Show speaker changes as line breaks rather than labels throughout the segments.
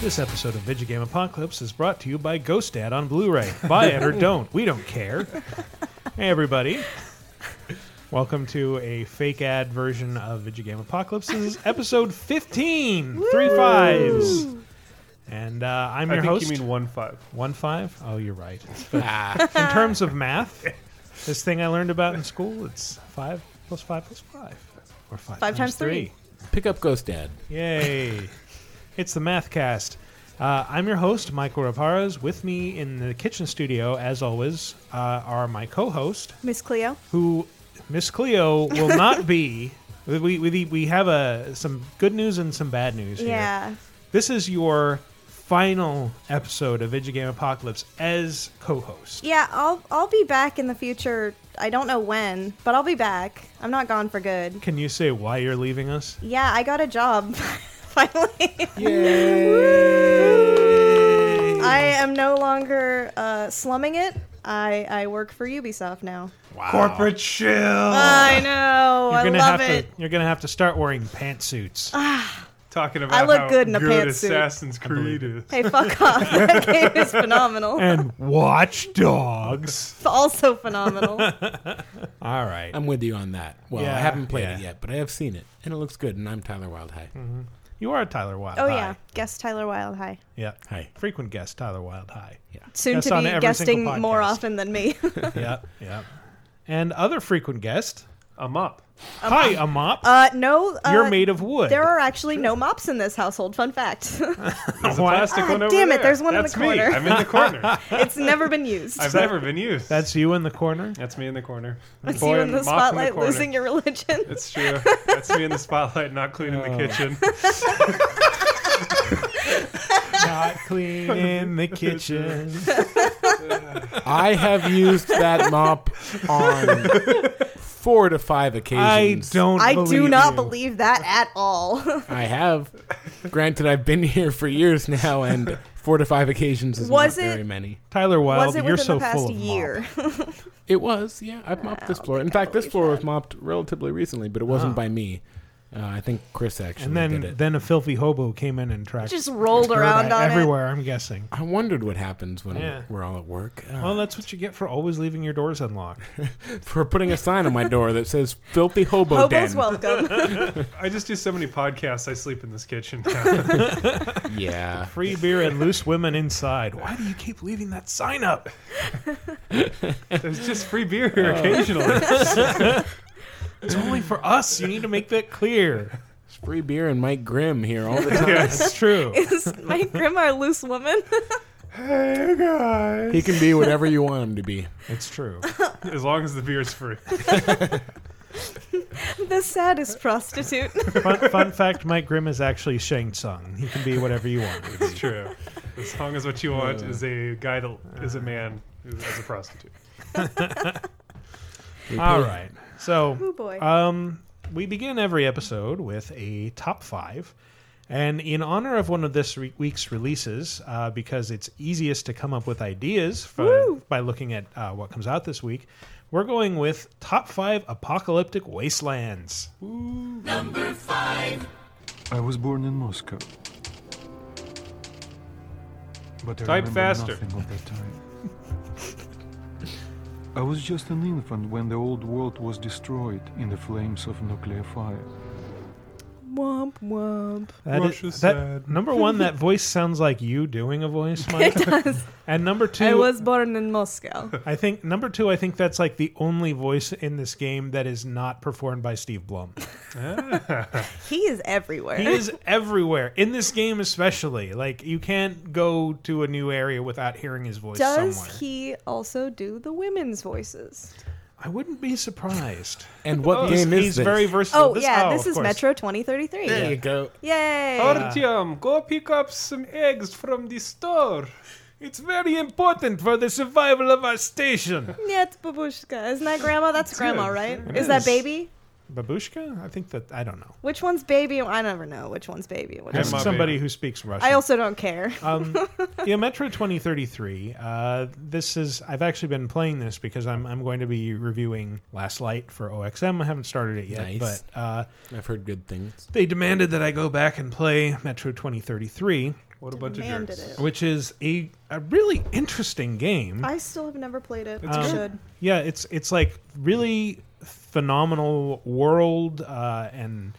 This episode of Video Game Apocalypse is brought to you by Ghost Dad on Blu-ray. Buy it or don't. We don't care. Hey everybody. Welcome to a fake ad version of Video Game Apocalypse. This is episode 15. Three fives. And uh, I'm
I
your
think
host.
you mean Ah. one five.
One five? Oh, you're right. In terms of math, this thing I learned about in school, it's five plus five plus five, or five,
Five times three.
Pick up Ghost Dad.
three. Yay! it's the math cast. Uh, I'm your host, Michael Raparas. With me in the kitchen studio, as always, uh, are my co-host,
Miss Cleo?
who Miss Cleo will not be. We, we, we have a, some good news and some bad news here.
Yeah.
This is your final episode of Video Game Apocalypse as co-host.
Yeah, I'll I'll be back in the future. I don't know when, but I'll be back. I'm not gone for good.
Can you say why you're leaving us?
Yeah, I got a job finally. I am no longer uh, slumming it. I, I work for Ubisoft now.
Corporate chill.
I know. I
have
love it.
to. You're Oh. gonna have to start wearing pantsuits.
Talking about
I look
how
good in a pantsuit.
Assassin's Creed is.
Hey, fuck off. that game is phenomenal.
and watch dogs.
It's also phenomenal.
All right.
Um,
I'm with you on that. Well,
Yeah,
I haven't played
yeah. Mm.
it yet, but I have seen it, and it looks good. And I'm Tyler Wildhigh.
You are Tyler Wild.
Oh,
High.
yeah. Guest Tyler Wilde. Hi.
Yeah.
Hi.
Frequent guest Tyler Wild High.
Soon
Guest
to
on
be
every
guesting
single
more
podcast.
often than me.
yeah. Yeah. And other frequent guest.
I'm up.
Hi, a mop.
Um, uh, no. Uh,
you're made of wood.
There are actually no mops in this household. Fun fact.
There's a
What?
plastic
Ah,
one over
damn it,
there.
there's one in the
That's me.
corner.
I'm in the corner.
it's never been used.
I've never been used.
That's you in the corner.
That's me in the corner.
That's
Boy,
you in the
mop
spotlight
corner.
losing your religion.
It's true. That's me in the spotlight, not cleaning the kitchen.
Not clean in the kitchen.
I have used that mop on four to five
I
occasions.
don't.
I do not
you.
believe that at all.
I have. Granted, I've been here for years now, and four to five occasions is
Was
not
it-
very many.
Tyler Wild.
Was it
you're
within
so
the past
full of mop.
year?
It was, yeah. I've mopped this floor. In fact, this
believe
floor was mopped relatively recently, but it wasn't by me. Uh, I think Chris actually
Oh. And
did
then,
it.
then a filthy hobo came in and tracked
Just rolled
dirt
around on
everywhere. I'm guessing.
I wondered what happens when
Yeah.
we're all at work. Uh,
Well, that's what you get for always leaving your doors unlocked.
for putting a sign on my door that says "Filthy Hobo
it. Hobos
Den."
welcome.
I just do so many podcasts. I sleep in this kitchen. now.
Yeah.
Free beer and loose women inside. Why do you keep leaving that sign up?
There's just free beer here occasionally.
It's only for us. You need to make that clear.
Free beer and Mike Grimm here all the time.
That's true.
Is my grandma a loose woman?
hey guys.
he can be whatever you want him to be.
It's true.
As long as the beer's free.
the saddest prostitute.
Fun, fun fact Mike Grimm is actually Shang Tsung. He can be whatever you want.
It's true. As long as what you want is a guy that is a man who is a prostitute.
We
All
pay-
right. So.
oh boy.
Um, we begin every episode with a top five. And in honor of one of this re- week's releases, uh, because it's easiest to come up with ideas for,
Woo!
by looking at uh, what comes out this week, we're going with top five apocalyptic wastelands.
I was born in Moscow. But I
Type
remember
faster.
Nothing of that time. I was just an infant when the old world was destroyed in the flames of nuclear fire.
womp womp.
That is-
Russia's
that-
sad.
number one, that voice sounds like you doing a voice, Mike. it does. And number two,
I was born in Moscow.
I think number two, I think that's like the only voice in this game that is not performed by Steve Blum.
He is everywhere.
He is everywhere in this game, especially. Like you can't go to a new area without hearing his voice
Does
somewhere.
he also do the women's voices?
I wouldn't be surprised.
And what
he's
game is
Oh, he's
this?
very versatile.
Oh, yeah, this
of
is
course.
Metro 2033.
go.
Yay!
Artyom, go pick up some eggs from the store.
It's very important for the survival of our station.
Yeah, it's babushka. Isn't that grandma? That's grandma,
good.
right?
It
Is that
is.
baby?
Babushka? I think that I don't know.
Which one's baby? I never know which one's baby. Which
Ask
Grandma
somebody
Baby.
who speaks Russian.
I also don't care.
um, yeah, Metro 2033. Uh, this is I've actually been playing this because I'm I'm going to be reviewing Last Light for OXM. I haven't started it yet,
Nice.
but uh,
I've heard good things.
they demanded that I go back and play Metro 2033,
What a bunch of
Demanded
jerks.
it.
which is a a really interesting game.
I still have never played it.
It's
I
good.
should.
Yeah, it's it's like really phenomenal world uh, and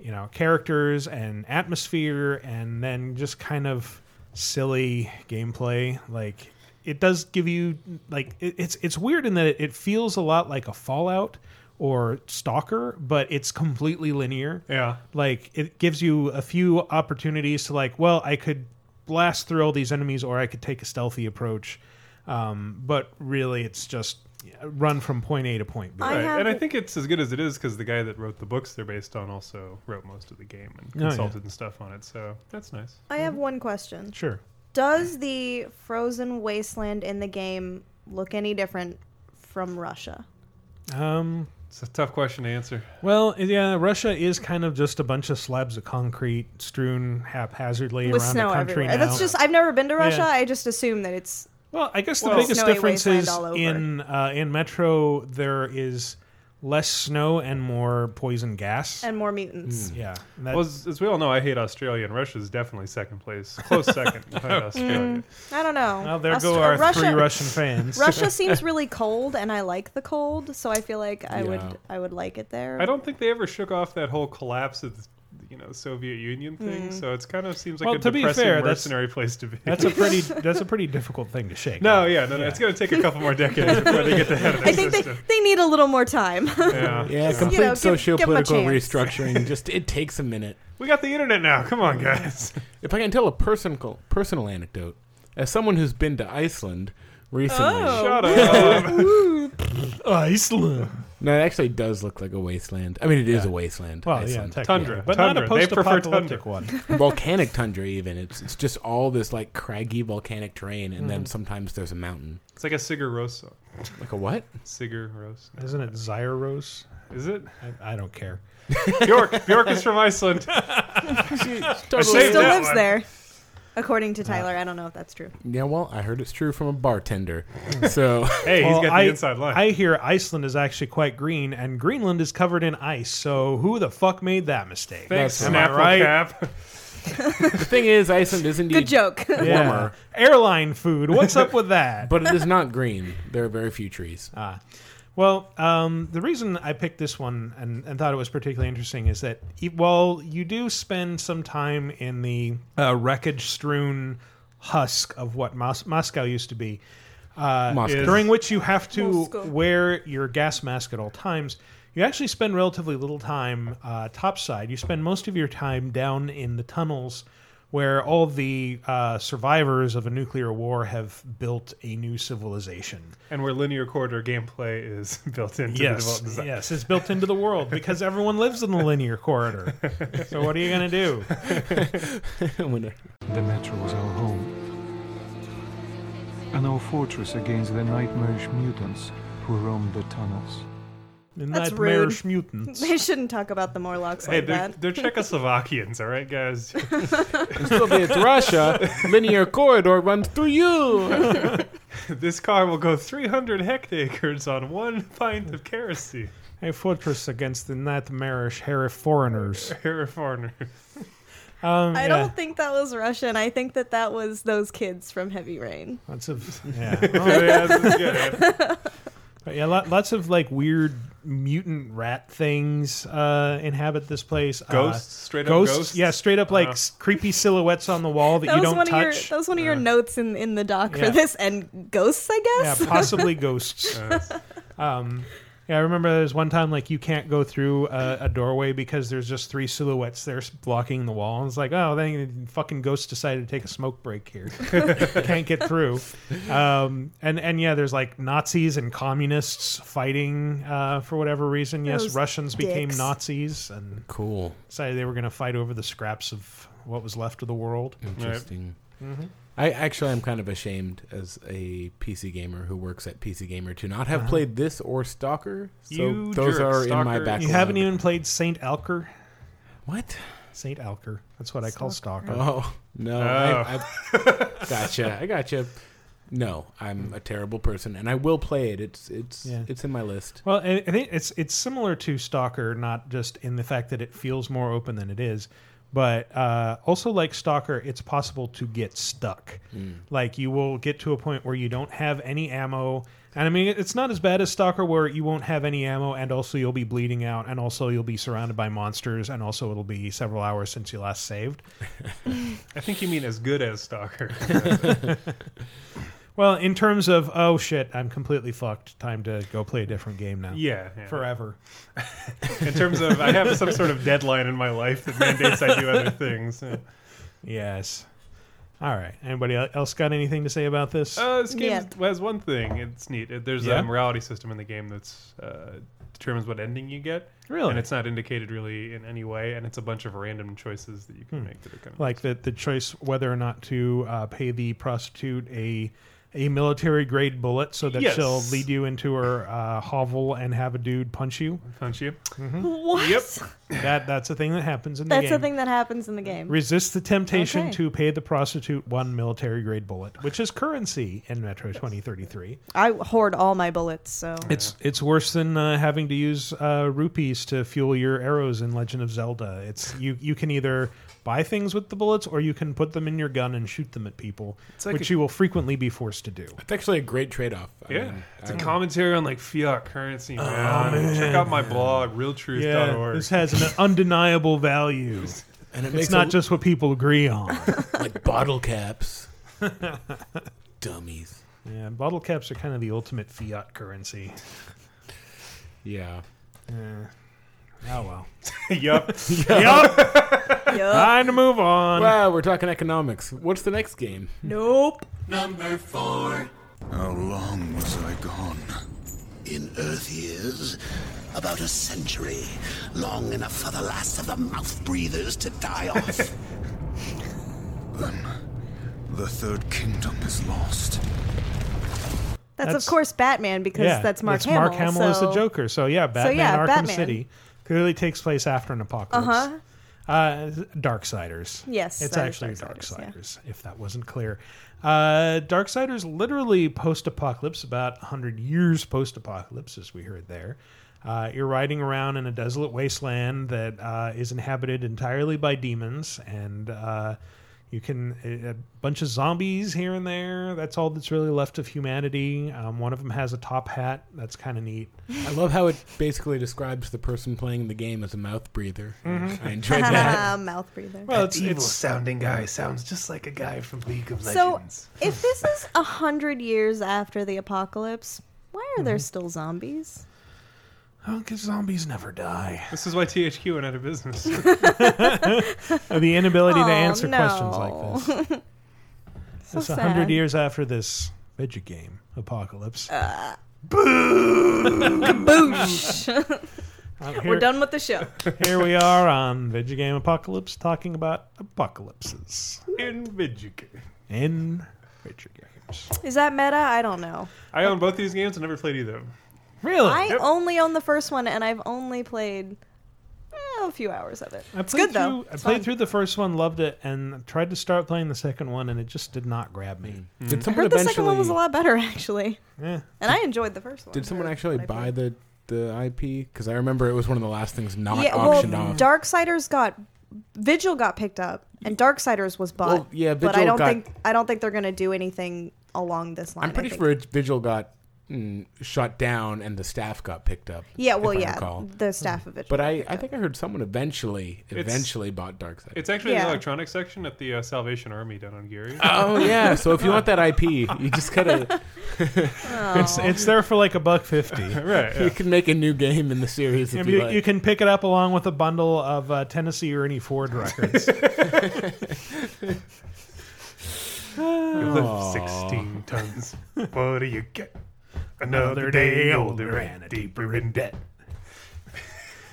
you know characters and atmosphere and then just kind of silly gameplay. Like it does give you like it, it's it's weird in that it, it feels a lot like a Fallout or Stalker, but it's completely linear
Yeah.
like it gives you a few opportunities to like well i could blast through all these enemies or i could take a stealthy approach um, but really it's just run from point a to point b
I
Right.
have-
And I think it's as good as it is because the guy that wrote the books they're based on also wrote most of the game and
Oh, yeah.
consulted and stuff on it. So that's nice.
I have one question.
sure
Does the frozen wasteland in the game look any different from Russia?
um,
It's a tough question to answer.
well yeah russia is kind of just a bunch of slabs of concrete strewn haphazardly
With
around
snow
the country
everywhere.
now
That's just I've never been to Russia.
Yeah.
I just assume that it's
Well, I guess the
Well-
biggest
Snowy
difference
wasteland
is
all over.
in uh, in Metro there is less snow and more poison gas.
and more mutants.
yeah, and that-
Well, as, as we all know, I hate Australia, and Russia is definitely second place, close second
Mm.
behind Australia.
I don't know.
well, there
Aust-
go our
Russia,
three Russian fans.
Russia seems really cold, and I like the cold, so I feel like I
Yeah.
would I would like it there.
I don't think they ever shook off that whole collapse of the you know Soviet Union
Mm.
thing. So it's kind of seems like
Well,
a
to be
depressing
fair, that's-
mercenary place to be.
That's a pretty that's a pretty difficult thing to shake.
no,
off.
yeah, no, no. It's going to take a couple more decades before they get the head of
I
that
think they,
system.
they need a little more time.
Yeah.
Yeah,
know,
complete
give- give 'em a
socio-political
chance.
restructuring. Just it takes a minute.
we got the internet now. Come on, guys.
If I can tell a personal personal anecdote, as someone who's been to Iceland recently,
Oh.
Shut up.
Iceland.
no, it actually does look like a wasteland. I mean, it is
Yeah.
a wasteland.
Well, yeah,
Iceland.
technically.
Tundra.
but not a
Tundra. They prefer
post-apocalyptic one.
volcanic tundra. Even it's it's just all this like craggy volcanic terrain, and then sometimes there's a mountain.
It's like a Sigur Rós song.
Like a what?
Sigur Rós.
Isn't it Zyros?
Is it?
I, I don't care.
Bjork. Bjork is from Iceland.
she
Save
still
that
lives
one.
there, according to Tyler. I don't know if that's true.
Yeah, well, I heard it's true from a bartender. So
Hey, he's
Well,
got the
I,
inside line.
I hear Iceland is actually quite green, and Greenland is covered in ice. So who the fuck made that mistake?
Thanks,
That's
right. Am
Snapple
I right?
Cap.
the thing is, Iceland is
Good
indeed
joke.
Yeah.
warmer,
Airline food. What's up with that?
but it is not green. There are very few trees.
Ah. Well, um, the reason I picked this one and, and thought it was particularly interesting is that e- while you do spend some time in the uh, wreckage strewn husk of what Mos- Moscow used to be, uh,
Moscow.
during which you have to
Moscow.
wear your gas mask at all times, you actually spend relatively little time uh, topside. You spend most of your time down in the tunnels where all the uh, survivors of a nuclear war have built a new civilization.
And where linear corridor gameplay is built into the
Yes,
development design.
yes, it's built into the world because everyone lives in the linear corridor. So what are you gonna do?
When-
The metro was our home. And our fortress against the nightmarish mutants who roamed the tunnels.
The
That's
nightmarish mutants.
They shouldn't talk about the Morlocks
Hey,
like
they're,
that.
they're Czechoslovakians, all right, guys?
Still be it's Russia. Linear corridor runs through you.
this car will go 300 hectares on one pint of kerosene.
A fortress against the nightmarish hairy foreigners.
You're a foreigner.
Um,
I
yeah,
don't think that was Russian. I think that that was those kids from Heavy Rain.
lots of yeah,
yeah, this is good.
But yeah, lot, lots of like weird mutant rat things uh, inhabit this place. Uh,
Ghosts, straight up
ghosts,
ghosts.
yeah, straight up like
Uh.
s- creepy silhouettes on the wall that,
That
you
was
don't
one of your
touch. uh,
that was one of your notes in, in the doc
yeah.
for this and ghosts, I
yeah,
guess.
possibly ghosts.
Uh, it's-
Um, yeah, I remember there was one time like you can't go through a, a doorway because there's just three silhouettes there s- blocking the wall. And it's like, oh, then the fucking ghost decided to take a smoke break here. can't get through. Um, and and yeah, there's like Nazis and communists fighting uh, for whatever reason. Yes,
Those
Russians became
dicks.
Nazis and
Cool.
decided they were going to fight over the scraps of what was left of the world.
Interesting. I actually am kind of ashamed as a PC gamer who works at PC Gamer to not have played this or Stalker. So
You
those
jerk.
are in my
Stalker-
backlog.
You
You haven't even played Saint Alker.
what?
Saint Alker. That's what I call Stalker.
Oh no! I,
Oh.
I- gotcha. I gotcha. No, I'm a terrible person, and I will play it. It's it's
Yeah.
it's in my list.
Well, I I think it's it's similar to Stalker, not just in the fact that it feels more open than it is, but uh, also like Stalker, it's possible to get stuck. Like you will get to a point where you don't have any ammo, and I mean it's not as bad as Stalker, where you won't have any ammo, and also you'll be bleeding out, and also you'll be surrounded by monsters, and also it'll be several hours since you last saved.
I think you mean as good as Stalker.
Well, in terms of oh shit, I'm completely fucked. Time to go play a different game now.
yeah, yeah.
Forever.
in terms of I have some sort of deadline in my life that mandates I do other things. Yeah.
Yes. All right. Anybody el- else got anything to say about this?
Uh, this game
Yeah.
is- has one thing. It's neat. It- There's
Yeah?
a morality system in the game that's uh, determines what ending you get,
really?
and it's not indicated really in any way. And it's a bunch of random choices that you can make that are kind of
like the the choice whether or not to uh, pay the prostitute a a military grade bullet so that
Yes.
she'll lead you into her uh, hovel and have a dude punch you.
punch you.
What?
Yep.
That that's a thing that happens in the
That's
Mm-hmm. game.
the thing that happens in the game.
Resist the temptation
Okay.
to pay the prostitute one military grade bullet, which is currency in Metro 2033.
I hoard all my bullets, so
It's it's worse than uh, having to use uh, rupees to fuel your arrows in Legend of Zelda. It's you you can either buy things with the bullets or you can put them in your gun and shoot them at people,
like
which
a-
you will frequently be forced to do.
It's actually a great trade-off. I
Yeah,
mean,
it's a
I-
commentary on like fiat currency, Oh, man. Check out my blog, realtruth.org.
this has an undeniable value.
and it makes
It's not
a-
just what people agree on.
like bottle caps, dummies.
yeah, bottle caps are kind of the ultimate fiat currency.
Yeah.
Yeah. Oh well.
yup.
yep.
Yup.
Time to move on.
Wow, we're talking economics. What's the next game?
nope.
How long was I gone?
In Earth years, about a century, long enough for the last of the mouth breathers to die off.
The Third Kingdom is lost.
That's,
That's-
of course Batman because
yeah,
that's Mark
that's
Hamill.
Mark Hamill is the
so-
Joker. So yeah, Batman
yeah,
Arkham
Batman.
City clearly takes place after an apocalypse.
Uh-huh.
Uh, Darksiders.
Yes,
It's
that is
actually
Darksiders, yeah.
Darksiders, if that wasn't clear. Uh, Darksiders literally post apocalypse, about 100 years post apocalypse, as we heard there. Uh, you're riding around in a desolate wasteland that uh, is inhabited entirely by demons, and uh, you can. A, a bunch of zombies here and there. That's all that's really left of humanity. Um, one of them has a top hat. That's kind of neat.
I love how it basically describes the person playing the game as a mouth breather.
Mm-hmm.
I enjoyed that.
Mouth breather.
Well, it's, it's
sounding guy sounds just like a guy from League of
So, if this is a hundred years after the apocalypse, why are
Mm-hmm.
there still zombies?
because zombies never die.
this is why THQ went out of business.
the inability to
Aw,
answer questions
no.
like this.
So
It's a
sad.
hundred years after this video game apocalypse. Uh, here,
We're done with the show.
here we are on video game apocalypse, talking about apocalypses
In video game.
in video games.
Is that meta? I don't know.
I own both these games and never played either of them.
Really,
I only own the first one, and I've only played eh, a few hours of it.
I
it's
played
good though.
through- I
It's
played
fun.
through the first one, loved it, and tried to start playing the second one, and it just did not grab me.
Mm-hmm.
Did
I
someone
heard the second
eventually
one was a lot better actually,
Eh.
and I enjoyed the first one.
Did someone
or
actually
what I
buy
played.
the the IP? Because I remember it was one of the last things not
Yeah, well,
auctioned off.
Darksiders got Vigil got picked up, and Darksiders was bought.
Well, yeah,
but I
Vigil
don't
got-
think I don't think they're gonna do anything along this line.
I'm pretty
I think.
sure Vigil got mm, shot down and the staff got picked up.
Yeah,
if
well,
I
yeah,
recall.
the staff of Vigil.
But I, I think I heard someone eventually eventually bought Darkseid.
It's actually in
Yeah.
the electronics section at the uh, Salvation Army down on Geary.
oh yeah, so if you want that IP, you just gotta
It's it's there for like a buck fifty.
right.
you
yeah.
can make a new game in the series if
And
you,
You,
like.
you can pick it up along with a bundle of uh, Tennessee Ernie Ford records.
You lift 16 tons. What do you get?
Another day older and deeper in
debt.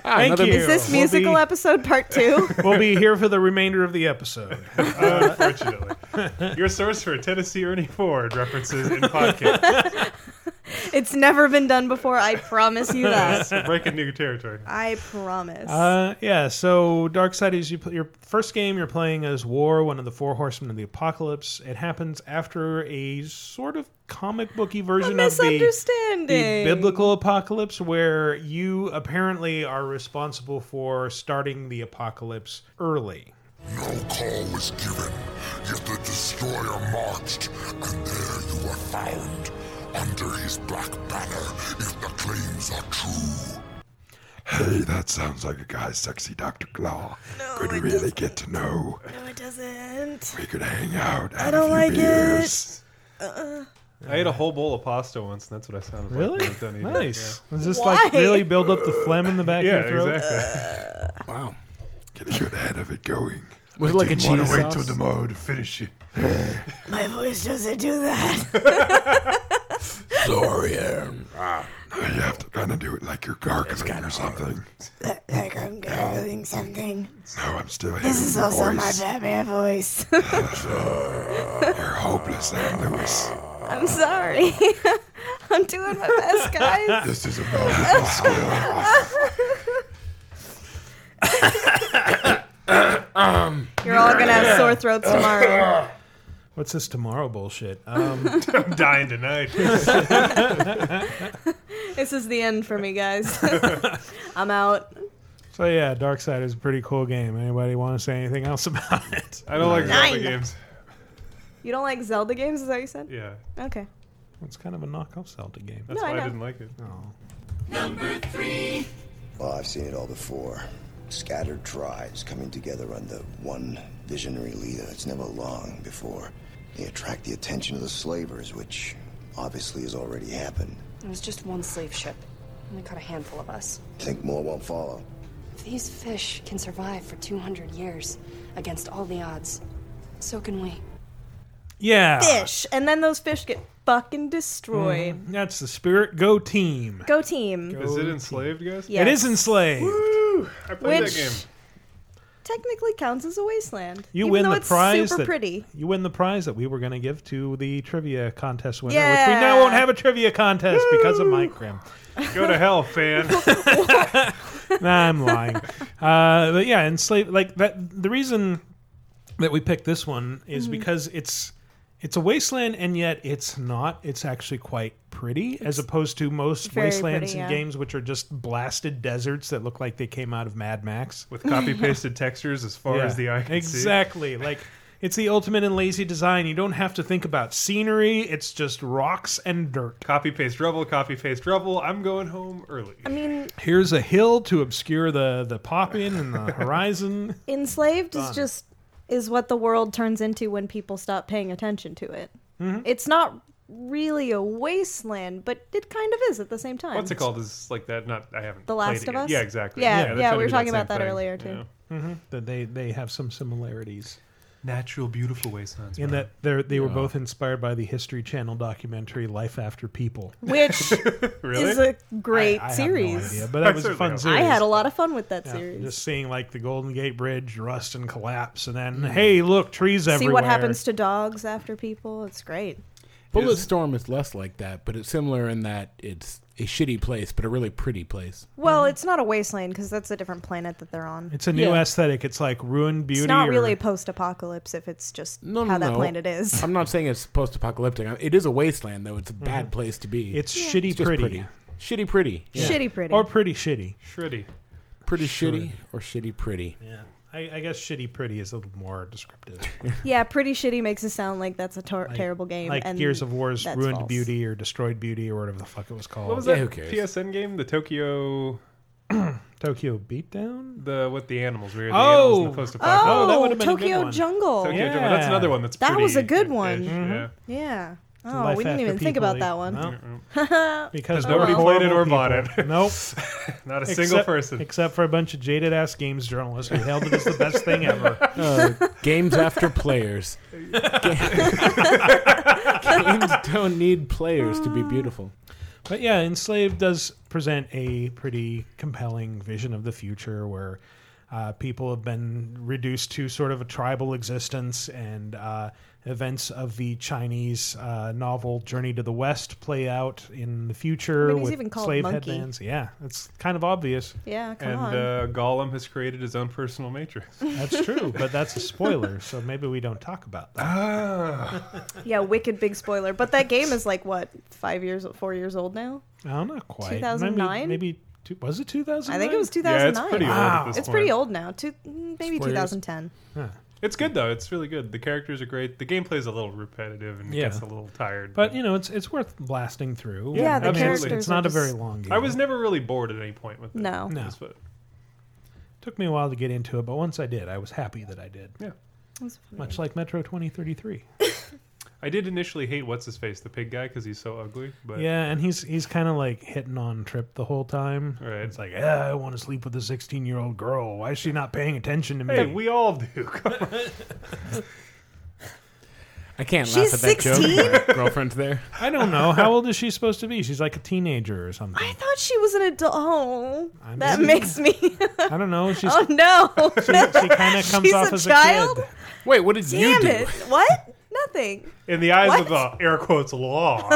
Ah,
Thank
another-
you.
Is this
We'll
musical
be-
episode part two?
We'll be here for the remainder of the episode.
Unfortunately, Uh, your source for Tennessee Ernie Ford references in podcast.
it's never been done before. I promise you that.
Breaking new territory.
I promise.
Uh, yeah, so Darksiders, you pl- your first game you're playing is War, one of the Four Horsemen of the Apocalypse. It happens after a sort of comic booky version of the,
Misunderstanding.
the biblical apocalypse, where you apparently are responsible for starting the apocalypse early.
No call was given, yet the destroyer marched, and there you are found, under his black banner, if the claims are true. Hey, that sounds like a guy, sexy Dr. Claw. could really get to know.
No, it doesn't.
We could hang out.
I don't like
beers.
I ate a whole bowl of pasta once, and that's what I sounded like. when I was done eating.
Nice. Does this
Why?
like really build up the phlegm in the back
Yeah,
of your throat?
exactly.
Wow.
Get a good head of it going.
Was it like a
Didn't wanna
cheese
wait
sauce?
till tomorrow to finish it.
My voice doesn't do that.
Sorry, Aaron. Now you have to kind of do it like you're gargling or something.
like I'm gargling something.
No, I'm still hearing This
It's also my Batman voice.
You're hopeless, Aaron Lewis.
I'm sorry. I'm doing my best, guys.
This is about
You're all gonna have sore throats tomorrow.
What's this tomorrow bullshit? Um,
I'm dying tonight.
This is the end for me, guys. I'm out.
so yeah, Darksiders is a pretty cool game. Anybody want to say anything else about it?
I don't like Zelda
Nine.
games.
You don't like Zelda games? Is that what you said?
Yeah,
Okay.
It's kind of a knockoff Zelda game.
that's
No, I
why I,
know.
didn't like it.
Well, I've seen it all before. Scattered tribes coming together under one visionary leader. It's never long before they attract the attention of the slavers, which obviously has already happened.
It was just one slave ship. Only caught a handful of us.
Think more won't follow.
If these fish can survive for 200 years against all the odds, so can we.
Yeah.
Fish, and then those fish get fucking destroyed.
That's the spirit. Go team.
Go team.
Is it enslaved, guys?
Yes.
It is enslaved.
I played
Which-
that game.
technically counts as a wasteland.
You
even
win
though
the
it's
prize
Super
that
pretty.
you win the prize that we were going to give to the trivia contest winner, which we
Yeah.
now won't have a trivia contest because of Mike Grimm.
Go to hell, fan.
nah, I'm lying. Uh, but yeah, enslaved. Like that. The reason that we picked this one is
Mm-hmm.
because it's it's a wasteland, and yet it's not. It's actually quite pretty, as opposed to most
very
wastelands
pretty,
and
yeah.
games, which are just blasted deserts that look like they came out of Mad Max.
With copy pasted textures as far as the
Yeah,
eye can see.
exactly. Like it's the ultimate in lazy design. You don't have to think about scenery. It's just rocks and dirt.
Copy paste rubble, copy paste rubble. I'm going home early.
I mean,
Here's a hill to obscure the the popping and the horizon.
enslaved is just is what the world turns into when people stop paying attention to it.
Mm-hmm.
It's not really a wasteland, but it kind of is at the same time.
What's it called? Is like that? Not I haven't.
The
played
Last
it
of
yet.
Us?
Yeah, exactly.
Yeah,
they're
yeah,
trying
we
to
were
do
talking
same
about that
thing,
earlier,
you
too.
know.
That they they have some similarities
Natural, beautiful wastelands.
in
bro.
that they they were both inspired by the History Channel documentary Life After People.
Which
really?
is a great
I have no
series.
idea, but that
I
was a
certainly
fun
have.
series.
I had a lot of fun with that
Yeah,
series.
Just seeing like the Golden Gate Bridge rust and collapse, and then hey, look, trees everywhere.
See what happens to dogs after people. It's great.
Bulletstorm is less like that, but it's similar in that it's a shitty place, but a really pretty place.
Well, it's not a wasteland because that's a different planet that they're on. It's,
Mm-hmm. It's a new
Yeah.
aesthetic. It's like ruined beauty.
not
or-
really post-apocalypse if it's just
No, no,
how that
no.
planet is.
I'm not saying it's post-apocalyptic. I- It is a wasteland, though. It's a bad place to be.
Mm-hmm. It's shitty
It's just
pretty.
Shitty pretty. Yeah.
Shitty pretty.
Or pretty shitty.
Shreddy.
Pretty shitty or shitty pretty.
Yeah. I, I guess shitty pretty is a little more descriptive.
Yeah, pretty shitty makes it sound like that's a tor- terrible game.
like
and
Gears of War's
that's
Ruined
false.
Beauty or Destroyed Beauty or whatever the fuck it was called.
What was
Yeah,
that
who cares?
PSN game? The Tokyo,
Tokyo Beatdown?
the what the animals? We were the
Oh!
animals in the post
Oh,
that would've been a good
Tokyo
one.
Jungle.
Tokyo
yeah. Mm-hmm.
Jungle. That's another one that's
That
pretty
was a good
good-ish,
one.
Yeah.
Yeah. Oh,
Life
we didn't
After
even think about
People.
that one.
No. because
nobody
we're
played it
horrible
or bought
people.
it.
Nope.
Not a
Except-
single person.
Except for a bunch of jaded ass games journalists who hailed it as the best thing ever.
Uh, games after players. Ga- games don't need players to be beautiful.
But yeah, Enslaved does present a pretty compelling vision of the future where uh, people have been reduced to sort of a tribal existence, and uh, events of the Chinese uh, novel Journey to the West play out in the future
I mean, he's
with
even called
slave
Monkey.
headbands. Yeah, it's kind of obvious.
Yeah, come
and
on.
uh, Gollum has created his own personal matrix.
That's true, but that's a spoiler, so maybe we don't talk about that.
yeah, wicked big spoiler. But that game is like what five years, four years old now.
I don't know quite. Maybe,
2009?
maybe two, was it 2009?
I think it was
yeah,
2009.
it's pretty
Wow.
old at this
Ah, It's
point.
pretty old now. Two, mm, maybe
Spoilers.
2010.
It's good though. It's really good. The characters are great. The gameplay's a little repetitive and it
Yeah.
gets a little tired.
But you know, it's it's worth blasting through.
Yeah, Yeah, the
I mean, it's,
characters
it's
are
not a
just-
very long game.
I was never really bored at any point with it.
No.
No.
Just, but-
took me a while to get into it, but once I did, I was happy that I did.
yeah. Mm.
Much like Metro 2033.
I did initially hate what's his face, the pig guy, because he's so ugly. But
Yeah, and he's he's kind of like hitting on Trip the whole time.
Right.
It's like, "Ah, I want to sleep with a 16 year old girl. Why is she not paying attention to me?
hey, we all do. Come on.
I can't
She's
laugh at that
16?
joke. My girlfriend's there.
I don't know. How old is she supposed to be? She's like a teenager or something.
I thought she was an adult. Oh,
I'm
that
just-
makes me.
I don't know. She's
oh no!
she, she kind of comes
She's
off
a
as
child?
a kid.
Wait, what did you
Damn
do?
it! What? Nothing.
In the eyes of
What?
the air quotes law,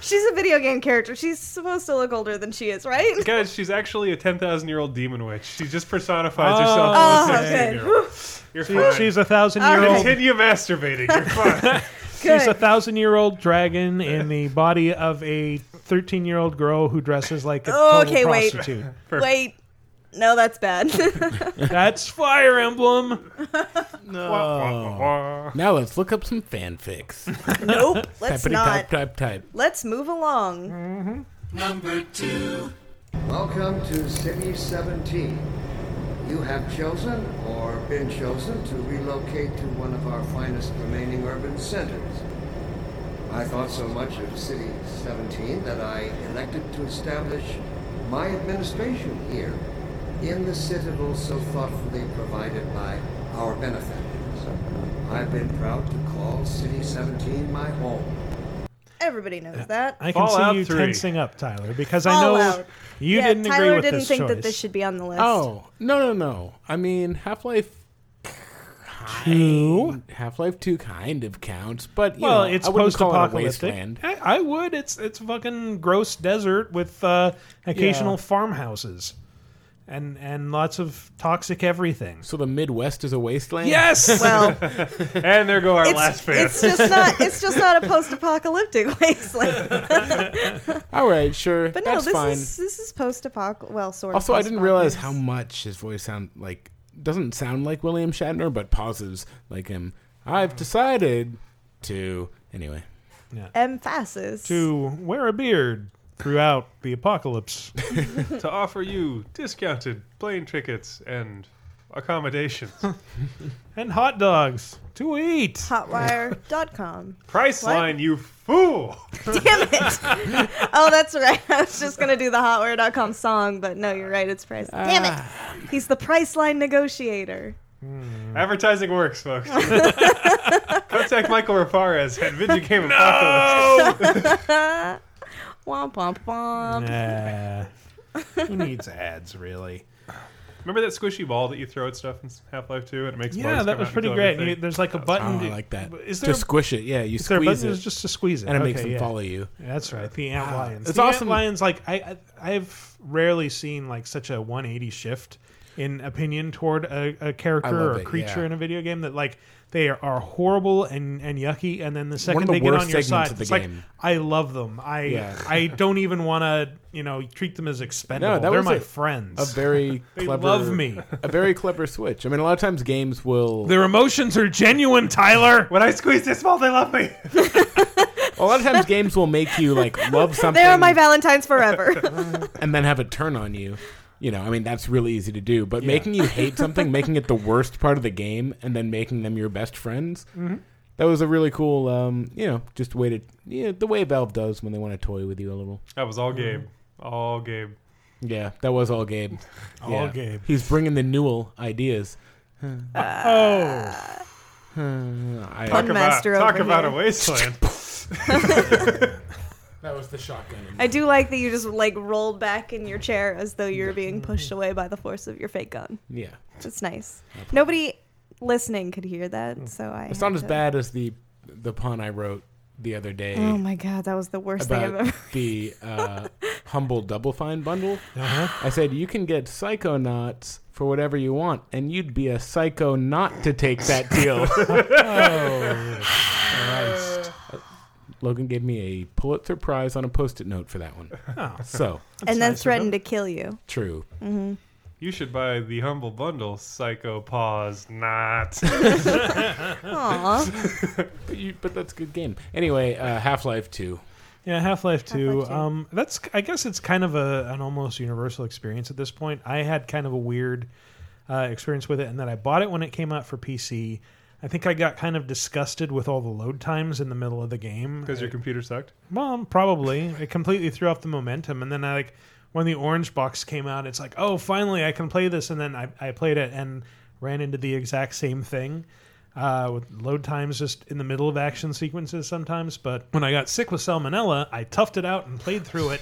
She's a video game character. She's supposed to look older than she is, right?
guys, she's actually a ten thousand year old demon witch. She just personifies
Oh,
herself as a
okay.
sixteen year old. You're
She-
fine.
she's a thousand year
All
old.
right.
Continue masturbating. You're fine.
She's a
Good.
thousand year old dragon in the body of a 13 year old girl who dresses like a
Oh,
total
okay, wait.
prostitute.
Wait. No, that's bad.
That's Fire Emblem.
Now let's look up some fanfics.
nope. Let's
Typity
not.
type type type.
Let's move along.
Welcome to City 17. You have chosen or been chosen to relocate to one of our finest remaining urban centers. I thought so much of City 17 that I elected to establish my administration here in the citadel so thoughtfully provided by our benefactors. I've been proud to call City 17 my home.
Everybody knows that.
I can
Fallout
see you
3.
tensing up, Tyler, because I know
Fallout.
you
yeah,
didn't
Tyler
agree with
didn't
this
think
choice.
that this should be on the list.
Oh no no no! I mean Half Life.
Two?
Half Life Two kind of counts, but you
Well,
know,
it's
I wouldn't call it a
post-apocalyptic.
wasteland.
I, I would. It's it's fucking gross desert with uh, occasional
Yeah.
farmhouses, and and lots of toxic everything.
So the Midwest is a wasteland.
Yes.
Well,
and there go our
it's,
last fan.
it's just not. It's just not a post-apocalyptic wasteland.
All right, sure.
But no,
That's
this
fine.
is this is post-apocalyptic. Well, sort of.
Also, I didn't
post-apoc-
realize how much his voice sound like doesn't sound like William Shatner, but pauses like him. I've decided to anyway.
emphasis.
to wear a beard throughout the apocalypse.
to offer you discounted plane tickets and accommodations.
and hot dogs to eat.
Hotwire.com.
Priceline, you fool!
Damn it! Oh, that's right. I was just gonna do the Hotwire.com song, but no, you're right. It's Price. Damn
Ah.
it! He's the Priceline negotiator.
Hmm.
Advertising works, folks. Contact Michael Raparez at Video Game Apocalypse.
Womp womp womp.
Nah. Who needs ads, really?
Remember that squishy ball that you throw at stuff in Half Life 2 and it makes
Yeah,
bugs
that was
come out and
pretty
kill
great.
everything?
You- there's like a button.
I
to-
like that.
Is there,
to squeeze it? Yeah, you
is there a
squeeze
button?
it,
It's just to squeeze it.
and it
okay,
makes them
yeah.
follow you.
That's right. The ant lions.
Uh, It's
the
awesome-
ant lions. Like I, I, I've rarely seen like such a 180 shift in opinion toward a, a
I
character
love
or a
it,
creature
yeah.
in a video game that like they are, are horrible and, and yucky, and then the second
the
they get
worst
on your
segments
side,
of the
it's like
game.
I love them. I
Yeah.
I don't even want to you know treat them as expendable.
that
They're
was
my
a-
friends.
A very
They
clever,
love me.
A very clever switch. I mean, a lot of times games will.
Their emotions are genuine, Tyler.
When I squeeze this ball, they love me.
A lot of times games will make you like love something.
There are my Valentines forever.
and then have it turn on you. You know, I mean, that's really easy to do. But making you hate something, making it the worst part of the game, and then making them your best friends, that was a really cool, um, you know, just way to, you know, the way Valve does when they want to toy with you a little.
That was
Hmm.
all Gabe. All Gabe.
Yeah, that was all Gabe.
All
Yeah.
Gabe.
He's bringing the Newell ideas.
Uh,
Oh,
I,
Talk
Master
about, talk
over
about a
here.
wasteland.
That was the shotgun. in
I do like that you just like rolled back in your chair as though you're being pushed away by the force of your fake gun.
Yeah.
It's nice. Nobody listening could hear that, so I.
It's
had
not as
to-
bad as the the pun I wrote the other day.
Oh my god, that was the worst thing I've
about
ever.
the uh, humble double fine bundle. I said you can get psychonauts for whatever you want, and you'd be a psycho not to take that deal.
Oh,
Uh, Logan gave me a Pulitzer Prize on a post-it note for that one.
Oh.
So
and then threatened to kill you.
true.
hmm
You should buy the humble bundle. Psycho pause not.
Aw.
But, you, but that's a good game. Anyway, uh, Half Life Two.
Yeah, Half Life Two.
Half-Life 2.
Um, that's I guess it's kind of a an almost universal experience at this point. I had kind of a weird uh, experience with it, and that I bought it when it came out for PC. I think I got kind of disgusted with all the load times in the middle of the game
Because your computer sucked.
Well, probably. It completely threw off the momentum, and then I like when the orange box came out, it's like, oh, finally I can play this, and then I, I played it and ran into the exact same thing. Uh, with load times just in the middle of action sequences sometimes, but when I got sick with salmonella, I toughed it out and played through it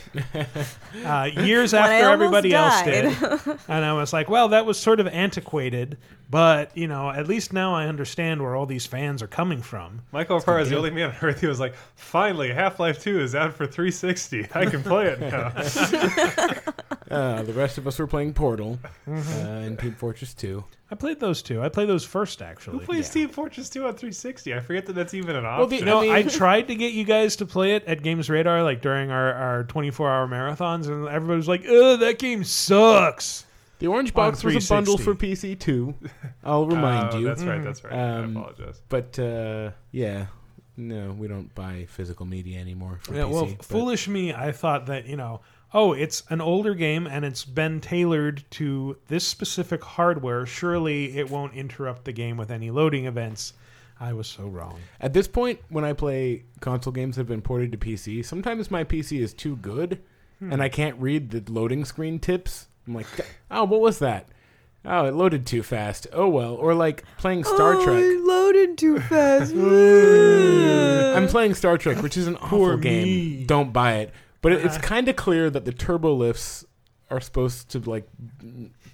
uh, years
When I
after
almost
everybody else
died.
did. And I was like, well, that was sort of antiquated, but you know, at least now I understand where all these fans are coming from.
Michael Farr is the only man on earth who was like, finally, Half Life 2 is out for 360. I can play it now.
Uh, the rest of us were playing Portal uh, and Team Fortress Two.
I played those two. I played those first, actually.
who plays Team Fortress 2 on 360? I forget that that's even an option.
Well, the-
You know,
I mean-
I tried to get you guys to play it at Games Radar, like during our, our 24 hour marathons, and everybody was like, "Ugh, that game sucks."
The orange
On
box was a bundle
360.
for PC Two. I'll remind
Oh,
you.
That's
Mm.
right, that's right.
Um,
I apologize.
But uh, yeah, no, we don't buy physical media anymore for
Yeah,
PC.
well,
but-
foolish me, I thought that you know, oh, it's an older game and it's been tailored to this specific hardware. Surely it won't interrupt the game with any loading events. I was so wrong.
At this point, when I play console games that have been ported to PC, sometimes my PC is too good,
Hmm.
and I can't read the loading screen tips. I'm like, oh, what was that? Oh, it loaded too fast. Oh well. Or like playing Star
Oh,
Trek.
Oh, loaded too fast.
I'm playing Star Trek, which is an awful game.
me. Uh-huh.
Don't buy it. But it, it's kind of clear that the turbo lifts are supposed to like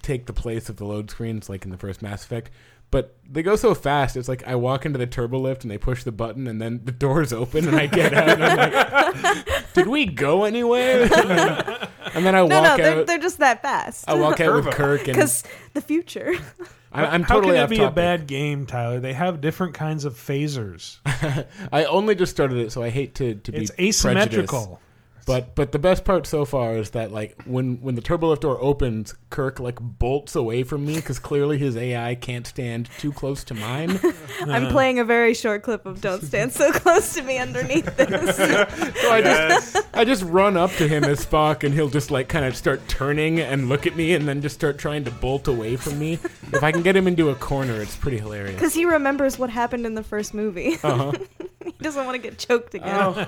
take the place of the load screens, like in the first Mass Effect. But they go so fast. It's like I walk into the turbo lift and they push the button, and then the doors open, and I get out. and I'm like, Did we go anywhere? and then I
no, no,
walk
they're,
out.
they're just that fast.
I walk out with Kirk, and
Because the future.
I, I'm
How
totally
can it
off
be
topic.
a bad game, Tyler? They have different kinds of phasers.
I only just started it, so I hate to to be
It's
prejudiced.
asymmetrical.
But but the best part so far is that like when when the turbo lift door opens, Kirk like bolts away from me because clearly his AI can't stand too close to mine.
I'm playing a very short clip of Don't Stand So Close to Me underneath this.
So I just I just run up to him as Spock, and he'll just like kind of start turning and look at me, and then just start trying to bolt away from me. If I can get him into a corner, it's pretty hilarious.
Because he remembers what happened in the first movie.
Uh-huh. Oh,
he doesn't want to get choked again.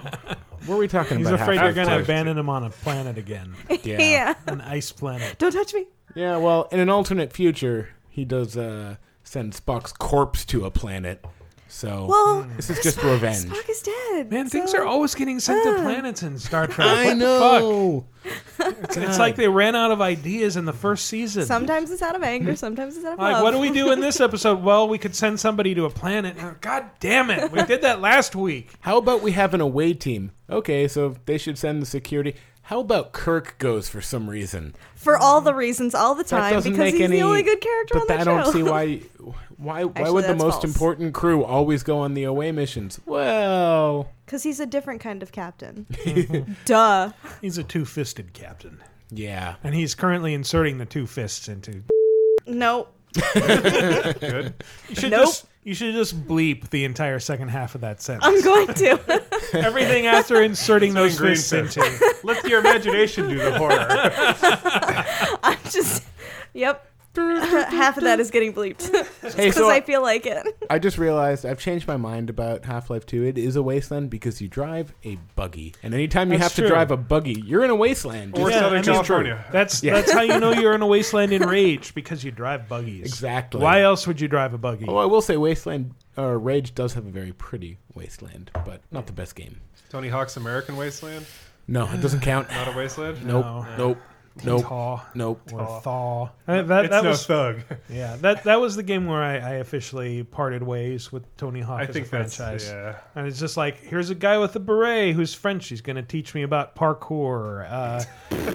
What were we talking
He's
about?
afraid you're
halfway
going to
through?
abandon him on a planet again,
Yeah.
yeah.
an ice planet.
Don't touch me.
Yeah, well, in an alternate future, he does uh, send Spock's corpse to a planet. So
Well,
this is Oh. just revenge.
Spock is dead.
Man, things
so-
are always getting sent to
Ah.
planets in Star Trek.
I
What the
know.
fuck? It's like they ran out of ideas in the first season.
Sometimes it's out of anger, sometimes it's out of
like,
love.
what do we do in this episode? Well, we could send somebody to a planet. Oh, God damn it. We did that last week.
How about we have an away team? Okay, so they should send the security. How about Kirk goes for some reason?
For all the reasons, all the
That
time,
doesn't
because
make
he's
any,
the only good character
but
on
that
the
I
show.
don't see why. Why? Why
Actually,
would the
that's
most
false.
important crew always go on the away missions? Well,
Because he's a different kind of captain. Duh.
He's a two fisted captain.
yeah.
And he's currently inserting the two fists into.
No.
You should,
Nope.
just, you should just bleep the entire second half of that
I'm
sentence.
going to.
Everything after inserting those
Green
fists
fist.
into.
Let your imagination do the horror.
I'm just. Yep. Half of that is getting bleeped.
Hey,
Because
so
I feel like it.
I just realized I've changed my mind about Half Life 2. It is a wasteland because you drive a buggy. And anytime you
That's
have to
true.
drive a buggy, you're in a wasteland.
Or
Yeah,
Southern
I mean,
California.
That's
Yeah.
that's how you know you're in a wasteland in rage because you drive buggies.
Exactly.
Why else would you drive a buggy?
Oh, I will say Wasteland uh, or Rage does have a very pretty wasteland, but not the best game.
Tony Hawk's American Wasteland.
No, it doesn't count.
Not a wasteland?
Nope.
No.
Nope. Nope.
Taw.
Nope.
Or thaw.
Uh,
that,
It's
that
no
was,
thug.
Yeah, that that was the game where I, I officially parted ways with Tony Hawk
I
as
think
a
that's-
franchise.
yeah.
And it's just like, here's a guy with a beret who's French. He's going to teach me about parkour. Uh,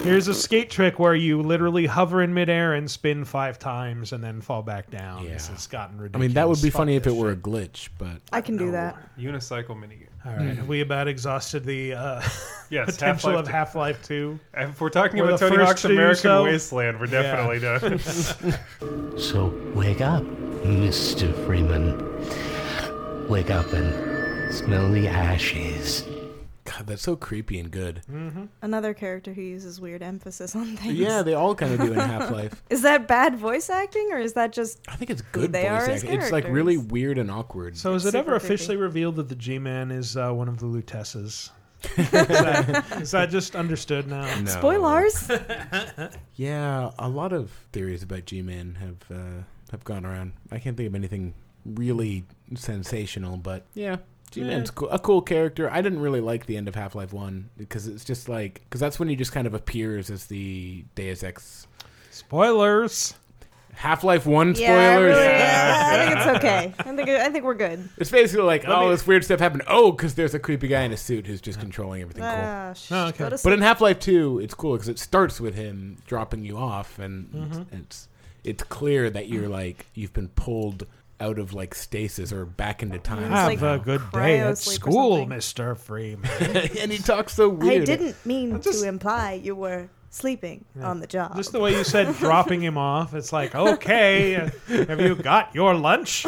here's a skate trick where you literally hover in midair and spin five times and then fall back down. This has gotten
I
ridiculous.
mean, that would be
Fuck
funny if
this
it were a
shit.
glitch, but
I can do that.
Unicycle minigame.
All right, have we about exhausted the uh,
Yes,
potential of
Half-Life two.
Half Life Two.
If we're talking
We're
about
the
Tony
first
Hawk's
to do
American
so.
Wasteland, we're definitely done.
So wake up, Mr. Freeman. Wake up and smell the ashes.
God, that's so creepy and good.
Another character who uses weird emphasis on things.
Yeah, they all kind of do in Half-Life.
is that bad voice acting, or is that just?
I think it's
Who
Good
they
voice
are as
acting. It's like really weird and awkward.
So is it
Super
ever
creepy.
officially revealed that the G-Man is uh, one of the Lutesses? is, that, is that just understood now?
No.
Spoilers.
Yeah, a lot of theories about G-Man have uh, have gone around. I can't think of anything really sensational, but yeah, G-Man's cool, a cool character. I didn't really like the end of Half Life One because it's just like because that's when he just kind of appears as the Deus Ex.
Spoilers.
Half Life One spoilers.
yeah, I really- yeah, I think it's okay. I think I think we're good.
It's basically like,
Let
oh,
me- Uh-huh.
this weird stuff happened. Oh, because there's a creepy guy in a suit who's just controlling everything.
Ah,
cool.
sh- Oh, okay. go to
But in
sleep.
Half Life Two, it's cool because it starts with him dropping you off, and
Mhm.
it's it's clear that you're like you've been pulled out of like stasis or back into time.
Have a good day at school, Mister Freeman.
and he talks so
I
weird.
didn't mean to imply you were sleeping on the job.
Just the way you said dropping him off, it's like, okay, uh, have you got your lunch?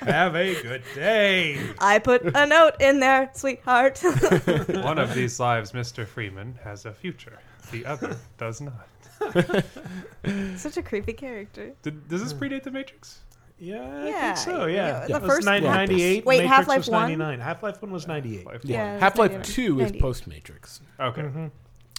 have a good day.
I put a note in there, sweetheart.
One of these lives, Mr. Freeman, has a future. The other does not.
Such a creepy character.
Did, does this
Hmm.
predate The Matrix?
Yeah, I
Yeah,
think so.
you know,
Yeah,
the
It was
first
nine-
one.
98.
Wait,
Matrix
Half-Life
was
one?
99. Half Life One was 98.
Yeah,
yeah,
it's
Half Life
98.
Two is
98.
post Matrix.
Okay.
Mm-hmm.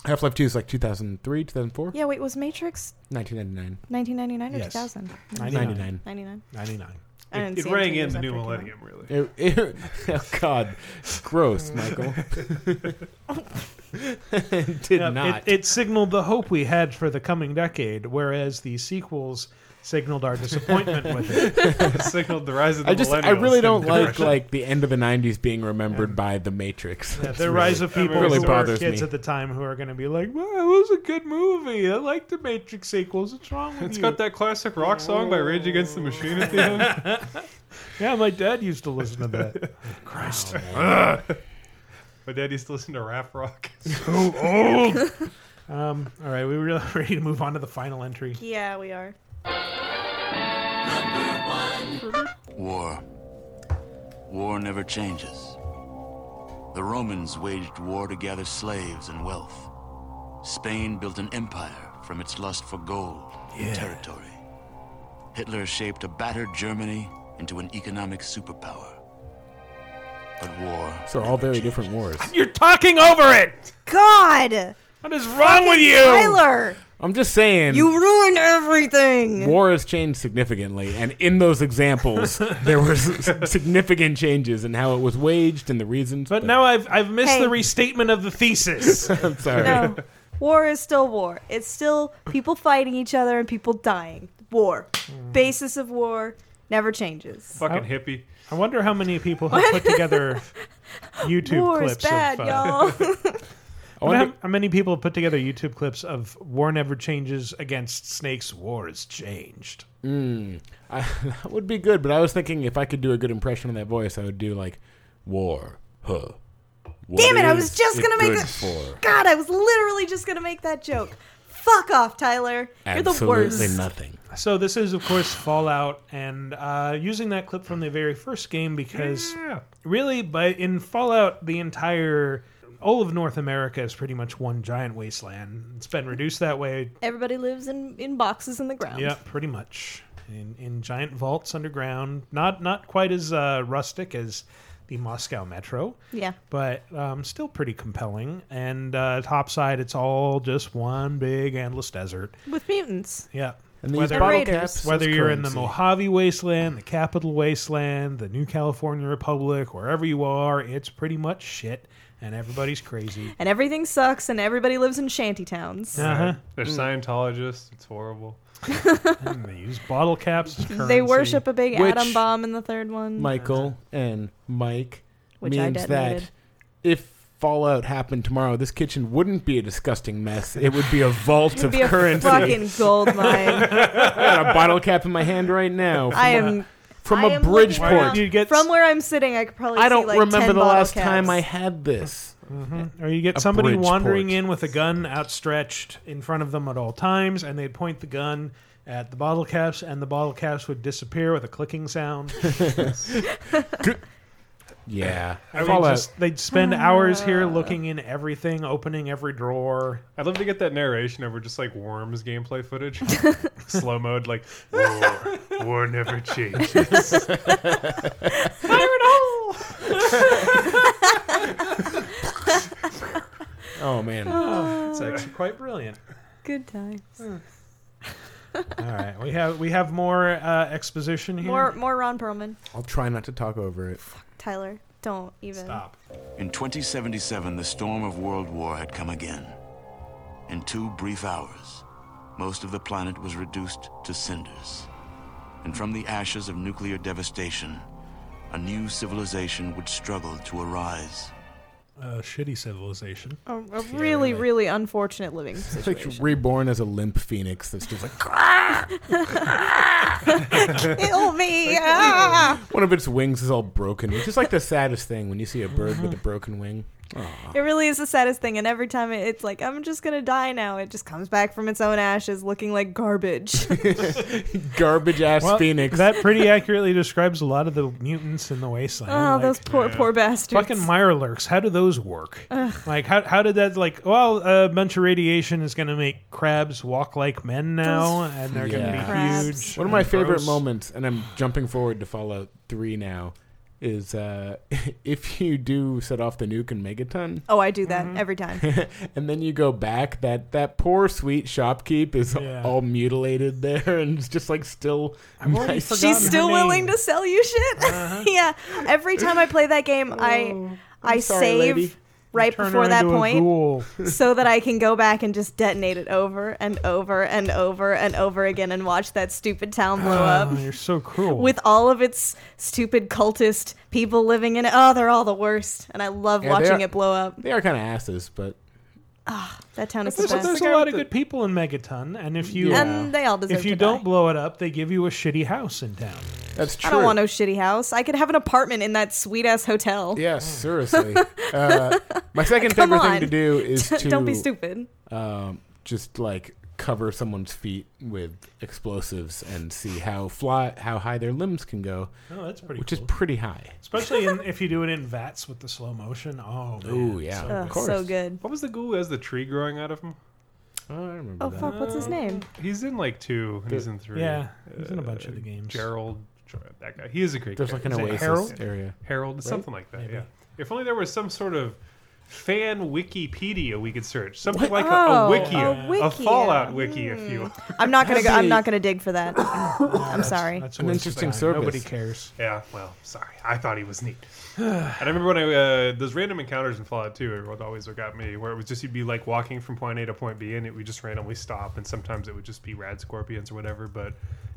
Half Life Two is like 2003, 2004,
Yeah, wait, was Matrix
1999.
1999 or
Yes.
2000?
99.
99.
99.
I didn't
It, it
see it
rang
till
in
years
the new
after it came out.
millennium, really.
It- it- oh God, gross, Michael.
Mm.
Did
Yeah, it-
not.
It, signaled the hope we had for the coming decade, whereas the sequels signaled our disappointment with it.
signaled the rise of
I just, I really don't like like the end of the '90s being remembered by the Matrix.
Yeah,
That's
the
really-
rise of
that
people
really
who were
bothers
kids
me.
at the time who are going to be like, "Well, it was a good movie. I like the Matrix sequels. What's wrong with
It's
you?"
got that classic rock song by Rage Against the Machine at the end.
yeah, my dad used to listen to that. Christ.
Wow. My dad used to listen to rap rock.
so old. Um, all right, we were ready to move on to the final entry.
Yeah, we are.
War. War never changes. The Romans waged war to gather slaves and wealth. Spain built an empire from its lust for gold
Yeah.
and territory. Hitler shaped a battered Germany into an economic superpower. But war.
So all very different wars.
You're talking over it.
God,
what is wrong with you,
Tyler?
I'm just saying.
You ruined everything.
War has changed significantly, and in those examples, there were s- significant changes in how it was waged and the reasons. But,
now I've I've missed
Hey.
the restatement of the thesis.
I'm sorry.
No, war is still war. It's still people fighting each other and people dying. War. Basis of war never changes.
Fucking hippie.
I wonder how many people have put together YouTube
War is
clips.
bad,
of, uh,
y'all.
I wonder how- how many people have put together YouTube clips of "War Never Changes" against "Snakes War Is Changed."
Mm, I, that would be good, but I was thinking if I could do a good impression of that voice, I would do like war, huh? What
Damn it, I
is
was just gonna make
good
that-
for?
God, I was literally just gonna make that joke. Fuck off, Tyler. You're the worst.
nothing.
So this is, of course, Fallout, and uh, using that clip from the very first game because really, but in Fallout, the entire all of North America is pretty much one giant wasteland. It's been reduced that way
Everybody lives in, in boxes in the ground.
Yeah, pretty much. In in giant vaults underground. Not not quite as uh, rustic as the Moscow Metro.
Yeah.
But um, still pretty compelling. And uh, topside, it's all just one big endless desert.
With mutants.
Yeah.
And they use
whether,
bottle caps
whether
as
you're in the
currency.
Mojave Wasteland, the Capital Wasteland, the New California Republic, wherever you are, it's pretty much shit. and everybody's crazy.
and everything sucks, and everybody lives in shanty towns.
Uh-huh.
They're
Mm.
Scientologists. It's horrible.
And they use bottle caps. As
They
currency.
worship a big
Which-
atom bomb in the third one.
Michael and Mike
Which I
means
detonated.
that if Fallout happened tomorrow, this kitchen wouldn't be a disgusting mess. It would be a vault
It'd
of
be a
currency.
fucking gold mine.
I got a bottle cap in my hand right now.
I
from a-
am
from
a
a Bridgeport.
from where I'm sitting. I could probably
I don't
see, like,
remember
10
the
bottle
last
caps.
time I had this.
Mhm. Or you get
A
somebody
Bridgeport.
wandering in with a gun outstretched in front of them at all times, and they'd point the gun at the bottle caps, and the bottle caps would disappear with a clicking sound.
Yeah.
I mean,
Fallout.
just, they'd spend hours here
Ah.
looking in everything, opening every drawer.
I'd love to get that narration over just like Worms gameplay footage, slow mode, like war, war never changes.
Oh man.
Oh,
Ah.
it's actually quite brilliant.
Good times.
All right, we have we have more uh, exposition here.
More, more Ron Perlman.
I'll try not to talk over it.
Tyler, don't even. Stop.
In 2077, the storm of world war had come again. In two brief hours, most of the planet was reduced to cinders. And from the ashes of nuclear devastation, a new civilization would struggle to arise.
Uh, shitty civilization.
A, a really, really unfortunate living
It's like
situation.
reborn as a limp phoenix that's just like
Kill me! ah!
one of its wings is all broken, which is like the saddest thing when you see a bird with a broken wing. Aw.
It really is the saddest thing, and every time it, it's like, I'm just gonna die now. It just comes back from its own ashes, looking like garbage.
Garbage ass
Well,
phoenix.
That pretty accurately describes a lot of the mutants in the wasteland.
Oh, those poor- poor bastards.
Fucking Mirelurks. How do those work?
Ugh.
Like, how, how did that, like, well, a bunch of radiation is going to make crabs walk like men now,
Those
and they're going to be huge.
One of my
and
favorite
gross.
moments, and I'm jumping forward to Fallout 3 now, is uh, if you do set off the nuke in Megaton.
oh, I do that
Mm-hmm.
every time.
and then you go back. That that poor sweet shopkeep is
Yeah.
all mutilated there, and it's just like still.
I've already
nice.
forgotten Uh-huh.
She's still willing to sell you shit. yeah. Every time I play that game,
Oh,
I I
sorry,
save
lady.
right
Turn her
before that
into a
point
ghoul.
so that I can go back and just detonate it over and over and over and over again and watch that stupid town blow up.
Oh, you're so cruel.
With all of its stupid cultist people living in it. Oh, they're all the worst. And I love
Yeah, they
watching
are-
it blow up.
They are kind of asses, but
That town is the
There's,
best.
there's a lot of good people in Megaton, and if you
Yeah. And they all deserve
if you
to
don't blow it up, they give you a shitty house in town.
that's true.
I don't want no shitty house. I could have an apartment in that sweet ass hotel.
Oh.
Yes, seriously. uh, my second
Come
favorite thing
on.
to do is to
Don't be stupid.
Um, just like cover someone's feet with explosives and see how fly how high their limbs can go.
Oh, that's pretty
Which
cool.
is pretty high.
Especially in, if you do it in vats with the slow motion. Oh, man,
Ooh, yeah,
so
of
good.
course.
So good.
What was the ghoul who has the tree growing out of him?
Oh, I remember
Oh
that.
fuck, what's his name?
He's in like two, and he's in three. Uh,
Yeah, he's in a bunch of the games.
Gerald, that guy. He is a great.
There's like an
character.
oasis
Harold?
area.
Harold, something like that. Yeah. If only there was some sort of fan Wikipedia we could search, something like a, a
Oh,
wiki,
a
a
wiki. Hmm.
Fallout wiki, if you.
I'm not gonna
Has
go, I'm
a-
not gonna dig for that. I'm sorry.
That's
An
always
interesting
fine. Nobody
service.
cares.
Yeah. Well, sorry. I thought he was neat. and I remember when I uh, those random encounters in Fallout 2, it would always got me, where it was just you'd be like walking from point A to point B, and it would just randomly stop, and sometimes it would just be rad scorpions or whatever, but.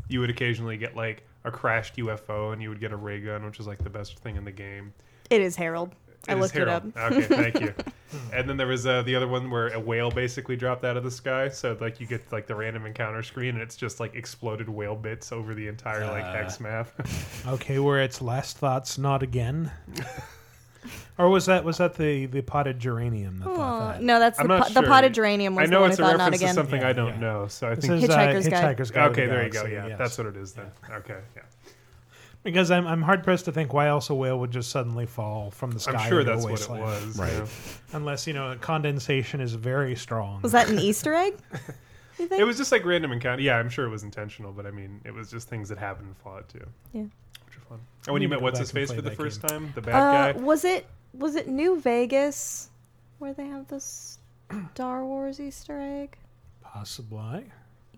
You would occasionally get like a crashed UFO, and you would get a ray gun, which is like the best thing in the game.
It is Harold. I
It is
looked
Harold.
it up.
Okay, thank you. and then there was uh, the other one where a whale basically dropped out of the sky. So like you get like the random encounter screen, and it's just like exploded whale bits over the entire like
Uh,
hex map.
Okay, where it's last thoughts, not again. or was that was that the the potted geranium that
Aw,
thought that?
no, that's the,
I'm not
pot the
sure.
potted geranium was
I know
the one
it's
I
a
thought
reference
not
to
again.
something I don't
Yeah.
know. So I
This
think
is, uh,
Hitchhiker's Guide.
Hitchhiker's Guide. to
okay,
the
there you go.
Galaxy,
Yeah,
yes.
that's what it is then. Okay, yeah.
Because I'm, I'm hard pressed to think why else a whale would just suddenly fall from the sky.
I'm sure
into a
that's what it
wasteland.
was.
Right.
yeah.
Unless you know condensation is very strong.
Was that an Easter egg? You think?
It was just like random encounter. Yeah, I'm sure it was intentional, but I mean, it was just things that happened in Fallout 2.
Yeah.
Which were fun. And when you
need to
met
go
what's
back
his
and
face
play
for the
that
first
game.
time, the
uh,
bad guy.
was it was it New Vegas where they have the Star Wars Easter egg?
Possibly.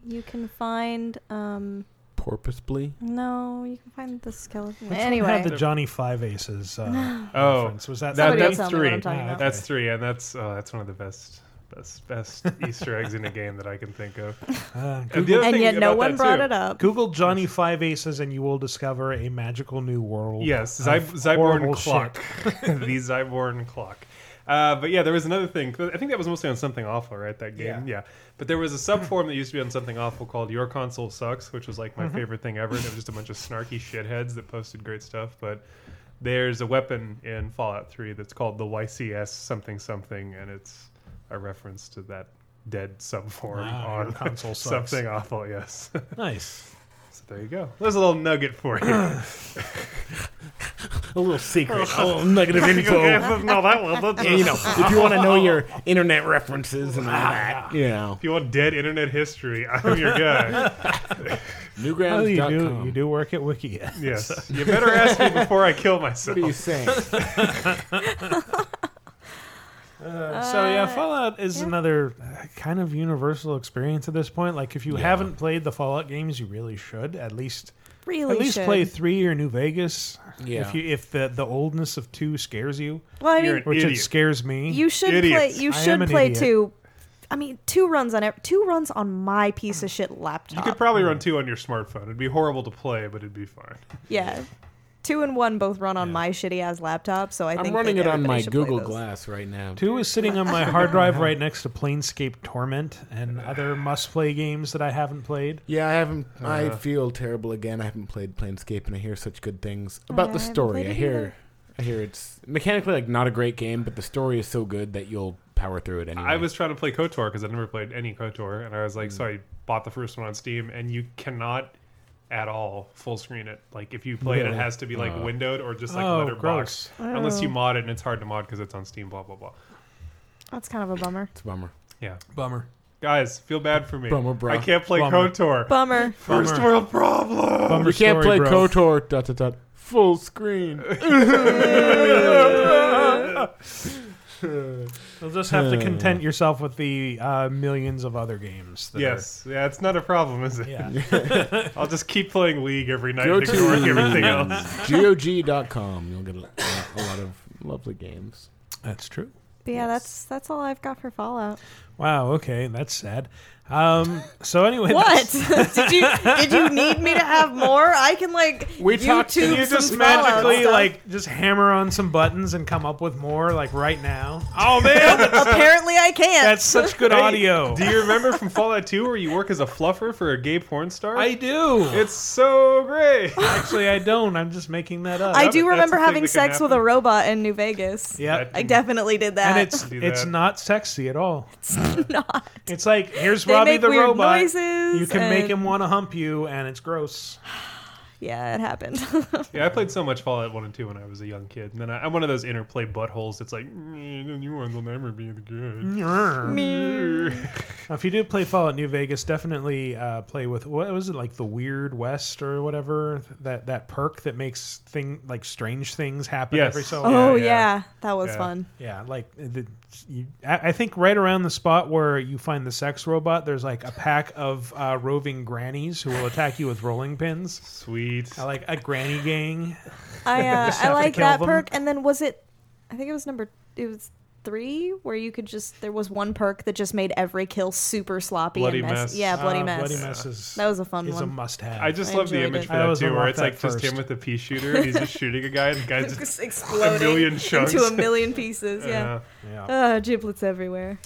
You can find um
porpoisely?
No, you can find the skeleton.
Which one
anyway,
had the Johnny Five Aces. Uh,
Oh,
reference? was that,
that
three?
that's three?
Yeah, okay.
That's three, and that's oh, that's one of the best, best, best Easter eggs in a game that I can think of.
Uh,
and the other thing about that, too-
Google Johnny Five Aces, and you will discover a magical new world.
Yes,
of
Zyb- Zyborn
horrible
clock,
shit.
the Zyborn clock. Uh, but yeah, there was another thing. I think that was mostly on something awful, right? That game, yeah. But there was a sub form that used to be on something awful called "Your Console Sucks," which was like my
Mhm.
favorite thing ever. And it was just a bunch of snarky shitheads that posted great stuff. But there's a weapon in Fallout 3 that's called the YCS something something, and it's a reference to that dead sub form
Wow,
on
Ah, Your Console Sucks.
something awful. Yes,
nice.
So there you go. There's a little nugget for you.
A little secret, a
Oh,
little nugget
negative
of info.
no, that one. that's-
Yeah, you know, if you want to know your internet references and all that, you know.
If you want dead internet history, I'm your guy.
Newgrounds.com.
Well, you do you do work at Wikia.
Yes. You better ask me before I kill myself.
What are you saying?
Uh, so yeah, Fallout is another uh, kind of universal experience at this point. Like if you
Yeah.
haven't played the Fallout games, you really should at least
Really
at least
should.
play three or New Vegas.
Yeah.
If you if the the oldness of two scares you,
Well, I You're mean- an
which it
idiot.
scares me.
you should play. You
I am
should
an
play
idiot.
two. I mean, two runs on ev- two runs on my piece of shit
You
laptop.
could probably run two on your smartphone. It'd be horrible to play, but it'd be fine.
yeah, two and one both run on my shitty ass laptop. So I think
I'm
that
running it on
everybody
my
should play
Google
those.
Glass right now.
Two is sitting on my hard drive right next to Planescape Torment and other must-play games that I haven't played.
Yeah, I haven't. I
Uh.
feel terrible again. I haven't played Planescape, and I hear such good things about
I
the
haven't
story.
played
I
it
hear,
either.
I hear it's mechanically like not a great game, but the story is so good that you'll power through it anyway.
I was trying to play KOTOR because I never played any KOTOR, and I was like,
Mm.
so I bought the first one on Steam, and you cannot at all full screen it. Like if you play it, it
Really?
has to be like
Oh.
windowed or just like
Oh,
letterbox,
gross.
unless you
Oh.
mod it, and it's hard to mod because it's on Steam. Blah blah blah.
That's kind of a bummer.
It's a bummer.
Yeah.
Bummer.
Guys, feel bad for me.
Bummer, bro.
I can't play
Bummer.
KOTOR.
Bummer.
First
Bummer.
world problem.
you can't play KOTOR. Dot dot dot. Full screen.
You'll just have to content yourself with the uh, millions of other games. That
Yes, yeah, it's not a problem, is it?
Yeah.
I'll just keep playing League every night
Go
and ignoring
to
everything else.
GOG.com. You'll get a, a lot of lovely games.
That's true.
But yeah, that's that's all I've got for Fallout.
Are... Wow. Okay, that's sad. Um, so anyway,
What
that's-
did you did you need me to have more? I can like
We talked.
YouTube
Can you
some
just
Fallout
magically
stuff.
like just hammer on some buttons and come up with more like right now? Oh
Apparently, I can't.
That's such good
Hey,
audio.
Do you remember from Fallout 2 where you work as a fluffer for a gay porn star?
I do.
It's so great.
Actually, I don't. I'm just making that up.
I do remember having sex with a robot in New Vegas.
Yep.
I definitely did that.
And it's it's not sexy at all. It's
not.
It's like here's
They
Robbie
make
the
weird
robot.
noises
you can make
and-
him want to hump you, and it's gross.
yeah, it happened.
Mm,
Yeah, I played so much Fallout 1 and 2 when I was a young kid. And then I, I'm one of those interplay buttholes that's like, "Mm, you ones will never be good.
Now, if you do play Fallout New Vegas, definitely uh, play with what was it like the Weird West or whatever that that perk that makes thing like strange things happen
Yes.
every so.
oh yeah,
often.
that was
Yeah.
fun.
Yeah, like the, you, I I think right around the spot where you find the sex robot, there's like a pack of uh, roving grannies who will attack you with rolling pins.
Sweet,
I like a granny gang.
I uh,
Just have
I
to
like
kill
that
them.
perk. And then was it? I think it was number. It was three where you could just there was one perk that just made every kill super sloppy
Bloody
and messy.
Mess.
Yeah, bloody
Uh,
mess.
Bloody Mess is-
that was a fun
is a
one.
must-have.
I just love the
enjoyed
image
it.
for
I
that
always
too, where
unlocked
it's like
that
just him
first.
with a pea shooter. and He's just shooting a guy, and the guy just,
Just exploding
a million chunks
into a million pieces. Yeah,
Yeah.
Ah, giblets everywhere.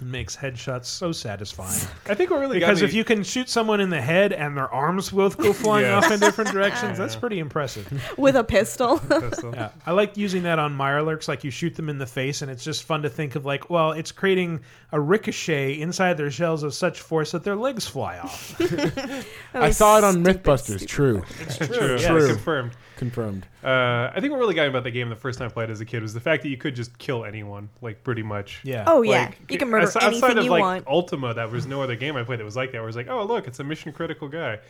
It makes headshots so satisfying.
I think what really got
because
me-
if you can shoot someone in the head and their arms both go flying
Yes.
off in different directions, that's
Yeah.
pretty impressive.
With a pistol.
Yeah, I like using that on Mirelurks. Like you shoot them in the face, and it's just fun to think of. Like, well, it's creating a ricochet inside their shells of such force that their legs fly off.
I saw it on MythBusters. True.
It's true. Yeah, confirmed.
Confirmed.
Uh, I think what really got me about the game the first time I played as a kid was the fact that you could just kill anyone, like pretty much.
Yeah.
Oh, yeah.
Like,
You can murder
outside outside
anything
of
you
like
want.
Ultima, that was no other game I played that was like that. Where it's like, oh look, it's a mission critical guy.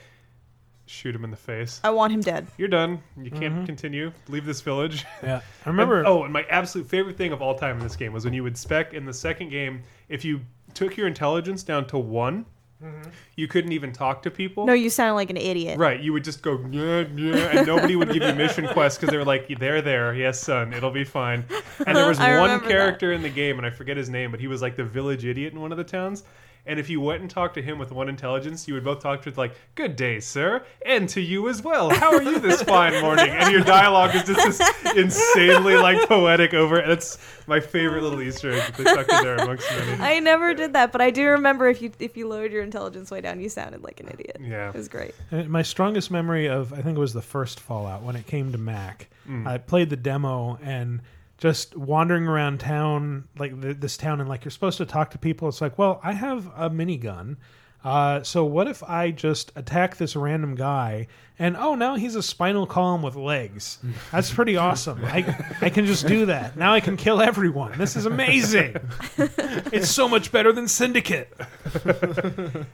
Shoot him in the face.
I want him dead.
You're done. You can't continue. Leave this village.
Yeah. Mm-hmm. I remember-
And- oh, and my absolute favorite thing of all time in this game was when you would spec in the second game if you took your intelligence down to one.
Mm-hmm.
You couldn't even talk to people.
No, you sound like an idiot.
Right, you would just go yeah, yeah, and nobody would give you mission quests because they were like, "They're there, yes, son, it'll be fine." And there was
I
one
remember
character in the game, and I forget his name, but he was like the village idiot in one of the towns. And if you went and talked to him with one intelligence, you would both talk to it like, "Good day, sir," and to you as well. How are you this fine morning? And your dialogue is just this insanely like poetic over. That's my favorite little Easter egg that they tucked in there amongst many.
I never did that, but I do remember if you if you lowered your intelligence way down, you sounded like an idiot.
Uh, Yeah.
it was great.
And my strongest memory of I think it was the first Fallout when it came to Mac.
Mm.
I played the demo and just wandering around town, like th- this town, and like you're supposed to talk to people. It's like, well, I have a minigun. Uh, so what if I just attack this random guy and oh now he's a spinal column with legs? That's pretty awesome. I I can just do that. Now I can kill everyone. This is amazing. it's so much better than Syndicate.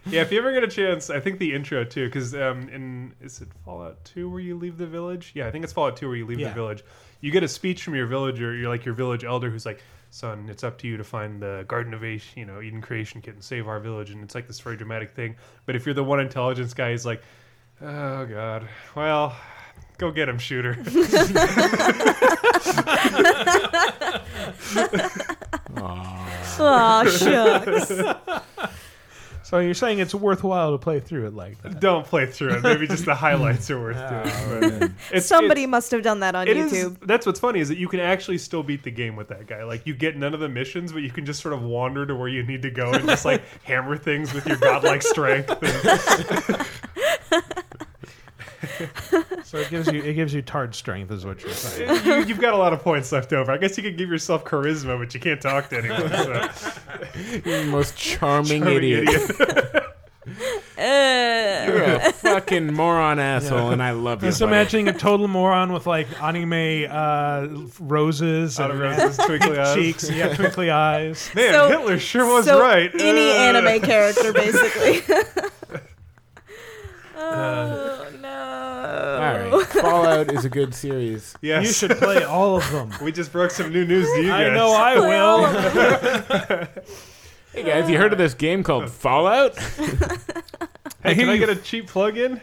yeah, if you ever get a chance, I think the intro too, because um, in is it Fallout Two where you leave the village? Yeah, I think it's Fallout Two where you leave
Yeah.
the village. You get a speech from your villager, you're like your village elder, who's like, "Son, it's up to you to find the Garden of Ash, you know, Eden Creation Kit, and save our village." And it's like this very dramatic thing. But if you're the one intelligence guy, he's like, "Oh God, well." Go get him, shooter.
Aw, shucks.
So you're saying it's worthwhile to play through it like that?
Don't play through it. Maybe just the highlights are worth doing. But it's-
Somebody
it's-
must have done that on
It is-
YouTube.
that's what's funny is that you can actually still beat the game with that guy. Like you get none of the missions, but you can just sort of wander to where you need to go and just like hammer things with your godlike strength.
So it gives you it gives you tard strength, is what you're saying.
you, you've got a lot of points left over. I guess you could give yourself charisma, but you can't talk to anyone. So.
You're the most charming,
Charming
idiot. You're a
Uh,
fucking moron asshole, and I love you.
Just
buddy.
imagining a total moron with like anime uh, roses
Out
and
of roses, twinkly eyes.
cheeks, yeah, twinkly eyes.
Man,
So-
Hitler sure was
so
right.
Any
Uh.
anime character, basically. oh
All
no!
right, Fallout is a good series.
Yes.
You should play all of them.
We just broke some new news to you
I
guys.
know I will.
Hey guys, you heard of this game called Fallout?
Hey, can I
you-
get a cheap plug-in?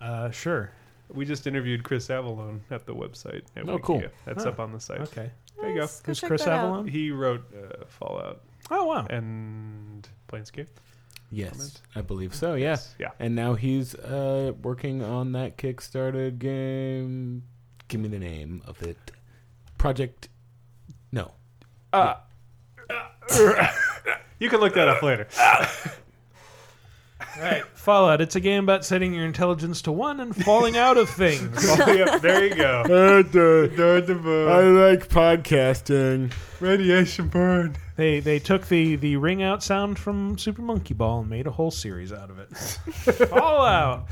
Uh, sure.
We just interviewed Chris Avalon at the website. At
Oh, cool.
Wikia. That's
Huh.
up on the site.
Okay.
There you go.
Let's go Who's check Chris that out. Avalon?
He wrote uh, Fallout
Oh wow.
and Planescape.
Yes,
Comment?
I believe so. Yeah.
Yeah.
And now he's uh, working on that Kickstarter game. Give me the name of it. Project. No.
Uh, you can look that up later.
Right. Fallout. It's a game about setting your intelligence to one and falling out of things.
Oh, yeah, there you go.
like podcasting.
Radiation burn.
They they took the the ring out sound from Super Monkey Ball and made a whole series out of it. Fallout.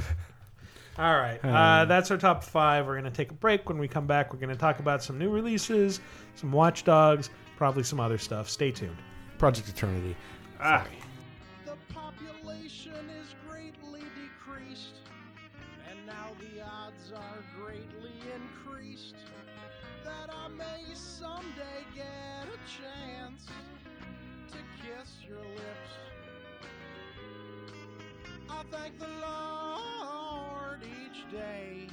All right, uh, that's our top five. We're going to take a break. When we come back, we're going to talk about some new releases, some watchdogs, probably some other stuff. Stay tuned.
Project Eternity.
Ah,
The population is greatly decreased, and now the odds are greatly increased that I may someday get a chance to kiss your lips. I thank the Lord each day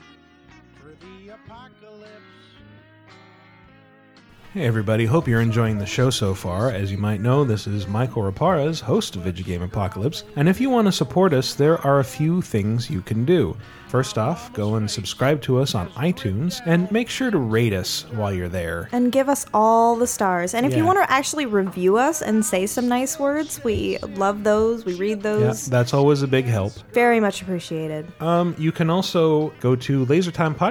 for the apocalypse.
Hey everybody, hope you're enjoying the show so far. As you might know, this is Michael Raparez, host of Vigigame Apocalypse, and if you want to support us, there are a few things you can do. First off, go and subscribe to us on iTunes, and make sure to rate us while you're there.
And give us all the stars. And if you
Yeah.
want to actually review us and say some nice words, we love those. We read
Yeah,
those.
that's always a big help.
Very much appreciated.
Um, you can also go to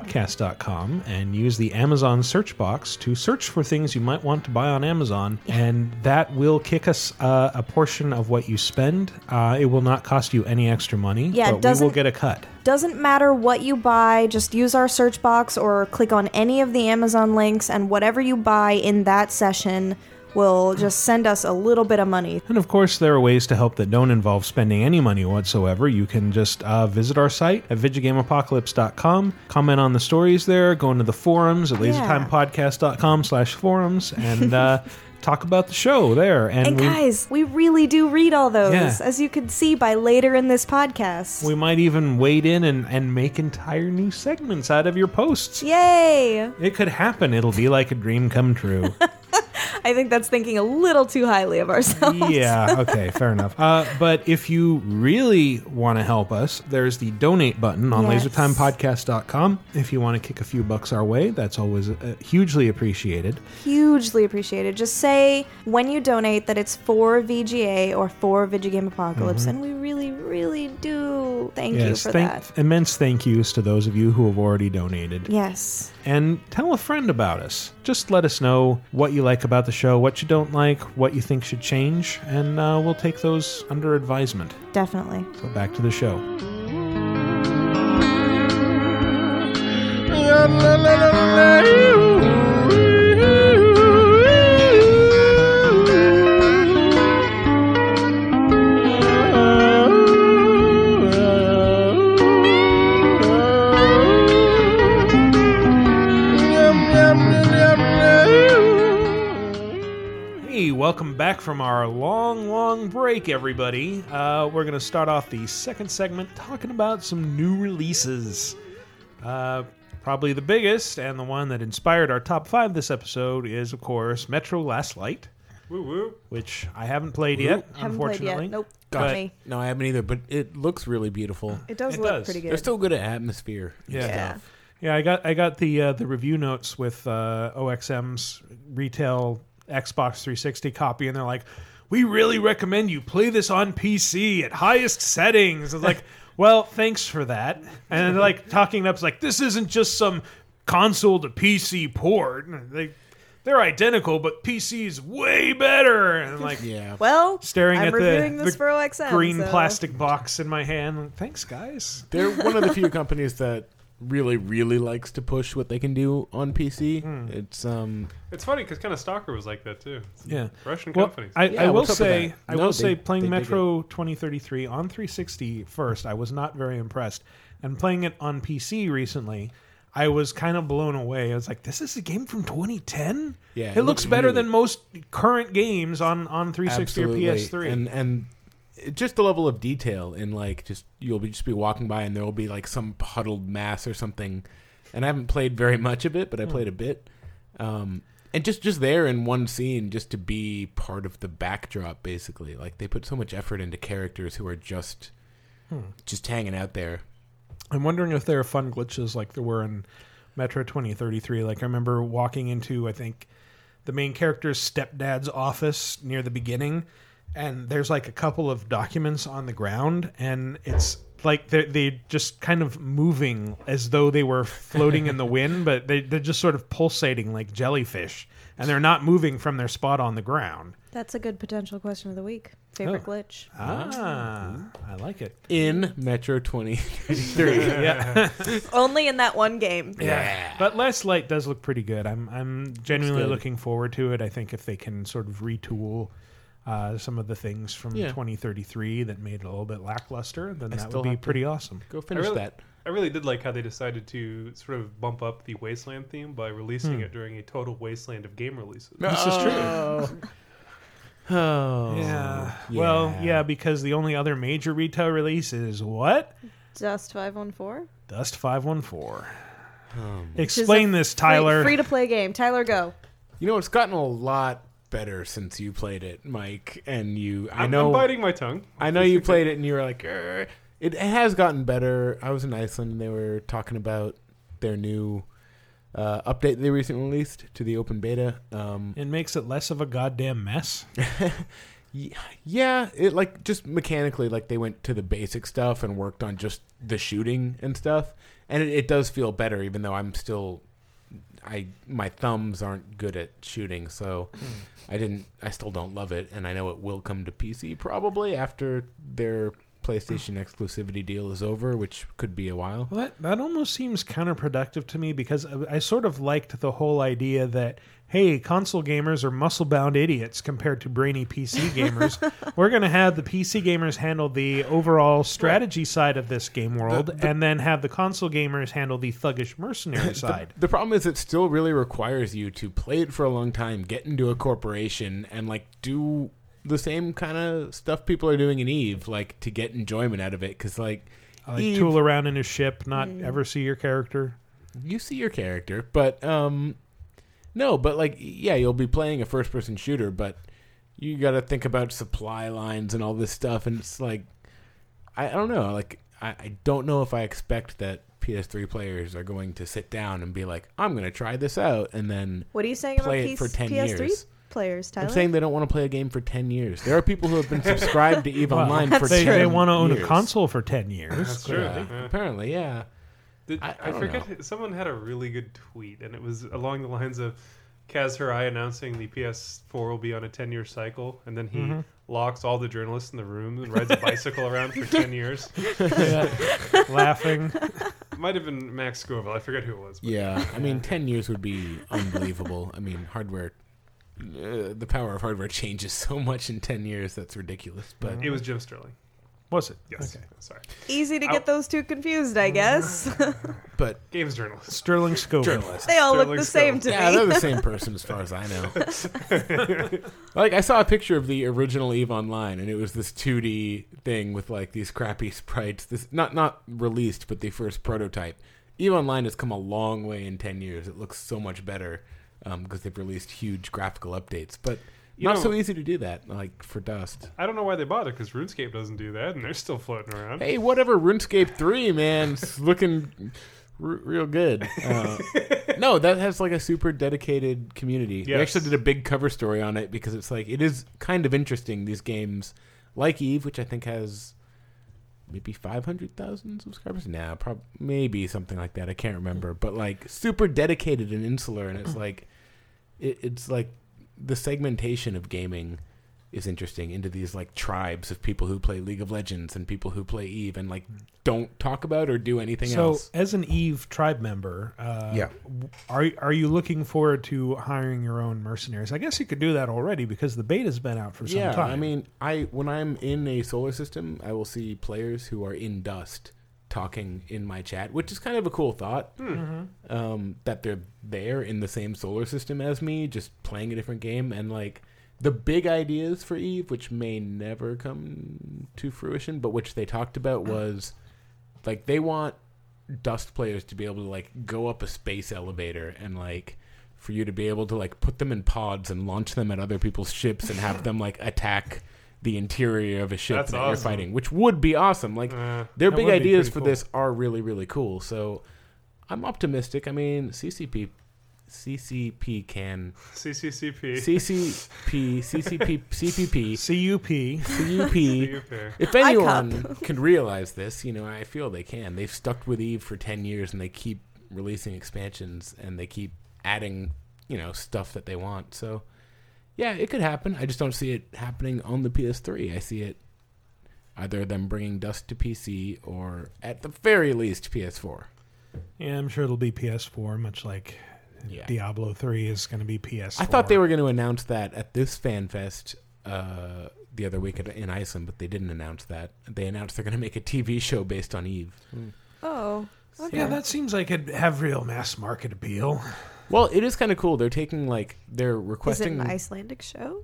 lasertimepodcast.com and use the Amazon search box to search for things you might want to buy on Amazon, and that will kick us uh, a portion of what you spend. Uh, it will not cost you any extra money,
Yeah, it
but we
doesn't-
will get a cut.
Doesn't matter what you buy, just use our search box or click on any of the Amazon links, and whatever you buy in that session will just send us a little bit of money.
And of course, there are ways to help that don't involve spending any money whatsoever. You can just uh, visit our site at vigigameapocalypse.com, comment on the stories there, go into the forums at
Yeah.
lasertimepodcast.com slash forums, and uh, talk about the show there. And,
And
we,
guys, we really do read all those,
Yeah.
as you can see by later in this podcast.
we might even wade in and, and make entire new segments out of your posts.
Yay!
It could happen. It'll be like a dream come true.
I think that's thinking a little too highly of ourselves.
yeah, okay, fair enough. Uh, but if you really want to help us, there's the donate button on
Yes.
lasertimepodcast.com. If you want to kick a few bucks our way, that's always uh, hugely appreciated.
Hugely appreciated. Just say when you donate that it's for VGA or for Video Game Apocalypse,
Mhm.
and we really, really do thank you
yes,
for
thank-
that.
Immense thank yous to those of you who have already donated.
Yes.
And tell a friend about us. Just let us know what you like about the show, what you don't like, what you think should change, and uh, we'll take those under advisement.
Definitely.
So back to the show. Hey, welcome back from our long, long break, everybody. Uh, we're going to start off the second segment talking about some new releases. Uh, probably the biggest and the one that inspired our top five this episode is, of course, Metro Last Light,
Woo woo.
which I haven't played
Woo.
yet,
Haven't played yet.
unfortunately.
Nope, not
But
me.
No, I haven't either, but it looks really beautiful.
It does It look does. pretty good.
They're still good at atmosphere. and
Yeah.
stuff.
Yeah, I got I got the uh, the review notes with uh, OXM's retail Xbox 360 copy, and they're like, "We really recommend you play this on PC at highest settings." I was like, "Well, thanks for that." And they're like talking it up, it's like this isn't just some console to PC port. And They they're identical, but PC is way better. And I'm like,
yeah.
Well,
staring
I'm
at
reviewing
the,
this
the
for OXM,
green
so-
plastic box in my hand. Like, Thanks, guys.
They're one of the few companies that really, really likes to push what they can do on PC. It's um
It's funny because kind of Stalker was like that too. It's
Yeah,
Russian
Well,
companies.
I, I will
what's up with
say,
that?
I
No,
will
they-
say, playing
they dig
Metro 2033 on 360 first, I was not very impressed, and playing it on PC recently, I was kind of blown away. I was like, "This is a game from 2010.
Yeah,
it,
it
looks
looks
better
really-
than most current games on on 360
absolutely.
or PS3."
and and it- just the level of detail in like just you'll be just be walking by and there will be like some puddled mass or something. And I haven't played very much of it, but I
Hmm.
played a bit. Um, and just just there in one scene, just to be part of the backdrop, basically. Like they put so much effort into characters who are just
Hmm.
just hanging out there.
I'm wondering if there are fun glitches like there were in Metro 2033. Like I remember walking into, I think, the main character's stepdad's office near the beginning, and there's like a couple of documents on the ground, and it's like they they just kind of moving as though they were floating in the wind, but they they're just sort of pulsating like jellyfish, and they're not moving from their spot on the ground.
That's a good potential question of the week. Favorite
Oh.
glitch.
Ah, I like it.
in Metro 2033.
Yeah.
Only in that one game.
Yeah. But Last Light does look pretty good. I'm I'm genuinely
good.
looking forward to it. I think if they can sort of retool uh, some of the things from
Yeah.
2033 that made it a little bit lackluster, then
I
that
still
would be
have to
pretty awesome.
Go finish
I really,
that.
I really did like how they decided to sort of bump up the Wasteland theme by releasing
Hmm.
it during a total wasteland of game releases.
This is true.
Oh.
yeah. Well, yeah, because the only other major retail release is what?
Dust 514.
Dust 514.
Um,
which is a
Explain this,
free-
Tyler.
Free to play game. Tyler, go.
You know, it's gotten a lot better since you played it, Mike, and you. I
I'm-
know.
I'm biting my tongue.
I know you played it, and you were like, "Grr." it has gotten better. I was in Iceland, and they were talking about their new uh, update they recently released to the open beta. Um,
It makes it less of a goddamn mess.
yeah, it like just mechanically, like they went to the basic stuff and worked on just the shooting and stuff, and it, it does feel better, even though I'm still, I my thumbs aren't good at shooting, so I didn't, I still don't love it, and I know it will come to PC probably after their PlayStation exclusivity deal is over, which could be a while.
Well, that, that almost seems counterproductive to me because I- I sort of liked the whole idea that, hey, console gamers are muscle bound idiots compared to brainy PC gamers. We're going to have the PC gamers handle the overall strategy side of this game world and then have the console gamers handle the thuggish mercenary side.
The problem is, it still really requires you to play it for a long time, get into a corporation, and like do the same kind of stuff people are doing in Eve, like to get enjoyment out of it. Because like,
Like,
Eve-
tool around in his ship, not
Mm.
ever see your character.
you see your character, but um, no, but like, yeah, you'll be playing a first-person shooter, but you got to think about supply lines and all this stuff, and it's like, I, I don't know, like, I, I don't know if I expect that PS3 players are going to sit down and be like, I'm going to try this out, and then
What are you saying
Play
about
it for 10
PS3
years.
players, Tyler?
I'm saying they don't want to play a game for 10 years. There are people who have been subscribed to Eve
Well,
Online for
they,
10 years.
they want to own a console for 10 years.
That's true.
Yeah. Apparently, yeah.
Did, I,
I don't
forget. Someone had a really good tweet, and it was along the lines of Kaz Hirai announcing the PS4 will be on a 10 year cycle, and then he
Mhm.
locks all the journalists in the room and rides a bicycle around for 10 years.
Yeah. Laughing.
Might have been Max Scoville. I forget who it was. but-
Yeah, I mean, 10 years would be unbelievable. I mean, hardware, uh, the power of hardware changes so much in 10 years, that's ridiculous. But
it was Jim Sterling.
Was it?
Yes. Sorry.
Easy to
Ow.
get those two confused, I guess.
But
games journalist
Sterling Scoville.
Journalist.
They all look the same to
yeah,
me.
they're the same person as far as I know. like I saw a picture of the original Eve Online, and it was this 2D thing with like these crappy sprites. This not not released, but the first prototype. Eve Online has come a long way in 10 years. It looks so much better because they've released huge graphical updates, but
You
not
know-
so easy to do that. Like for Dust.
I don't know why they bother because RuneScape doesn't do that, and they're still floating around.
Hey, whatever. RuneScape three, man, it's looking r- real good. Uh, no, that has like a super dedicated community. We
Yes.
actually did a big cover story on it because it's like it is kind of interesting. These games, like Eve, which I think has maybe five hundred thousand subscribers. Nah, prob- maybe something like that. I can't remember, but like super dedicated and insular, and it's like it, it's like the segmentation of gaming is interesting into these like tribes of people who play League of Legends and people who play Eve and like don't talk about or do anything
so,
else.
as an Eve tribe member, uh,
Yeah.
w- are are you looking forward to hiring your own mercenaries? I guess you could do that already because the beta's been out for some
yeah,
time.
I mean, I when I'm in a solar system, I will see players who are in dust talking in my chat, which is kind of a cool thought.
Mhm.
Um, that they're there in the same solar system as me, just playing a different game, and like the big ideas for Eve, which may never come to fruition, but which they talked about was like they want dust players to be able to like go up a space elevator and like for you to be able to like put them in pods and launch them at other people's ships and have them like attack the interior of a ship
That's
that you're
awesome.
fighting, which would be awesome. Like their
That
big
would be
ideas
pretty
for
cool.
this are really really cool. So I'm optimistic. I mean, CCP CCP can
CCCP.
CCP CCP CPP
CUP
CUP.
CUP. If
I
anyone can realize this, you know, I feel they can. They've stuck with Eve for 10 years and they keep releasing expansions and they keep adding, you know, stuff that they want. So, yeah, it could happen. I just don't see it happening on the PS3. I see it either them bringing Dust to PC or at the very least PS4.
yeah, I'm sure it'll be PS4, much like
Yeah.
Diablo 3 is going to be PS4.
I thought they were going to announce that at this fan fest uh, the other week at- in Iceland, but they didn't announce that. They announced they're going to make a TV show based on Eve.
Oh. Okay.
Yeah, that seems like it'd have real mass market appeal.
Well, it is kind of cool. They're taking like they're
Is it
requesting.
an Icelandic show?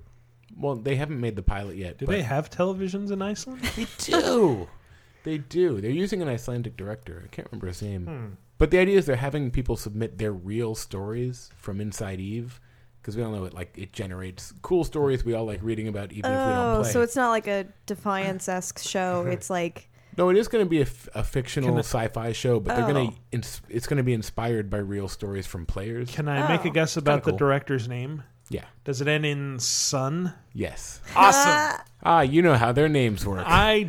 Well, they haven't made the pilot yet.
Do
but
they have televisions in Iceland?
They do. they do. They're using an Icelandic director. I can't remember his name.
Hmm.
But the idea is they're having people submit their real stories from inside Eve because we all know it like it generates cool stories we all like reading about even if we don't
Oh,
play.
so it's not like a Defiance esque show. It's like
No, it is going to be a, f- a fictional
Can I-
sci-fi show, but they're going
Oh.
to ins- it's going to be inspired by real stories from players.
Can I make a guess about the director's name?
Yeah.
Does it end in Sun?
Yes.
Awesome.
Ah, you know how their names work.
I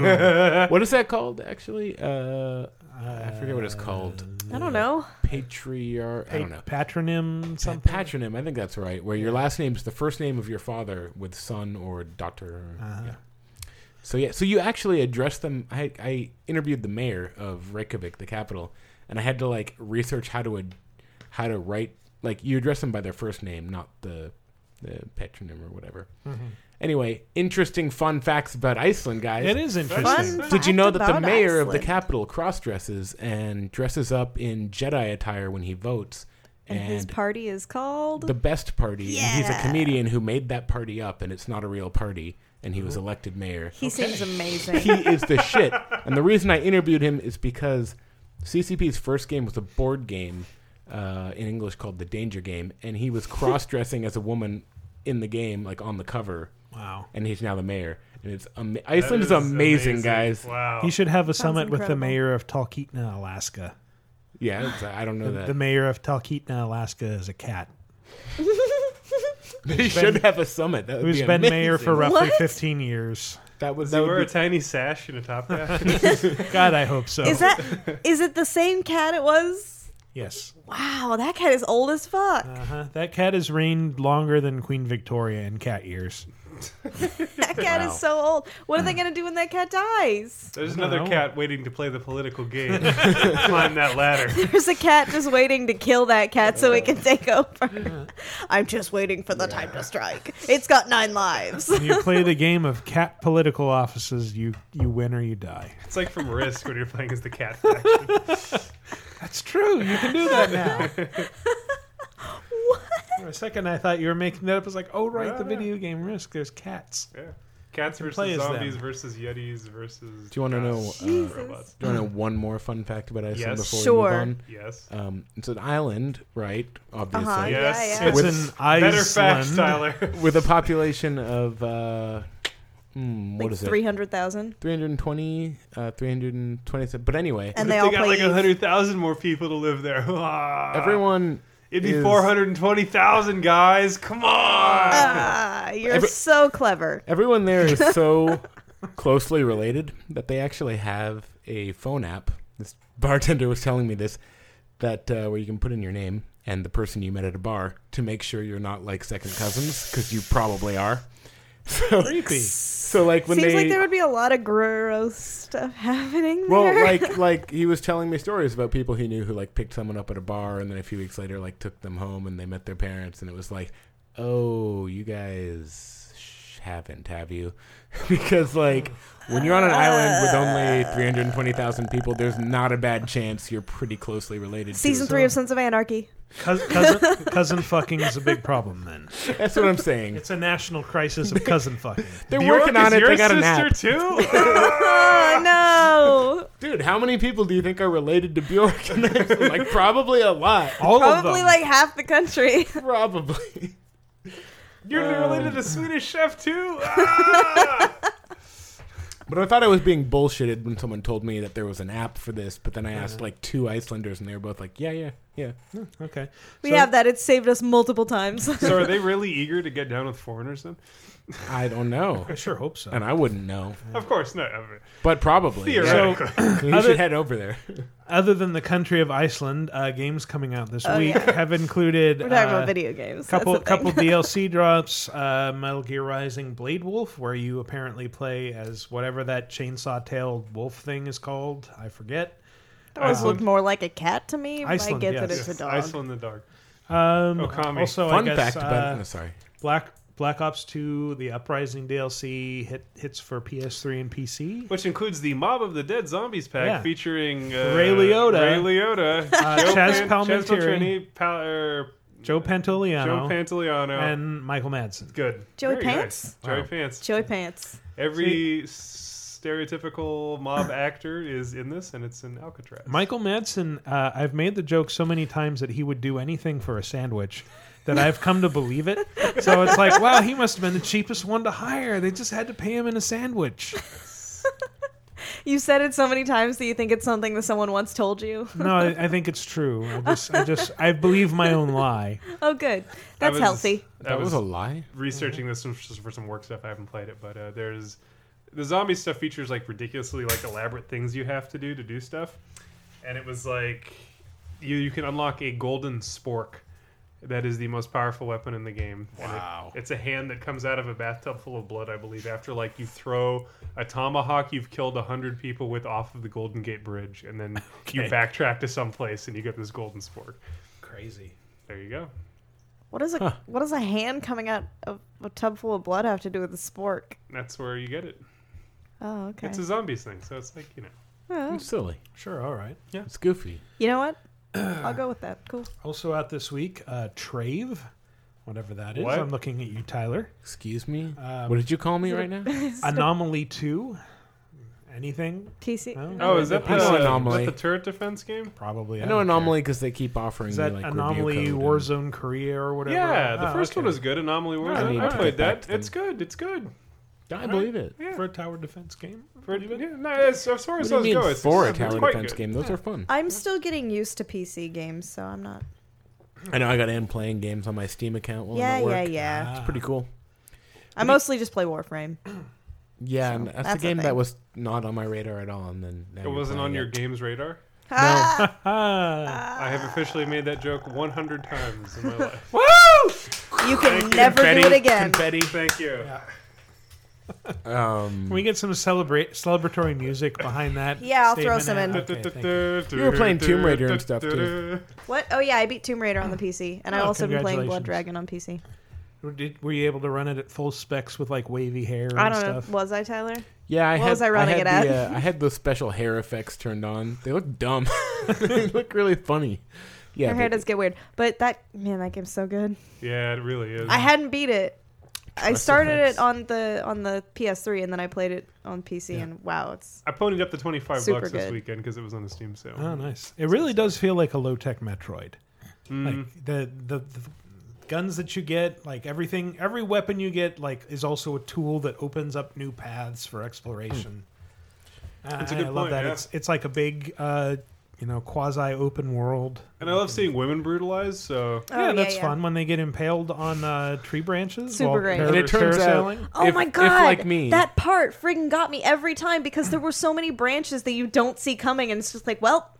do.
what is that called actually? Uh, I forget what it's called.
I don't know.
Patriarch. I don't know.
Patronym something.
Patronym. I think that's right. Where your last name is the first name of your father with son or daughter. or-
Uh-huh.
yeah. So yeah, so you actually addressed them. I, I interviewed the mayor of Reykjavik, the capital, and I had to like research how to ad- how to write like you address them by their first name, not the the patronym or whatever.
Mhm.
Anyway, interesting fun facts about Iceland, guys.
It is interesting. Fun
Did you
fact
know that the
about
mayor of the
Iceland.
capital cross dresses and dresses up in Jedi attire when he votes?
And, his party is called.
the best party. And he's a
Yeah.
comedian who made that party up, and it's not a real party. And he was elected mayor.
He seems amazing.
he is the shit. And the reason I interviewed him is because CCP's first game was a board game uh, in English called the Danger Game, and he was cross dressing as a woman in the game, like on the cover.
Wow.
And he's now the mayor. And it's ama- Iceland is
is
amazing,
amazing.
guys.
Wow.
He should have a
Sounds
summit with the
incredible.
mayor of Talkeetna, Alaska.
Yeah, it's- I don't know
the,
that.
The mayor of Talkeetna, Alaska is a cat.
Oh. They should have a summit. That would
Who's
be
been mayor
amazing.
for roughly
What?
15 years.
That was
Does he wear a tiny sash and a top hat?
God, I hope so.
Is that is it the same cat it was?
Yes.
Wow, that cat is old as fuck.
Uh,
Uh-huh. That cat has reigned longer than Queen Victoria in cat years.
that cat
Wow.
is so old. What are they
Mm.
gonna do when that cat dies?
There's
I don't
another
know.
cat waiting to play the political game. Climb that ladder.
There's a cat just waiting to kill that cat so it can take over. I'm just waiting for the time to strike. It's got nine lives.
When you play the game of cat political offices, you, you win or you die.
It's like from Risk when you're playing as the cat faction.
That's true. You can do that now.
Oh,
For a second, I thought you were making that up. I was like, oh, right,
No,
the
no.
video game Risk. There's cats.
Yeah. "Oh, Cats
You can play
versus
as them.
zombies versus yetis versus.
Do you want to know?
gosh,
Uh,
robots.
Do you want to know one more fun fact about Iceland
Yes.
before
Sure.
we move on?
Yes.
Um, it's an island, right? Obviously.
Uh-huh, yeah, Yes. yeah. It's an Better facts,
island
Tyler.
with a population of uh, hmm, what
Like
is it?
300,000?
320, uh, 327. But anyway,
And
They, got like hundred thousand more people to live there.
Everyone
Uh, It'd be
is-
four hundred and twenty thousand guys. Come on.
Ah, you're
Every-
so clever.
Everyone there is so closely related that they actually have a phone app. This bartender was telling me this that uh, where you can put in your name and the person you met at a bar to make sure you're not like second cousins because you probably are. So,
Creepy.
So like when
Seems
they
like there would be a lot of Guerrero stuff happening
well,
there.
like like he was telling me stories about people he knew who like picked someone up at a bar and then a few weeks later like took them home and they met their parents and it was like, oh, you guys sh- haven't, have you? because like when you're on an island with only 320,000 people, there's not a bad chance you're pretty closely related. to
Season three of
uh,
Sons of Anarchy.
Cousin, cousin, cousin fucking is a big problem then.
That's what I'm saying.
It's a national crisis of cousin fucking.
They're working on it. They got an app.
Oh, no,
dude! How many people do you think are related to Bjork? like probably a lot.
All
Probably like half the country.
Probably.
You're
Um,
related to Swedish Chef too.
But I thought I was being bullshitted when someone told me that there was an app for this. But then I asked like two Icelanders, and they were both like, "Yeah, yeah, yeah."
Okay.
We have that. It's saved us multiple times.
so are they really eager to get down with foreigners then?
I don't know. I
sure hope so.
And I wouldn't know,
Of course not. I mean,
but probably. yeah.
Theoretically.
So, you
Other-
should head over there.
Other than the country of Iceland, uh, games coming out this
Oh,
week
yeah.
have included
We're talking about
uh,
video games. That's
Couple
the thing.
couple DLC drops, uh, Metal Gear Rising Blade Wolf, where you apparently play as whatever that chainsaw tailed wolf thing is called. I forget.
That always looked more like a cat to me. but I
Iceland,
get that
yes.
it's a
Yes,
dog.
Iceland the dog.
Um,
Okami.
Also,
Fun
I guess,
fact about-
uh,
no, sorry.
Black Black Ops Two, the Uprising DLC hit, hits for PS3 and PC.
Which includes the Mob of the Dead Zombies pack
Yeah.
featuring uh,
Ray Liotta.
Ray Liotta,
Uh, Chaz
Joe Pan-
Palminteri.
Palminteri, Pal- er,
Joe Pantoliano,
Joe Pantoliano.
and Michael Madsen.
Good.
Joey
Very
Pants?
nice. Joey
Wow.
Pants.
Joey Pants.
Every stereotypical mob actor is in this, and it's in Alcatraz.
Michael Madsen, uh, I've made the joke so many times that he would do anything for a sandwich that I've come to believe it. So it's like, wow, he must have been the cheapest one to hire. They just had to pay him in a sandwich.
You said it so many times that you think it's something that someone once told you.
Mm-hmm.
No, I, I think it's true. I just, I just, I believe my own lie.
Oh, good.
I
That's
was-
healthy.
I
That was a lie?
Researching this was just for some work stuff. I haven't played it, but uh, there's the zombie stuff features like ridiculously like elaborate things you have to do to do stuff, and it was like you you can unlock a golden spork. That is the most powerful weapon in the game. Wow. it's a hand that comes out of a bathtub full of blood, I believe, after like you throw a tomahawk you've killed a hundred people with off of the Golden Gate Bridge, and then you
Okay.
backtrack to someplace and you get this golden sport.
Crazy.
There you go.
What is a
Huh.
what does a hand coming out of a tub full of blood have to do with the spork?
That's where you get it.
Oh, okay.
It's a zombies thing, so it's like, you know.
Oh.
It's silly.
Sure, all right.
Yeah.
It's goofy.
You know what? I'll go with that. Cool.
Also out this week, uh, Trave, whatever that is.
What?
I'm looking at you, Tyler.
Excuse me?
Um,
What did you call me right now?
Anomaly 2. Anything?
TC.
Oh, is that
I know
the,
Anomaly.
Is that the turret defense game?
Probably.
I know Anomaly because they keep offering
Is that
me like
Anomaly
review code.
Warzone Korea or whatever?
Yeah,
Ah,
the
Oh,
first
okay.
one was good. Anomaly
Yeah,
Warzone.
need
I
to get back
played that.
to them.
It's good. It's good.
I
Alright.
believe it.
For a tower defense game?
For, yeah, no, as, as far
What
as
do you
those
mean
go, it's,
for a
it's
tower
quite
defense
good.
game? Those are fun.
I'm still getting used to PC games, so I'm not.
I know I got in playing games on my Steam account. While
Yeah,
I'm at
yeah,
work.
yeah.
Ah.
It's pretty cool.
I mostly just play Warframe.
Yeah,
So,
and that's,
that's
a
the
game that
thing.
was not on my radar at all, and then now
It
you're
wasn't
playing
on your
it.
game's radar.
No.
I have officially made that joke 100 times in my life.
Woo! You can
Thank
never do it
Confetti,
again.
Confetti. Thank you.
Um,
Can we get some celebrate celebratory music behind that?
Yeah, I'll throw
statement?
some in.
Okay, thank you.
You were playing Tomb Raider and stuff too.
What? Oh yeah, I beat Tomb Raider on the PC, and I
Oh,
also been playing
congratulations.
Blood Dragon on PC.
Did, were you able to run it at full specs with like wavy hair and
I don't
stuff?
know. Was I Tyler?
Yeah, I
what
had,
was I running
had
it at?
the, uh, I had those special hair effects turned on. They look dumb. they look really funny. Yeah,
Her hair
but
does get weird, but that man, that game's so good.
Yeah, it really is.
I hadn't beat it. I
Trust
started
effects.
it on the on the PS3, and then I played it on PC, and wow, it's
I ponied up the 25
Super
bucks this
good.
weekend because it was on a Steam sale.
Oh, nice. It really does feel like a low tech Metroid.
Mm.
Like the, the the guns that you get, like everything, every weapon you get, like is also a tool that opens up new paths for exploration. Uh,
Hmm. That's a good
I
point,
love that.
yeah.
It's it's like a big, uh, you know, quasi open world.
And I love seeing women brutalized, so.
yeah, that's fun when they get impaled on uh, tree branches.
super
while
great.
para- parasailing.
oh my god, that part friggin' got me every time because there were so many branches that you don't see coming, and it's just like, well,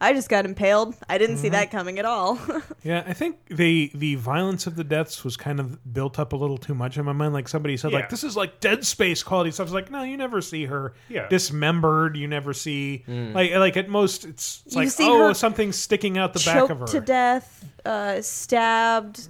I just got impaled. I didn't see that coming at all.
Yeah, I think the the violence of the deaths was kind of built up a little too much in my mind. Like somebody said,
Yeah.
like this is like Dead Space quality stuff. It's like no, you never see her
Yeah.
dismembered. You never see
Mm.
like like at most it's, it's
You
like
see
oh
her
something's sticking out the back
Choked
of her.
to death, uh, stabbed,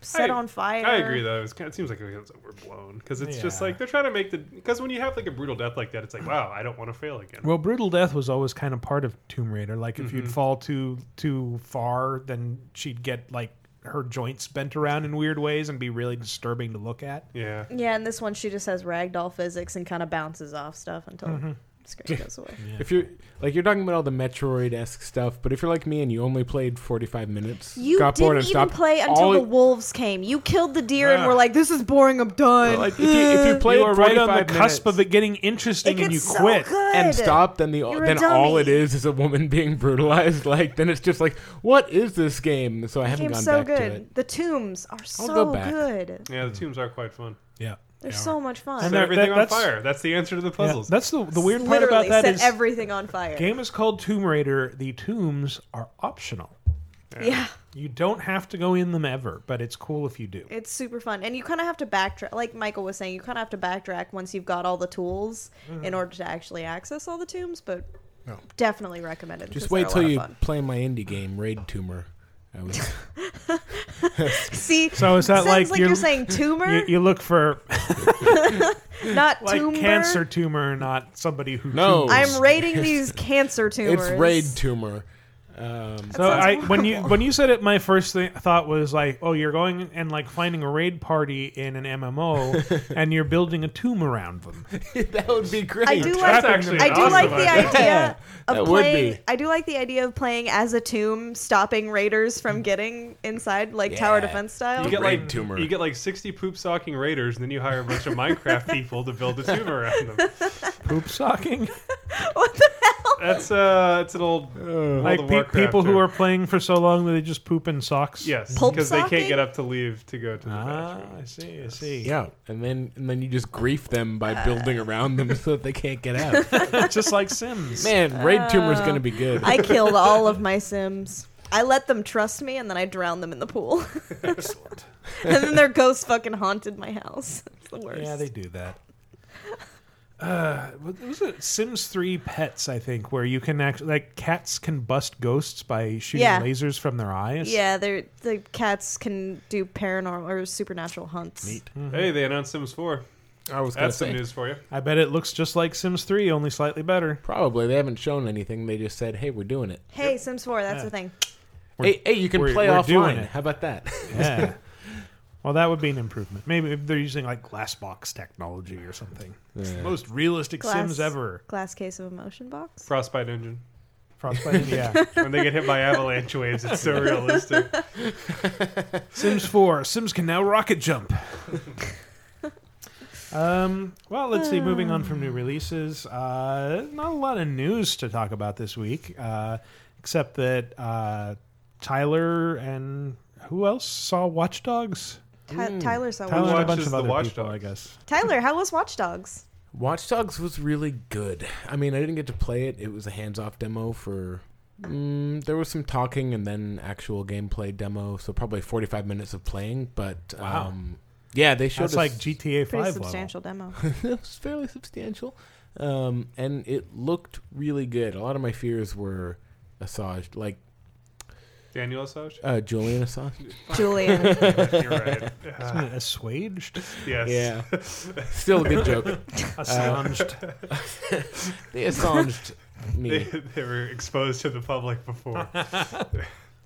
set
I-
on fire.
I agree, though. It's kind it seems like it's overblown because it's just
Yeah.
like they're trying to make the. Because when you have like a brutal death like that, it's like, wow, I don't want to fail again.
Well, brutal death was always kind of part of Tomb Raider. Like if
Mhm.
Mm-hmm.
you'd fall too too far, then she'd get like her joints bent around in weird ways and be really disturbing to look at.
Yeah.
Yeah, and this one she just has ragdoll physics and kind of bounces off stuff until
Mhm.
the screen goes away.
If you're like you're talking about all the Metroid esque stuff, but if you're like me and you only played 45 minutes,
You
got bored
didn't
and
even
stopped,
play until
all
the
it-
wolves came. You killed the deer and
Ah.
were like, "This is boring. I'm done."
Like, if you- if you play
you
it
were right on the
45
cusp
minutes.
of it getting interesting
It
and you
gets so
quit.
good.
and stop, then the
You're a
then all
dummy.
it is is a woman being brutalized. Like then it's just like, what is this game? So I
the
haven't gone
game's so
back to it.
good. The tombs are so
go back.
good.
Yeah, the tombs are quite fun.
Yeah.
They're so much fun.
Set
Hmm. that-
everything
that-
on
that's-
fire. That's the answer to the puzzles.
that's the the weird part about
Literally
that
set
is
everything on fire.
game is called Tomb Raider. The tombs are optional.
Yeah.
You don't have to go in them ever, but it's cool if you do.
It's super fun, and you kind of have to backtrack. Like Michael was saying, you kind of have to backtrack once you've got all the tools in
Mhm.
order to actually access all the tombs. But
No.
definitely recommend it.
Just
'cause
wait
they're a
till
lot of
you
fun.
play my indie game, Raid Tumor. I was,
See,
So is that
sounds
like,
like you're saying tumor?
You, you look for
not
like
tumor.
cancer tumor, not somebody who
No.
tombs.
I'm rating these cancer
it's
tumors.
Raid Tumor. Um,
So I when you when you said it, my first thi- thought was like, oh, you're going and like finding a raid party in an MMO, and you're building a tomb around them.
that would be great.
I do like. I do like the idea of
That would
playing.
be.
I do like the idea of playing as a tomb, stopping raiders
Mm.
from getting inside, like tower defense style.
You get
Raid
like
tumor.
You get like sixty poop socking raiders, and then you hire a bunch of Minecraft people to build a tomb around them.
Poop socking.
That's uh, it's an old World
like
of
pe-
Warcraft
people who
term.
are playing for so long that they just poop in socks.
yes,
Pulp
because they
socking?
can't get up to leave to go to the
Ah,
bathroom.
I see. I see.
Yeah, and then and then you just grief them by building around them so that they can't get out.
just like Sims.
Man, Raid Tumor's gonna be good.
I killed all of my Sims. I let them trust me, and then I drowned them in the pool. Excellent. and then their ghosts fucking haunted my house. It's the worst.
Yeah, they do that. Uh, what was it Sims Three Pets? I think where you can actually like cats can bust ghosts by shooting
Yeah.
lasers from their eyes.
Yeah, they're the cats can do paranormal or supernatural hunts.
Mm, mm-hmm.
Hey, they announced Sims 4.
I was
That's some news for you.
I bet it looks just like Sims Three, only slightly better.
Probably they haven't shown anything. They just said, "Hey, we're doing it."
Hey, Sims Four, that's the thing.
We're-
hey, hey, you can
we're-
play
we're doing
offline.
it.
How about that?
Yeah. well, that would be an improvement. Maybe if they're using like glass box technology or something. It's the
Yeah.
most realistic Sims ever.
Glass case of emotion box.
Frostbite Engine.
Frostbite Engine, yeah.
when they get hit by avalanche waves, it's so realistic.
Sims Four. Sims can now rocket jump. Um, well, let's see. Moving on from new releases, uh, not a lot of news to talk about this week, uh, except that uh, Tyler and who else saw Watch Dogs?
Ty- Mm. Tyler saw
Tyler and
Watch
a
Dogs.
bunch
Watches
of
the
other
Watch
people, I
Dogs.
guess.
Tyler, how was Watch Dogs?
Watch Dogs was really good. I mean, I didn't get to play it. It was a hands-off demo for. Mm, there was some talking and then actual gameplay demo, so probably forty-five minutes of playing. But
Wow.
um, yeah, they showed
That's
us
like GTA
Pretty
Five level.
substantial demo.
it was fairly substantial, um, and it looked really good. A lot of my fears were assuaged, like
Daniel Assange?
uh, Julian Assange.
Julian.
You're right.
Isn't it assuaged?
Yes.
Yeah, still a good joke.
Assuaged.
Uh, they assanged me.
They, they were exposed to the public before.
Um,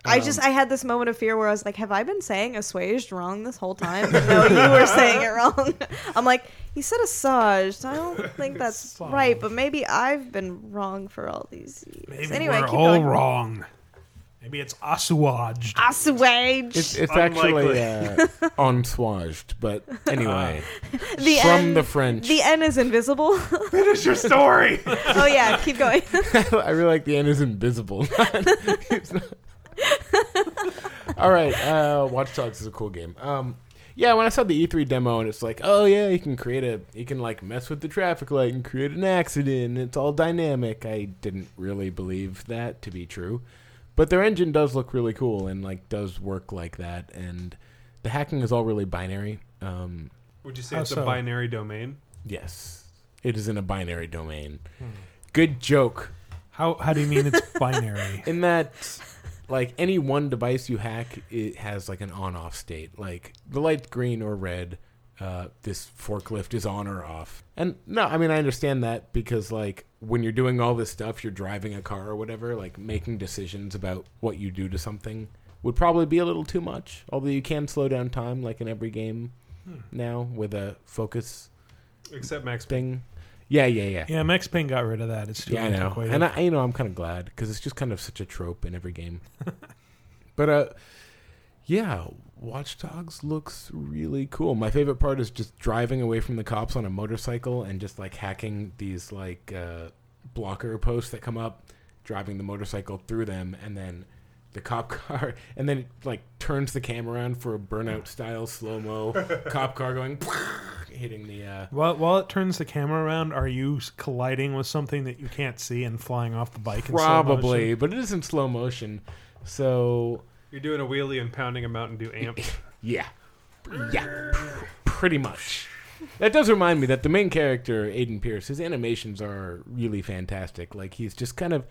I just I had this moment of fear where I was like, "Have I been saying assuaged wrong this whole time?" But no, you were saying it wrong. I'm like, "You said assuaged. I don't think that's right, but maybe I've been wrong for all these years."
Maybe
anyway,
we're
keep
all
going.
wrong. Maybe it's assuaged.
Assuaged.
It's, it's actually uh, enswaged, but
Ah.
anyway,
The
from
N-
the French.
The N is invisible.
Finish your story.
oh yeah, keep going.
I really like the N is invisible. It's not- All right, uh, Watch Dogs is a cool game. Um, yeah, when I saw the E3 demo and it's like, oh yeah, you can create a, you can like mess with the traffic light and create an accident. And it's all dynamic. I didn't really believe that to be true, but their engine does look really cool and like does work like that. And the hacking is all really binary. Um,
Would you say
How
it's
so?
a binary domain?
Yes, it is in a binary domain. Good joke.
How how do you mean it's binary?
In that, like any one device you hack, it has like an on-off state. Like the light's green or red. Uh, this forklift is on or off. And no, I mean I understand that because like when you're doing all this stuff, you're driving a car or whatever, like making decisions about what you do to something would probably be a little too much. Although you can slow down time, like in every game
Hmm.
now with a focus
Except Max
thing. Yeah, yeah, yeah.
Yeah, Max Payne got rid of that. It's too
Yeah, I know,
antiquated.
and I you know I'm kind of glad because it's just kind of such a trope in every game. but uh, yeah, Watch Dogs looks really cool. My favorite part is just driving away from the cops on a motorcycle and just like hacking these like uh, blocker posts that come up, driving the motorcycle through them, and then the cop car, and then it, like turns the camera on for a burnout style slow mo cop car going hitting the. Uh,
While, while it turns the camera around, are you s- colliding with something that you can't see and flying off the bike?
Probably, but it is in slow motion. So
You're doing a wheelie and pounding a Mountain Dew amp.
yeah, yeah, pretty much. That does remind me that the main character, Aiden Pierce, his animations are really fantastic. Like he's just kind of.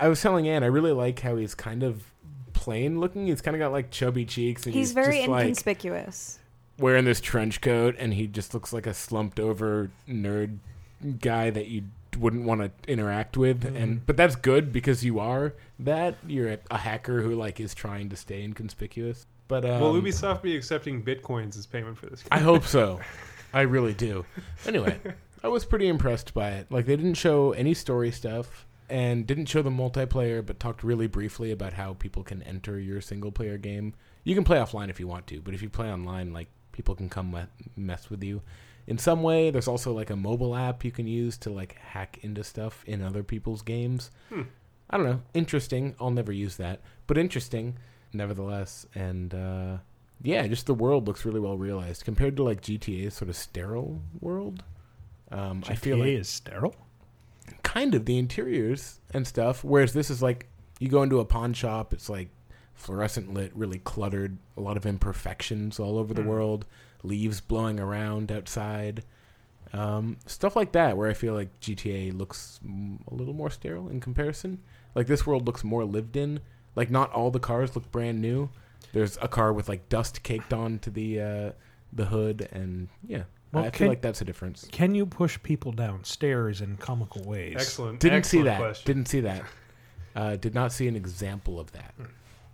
I was telling Anne, I really like how he's kind of plain looking. He's kind of got like chubby cheeks, and he's,
He's very
just, like,
inconspicuous.
wearing this trench coat and he just looks like a slumped over nerd guy that you wouldn't want to interact with and but that's good because you are that you're a, a hacker who like is trying to stay inconspicuous but um,
Will Ubisoft be accepting bitcoins as payment for this game?
i hope so i really do anyway i was pretty impressed by it like they didn't show any story stuff and didn't show the multiplayer but talked really briefly about how people can enter your single player game you can play offline if you want to but if you play online like people can come me- mess with you in some way there's also like a mobile app you can use to like hack into stuff in other people's games
Hmm.
i don't know interesting i'll never use that but interesting nevertheless and uh yeah just the world looks really well realized compared to like gta's sort of sterile world um i feel like
is sterile.
kind of the interiors and stuff. Whereas this is like you go into a pawn shop, it's like fluorescent lit, really cluttered, a lot of imperfections all over the
Hmm.
world, leaves blowing around outside. Um, stuff like that, where I feel like GTA looks mm, a little more sterile in comparison. Like this world looks more lived in. Like not all the cars look brand new. There's a car with like dust caked onto the uh, the hood, and yeah,
Well,
I feel
can-
like that's a difference.
Can you push people downstairs in comical ways?
Excellent.
Didn't see
excellent
that.
question.
Didn't see that. Uh, did not see an example of
Hmm.
that.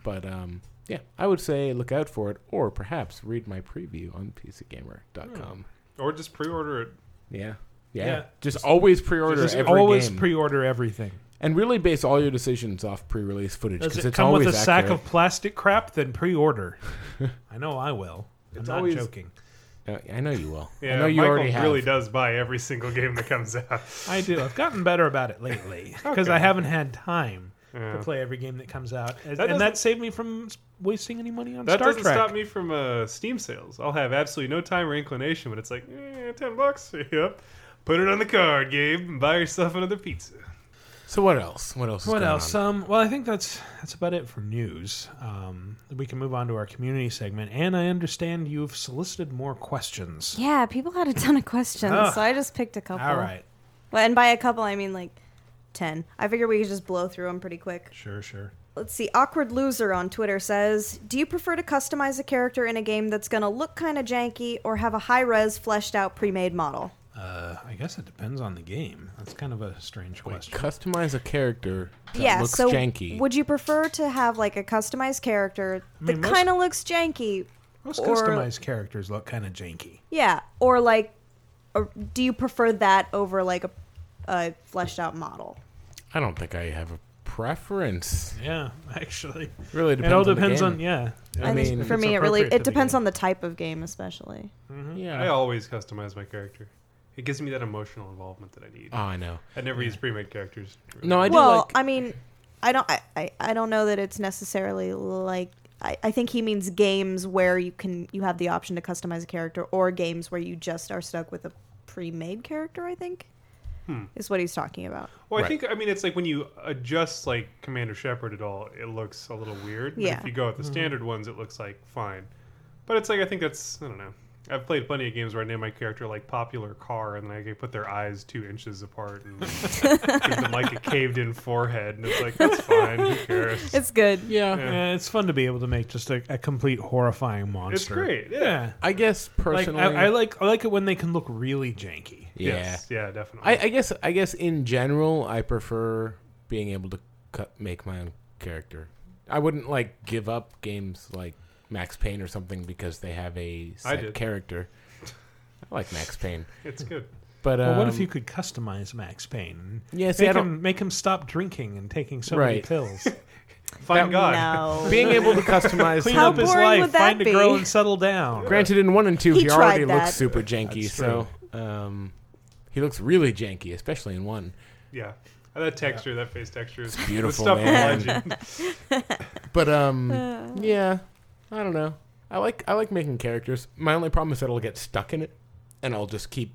But um, yeah, I would say look out for it, or perhaps read my preview on PCGamer.com.
Hmm.
Or just pre-order it.
Yeah. Yeah. Just always pre-order
Just
every
always
game.
pre-order everything.
and really base all your decisions off pre-release footage
Does
because
it
it's
come with
always
a sack
accurate.
of plastic crap? Then pre-order. I know I will. I'm
It's
not
always-
joking.
Uh, I know you will.
Yeah,
I know you
Michael
already have.
really does buy every single game that comes out.
I do. I've gotten better about it lately because
Okay.
I haven't had time
Yeah.
to play every game that comes out, and
That
and
doesn't-
that saved me from s- wasting any money on
That
Star
doesn't
Trek.
stop me from uh, Steam sales. I'll have absolutely no time or inclination, but it's like eh, ten bucks. Yep, put it on the card, Gabe, and buy yourself another pizza.
So what else? What else? Is
What
going
else?
on?
Um, well, I think that's that's about it for news. Um, we can move on to our community segment, and I understand you've solicited more questions.
Yeah, people had a ton of questions,
Ugh.
so I just picked a couple.
All right.
Well, and by a couple, I mean like 10. I figure we could just blow through them pretty quick.
Sure, sure.
Let's see. Awkward Loser on Twitter says Do you prefer to customize a character in a game that's going to look kind of janky or have a high res, fleshed out, pre made model?
Uh, I guess it depends on the game. That's kind of a strange question.
Customize a character that
yeah,
looks
so
janky.
would you prefer to have like a customized character
I
that
mean, most-
kind of looks janky?
Most
or-
customized characters look kind of janky.
Yeah, or like, or do you prefer that over like a, a fleshed out model?
I don't think I have a preference.
Yeah, actually,
Really
It all
depends on the
depends
game.
on yeah.
I
I
mean,
think for
it's
me, it really
appropriate to
it
the
depends on the type of game, especially.
Yeah.
I always customize my character. It gives me that emotional involvement that I need.
Oh, I know.
I never use pre-made characters.
No, I do
well,
like.
I mean, I don't, I, I, I don't know that it's necessarily like. I, I think he means games where you can you have the option to customize a character, or games where you just are stuck with a pre-made character. I think
Hmm.
is what he's talking about.
Well, I
Right.
think I mean it's like when you adjust like Commander Shepard at all, it looks a little weird. But
Yeah.
if you go with
Mm-hmm.
the
Mhm.
standard ones, it looks like fine. But it's like I think that's I don't know. I've played plenty of games where I name my character like popular car, and then I can put their eyes two inches apart and give them like a caved-in forehead, and it's like that's fine. Who cares?
It's good.
Yeah.
Yeah, it's fun to be able to make just a, a complete horrifying monster.
It's great. Yeah.
I guess
Like,
personally,
I, I like I like it when they can look really janky.
Yeah.
Yes. Yeah. Definitely.
I, I guess I guess in general, I prefer being able to cut make my own character. I wouldn't like give up games like Max Payne or something because they have a
I
set
did.
character. I like Max Payne,
it's good.
but um,
well, what if you could customize Max Payne?
Yeah, see, I
make
don't-
him make him stop drinking and taking so many
Right.
pills.
Find
that-
God.
No.
being able to customize?
Clean
How
up his
boring
life,
would that
find a girl,
be?
and settle down.
Granted, in one and two,
He
he, already
tried that.
looks super janky.
That's
So
true.
um, he looks really janky, especially in one.
Yeah. That texture, that face texture is the
beautiful,
stuff of
man.
legend.
But um,
Uh.
yeah, I don't know. I like I like making characters. My only problem is that I'll get stuck in it, and I'll just keep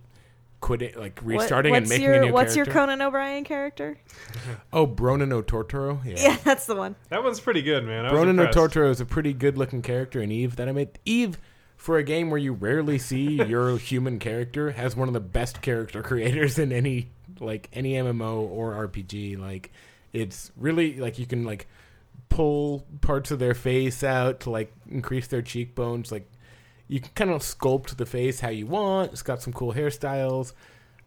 quitting, like
What-
restarting and
what's
making
your,
a new
What's
character.
your Conan O'Brien character?
oh, Bronin no Tortoro. Yeah.
Yeah. that's the one.
That one's pretty good, man. I was
Bronin no
impressed.
Tortoro is a pretty good looking character in Eve that I made. Eve, for a game where you rarely see your human character, has one of the best character creators in any like any MMO or RPG. Like it's really like you can like pull parts of their face out to like increase their cheekbones. Like you can kind of sculpt the face how you want. It's got some cool hairstyles.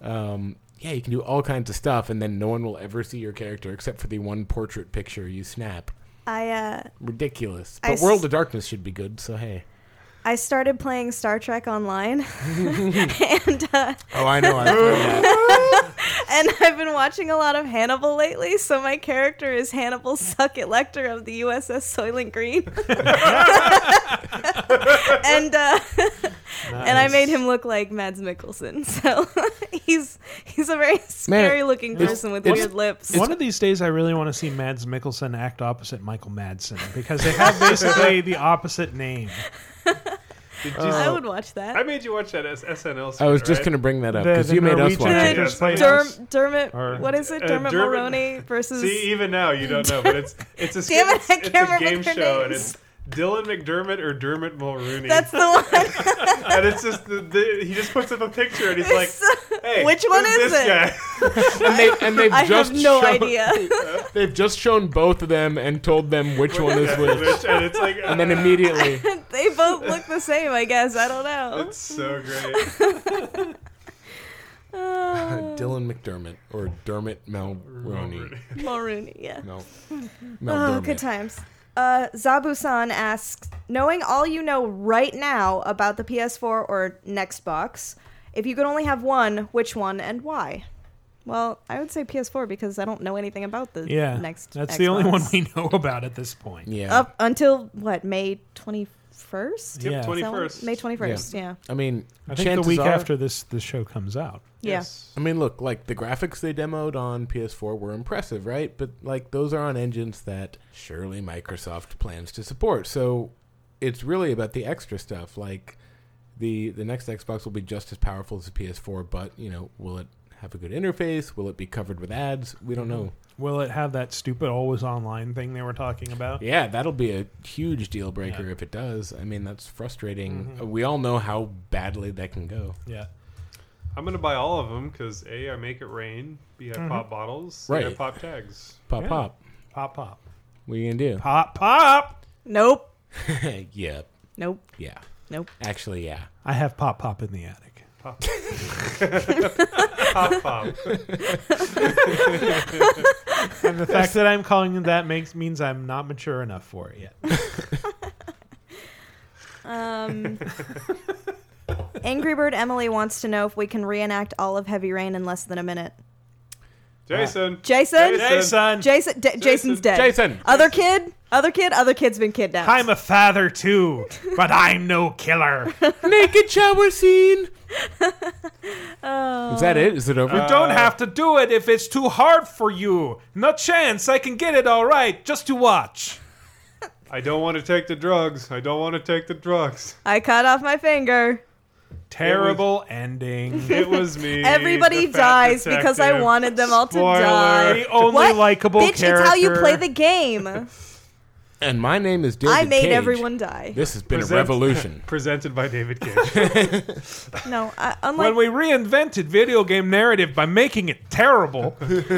Um, yeah, you can do all kinds of stuff, and then no one will ever see your character except for the one portrait picture you snap
I uh,
ridiculous.
I
But World
s-
of Darkness should be good, so hey.
I started playing Star Trek Online, and uh,
Oh, I know. I
and I've been watching a lot of Hannibal lately. So my character is Hannibal Suckett Lecter of the USS Soylent Green, and uh, and I made him look like Mads Mikkelsen. So he's he's a very scary looking
it's-
person with
it's-
weird lips.
One of these days, I really want to see Mads Mikkelsen act opposite Michael Madsen because they have basically the opposite name.
Did you-
I would watch that.
I made you watch that S- SNL.
I was
skit,
just
right?
gonna bring that up, The- 'cause the you made us watch Norwegian it.
Yes,
Playoffs.
Derm- Dermot,
Or-
what is it?
Uh,
Dermot, Mulroney versus.
See, even now you don't know, but it's it's a skit,
Damn it,
it's,
I
it's
can't
a
remember
game
their
show, and
names.
it's Dylan McDermott or Dermot Mulrooney.
That's the
one. and it's just the, the, he just puts up a picture, and he's like, "Hey,
Which one
who's
is
this
it?"
guy?
and they and they've
I have
just
no
shown-
idea.
they've just shown both of them and told them which one is which,
Which- and it's like,
and then immediately
they both look the same, I guess. I don't know.
That's "Ah, so great.
Uh,
Uh,
Dylan McDermott or Dermot Mulroney.
Mulrooney, yeah.
Mel-
oh,
Meldermit.
good times. Uh, Zabu-san asks, knowing all you know right now about the PS4 or next box, if you could only have one, which one and why? Well, I would say PS4 because I don't know anything about the
Yeah,
next.
that's the only one
Xbox.
we know about at this point.
Up until what May twenty first.
Yep, Yeah.
21st.
May twenty first. Yeah.
I mean,
I think the
chances
week
are-
after this the show comes out.
Yeah. Yes.
I mean, look, like the graphics they demoed on PS4 were impressive, right? But like those are on engines that surely Microsoft plans to support. So it's really about the extra stuff. Like the the next Xbox will be just as powerful as the PS4, but you know, will it have a good interface? Will it be covered with ads? We don't know.
Will it have that stupid always online thing they were talking about?
Yeah, that'll be a huge deal breaker if it does. I mean, that's frustrating.
Mhm.
Uh, We all know how badly that can go.
Yeah.
I'm gonna buy all of them because a I make it rain. B I
Mm-hmm.
Mhm.
pop bottles.
Right.
And I pop tags.
Pop,
Yeah.
pop.
Pop pop.
What are you gonna do?
Pop pop.
Nope.
yep.
Nope.
Yeah.
Nope.
Actually, yeah.
I have pop pop in the attic.
Pop. Pop pop.
and the fact that I'm calling it that makes means I'm not mature enough for it yet.
Um, Angry Bird Emily wants to know if we can reenact all of Heavy Rain in less than a minute.
Jason.
Jason.
Jason.
Jason. D- Jason's dead.
Jason.
Other kid. Other kid. Other kid's been kidnapped.
I'm a father too, but I'm no killer.
Naked shower scene.
Oh.
Is that it? Is it over?
Uh,
You don't have to do it if it's too hard for you. No chance. I can get it all right just to watch.
I don't want to take the drugs. I don't want to take the drugs.
I cut off my finger.
Terrible ending.
It was me.
Everybody
the fat
dies because I
detective.
wanted them all to
Spoiler.
die.
The only
What?
likable
Bitch, it's how you
character.
play the game.
And my name is David
I made
Cage.
everyone die.
This has been
Present-
a revolution.
Presented by David Cage.
No, I, unlike
when we reinvented video game narrative by making it terrible,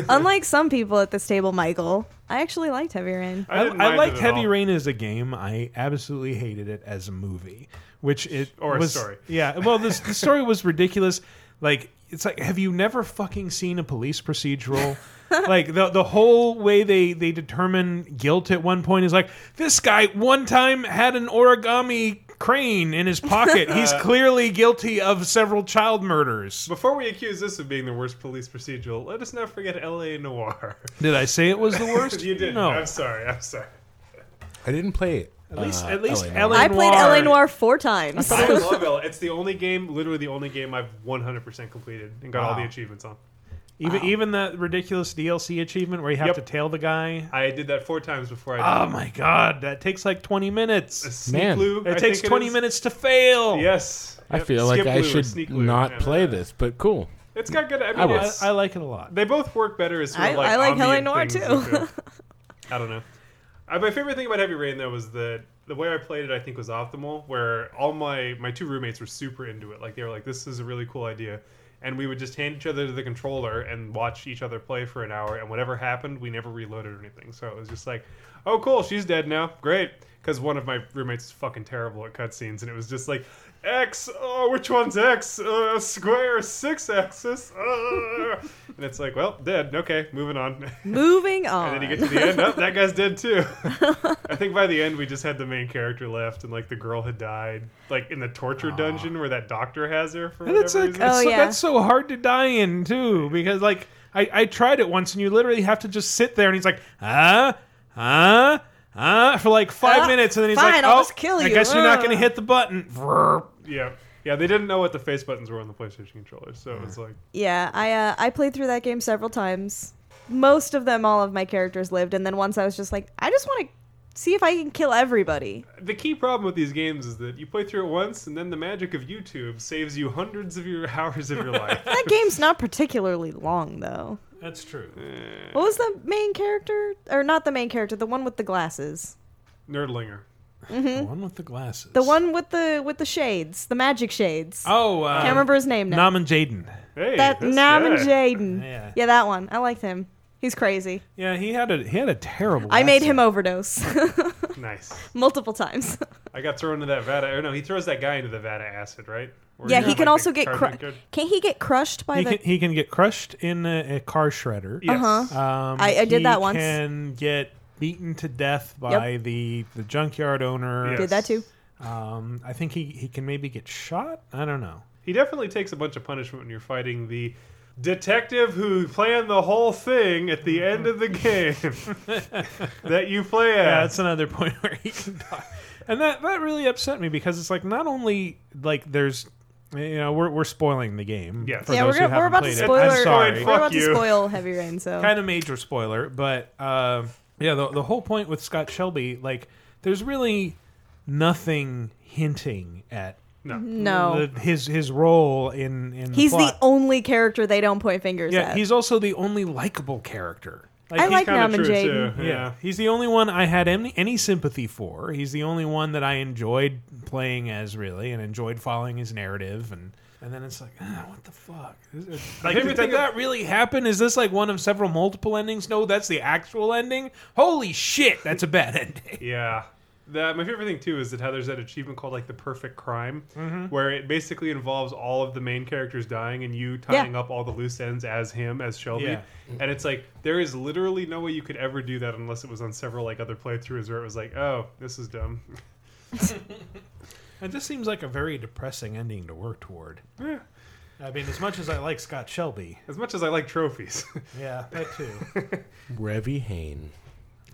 unlike some people at this table, Michael, I actually liked Heavy Rain.
I, I liked Heavy Rain as a game. I absolutely hated it as a movie, which it
Or a
was,
story.
Yeah, well, this, the story was ridiculous. Like, it's like, have you never fucking seen a police procedural? like the the whole way they they determine guilt at one point is like this guy one time had an origami crane in his pocket. He's
Uh,
clearly guilty of several child murders.
Before we accuse this of being the worst police procedural, let us not forget L.A. Noir.
Did I say it was the worst?
you did.
No.
not I'm sorry. I'm sorry.
I didn't play it.
At least-
Uh,
at least
Eleanor.
Eleanor-
I played
Noir.
LA Noir four times.
I love L.A. It's the only game, literally the only game I've 100% completed and got all
Wow.
the achievements on.
Even even that ridiculous DLC achievement where you have to tail the guy.
I did that four times before I
Oh
did.
my god, that takes like twenty minutes.
sneak Ah, Man. loop,
it
I
takes
think it
twenty
is.
minutes to fail.
Yes.
I
Yep.
feel like
Skip
I
Lou or
should
sneak Lou.
not
Yeah.
play this, but cool.
It's got good. I mean,
I will.
it's-
I like it a lot.
They both work better as sort of
I-
like
I like L.A.
ambient
Noire,
things,
too.
I feel. I don't know. Uh, my favorite thing about Heavy Rain though was that the way I played it, I think, was optimal. Where all my my two roommates were super into it. Like they were like, "This is a really cool idea," and we would just hand each other the controller and watch each other play for an hour. And whatever happened, we never reloaded or anything. So it was just like, "Oh, cool, she's dead now. Great." Because one of my roommates is fucking terrible at cutscenes, and it was just like, X, oh, which one's X? Uh, square, six axis. Uh. and it's like, well, dead. Okay, moving on.
Moving
And then you
on.
get to the end. Oh, that guy's dead too. I think by the end we just had the main character left, and like the girl had died, like in the torture dungeon where that doctor has her for
And it's
whatever
like
reason.
that's so, that's so hard to die in too, because like I, I tried it once and you literally have to just sit there and he's like, huh? Huh? Huh? For like five
Uh,
minutes and then he's
fine,
like,
I'll
oh,
just kill
I
you.
guess you're not
Uh.
gonna hit the button. Vrr.
yeah, yeah. They didn't know what the face buttons were on the PlayStation controller, so it was like
Yeah, I uh, I played through that game several times. Most of them, all of my characters lived, and then once I was just like, I just want to see if I can kill everybody.
The key problem with these games is that you play through it once, and then the magic of YouTube saves you hundreds of your hours of your life.
That game's not particularly long though.
That's true.
What was the main character? Or not the main character, the one with the glasses.
Nerdlinger.
Mhm.
The one with the glasses.
The one with the with the shades, the magic shades.
Oh, uh,
can't remember his name now.
Naman Jaden.
Hey,
that
this
Nam and
guy.
Jaden.
Yeah.
Yeah. that one. I liked him. He's crazy.
Yeah, he had a he had a terrible.
I made
accent.
him overdose
Nice.
multiple times.
I got thrown into that Vata. Or no, he throws that guy into the Vata acid, right? Or
yeah,
is
he
it
can
like
also
the
get
carbon
cru-
good?
can't he get crushed by
he
the
can, he can get crushed in a, a car shredder.
Yes. Uh-huh.
Um,
I- I did that
he
once.
Can get beaten to death by the the junkyard owner.
Did that too.
Um, I think he he can maybe get shot. I don't know.
He definitely takes a bunch of punishment when you're fighting the detective who planned the whole thing at the end of the game that you play as.
Yeah, that's another point where he can die. And that that really upset me because it's like not only like there's you know we're we're spoiling the game.
Yes.
for
Yeah,
those
we're,
who
gonna, we're
haven't
about to
played
spoil
It. I'm sorry.
we're about to spoil Heavy Rain, so
kind of major spoiler, but uh, yeah, the, the whole point with Scott Shelby, like, there's really nothing hinting at
no,
No.
the- his his role in in
he's
the,
the
plot.
only character they don't point fingers
yeah.
at.
He's also the only likable character.
I
he's
like
kinda
Nam and
true,
Jaden.
too.
Yeah.
Yeah. he's the only one I had any, any sympathy for. He's the only one that I enjoyed playing as really, and enjoyed following his narrative. And and then it's like, ah, what the fuck? Is it- Like, did
everything-
that really happen? Is this like one of several multiple endings? No, that's the actual ending. Holy shit, that's a bad ending.
Yeah. That, my favorite thing too is that how there's that achievement called like the perfect crime,
Mhm.
where it basically involves all of the main characters dying and you
Yeah.
tying up all the loose ends as him as Shelby,
Yeah.
and it's like there is literally no way you could ever do that unless it was on several like other playthroughs where it was like, oh, this is dumb.
It just seems like a very depressing ending to work toward.
Yeah.
I mean, as much as I like Scott Shelby,
As much as I like trophies,
yeah, that too.
Revy Hain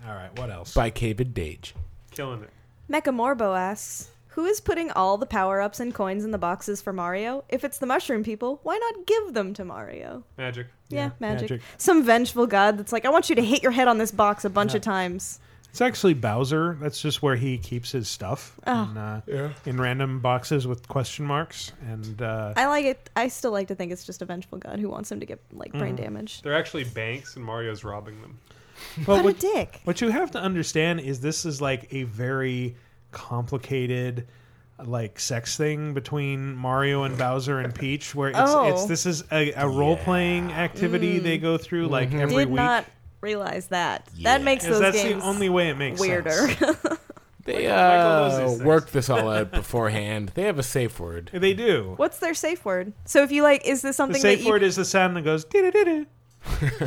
All right, what else?
by David Dage.
killing it.
Mecha Morbo asks, "Who is putting all the power-ups and coins in the boxes for Mario? If it's the mushroom people, why not give them to Mario?"
Magic.
Yeah, magic.
magic.
Some vengeful god that's like, "I want you to hit your head on this box a bunch
Yeah.
of times."
It's actually Bowser. That's just where he keeps his stuff
Oh.
in, uh,
Yeah.
in random boxes with question marks. And uh,
I like it. I still like to think it's just a vengeful god who wants him to get like brain
Mhm.
damage.
They're actually banks, and Mario's robbing them.
but
what
what,
a dick.
what you have to understand is this is like a very complicated like sex thing between Mario and Bowser and Peach where it's, it's
Oh.
this is a, a role playing activity
Mm.
they go through like every
Did
week.
not realize that. That makes
'Cause
those
that's
games
the only way it makes
weirder.
sense.
They
Michael- Michael knows
uh,
these things.
worked this all out beforehand. They have a safe word.
They do.
What's their safe word? So if you like, is this
The
something
safe
that you
word is the sound that goes doo-doo-doo-doo.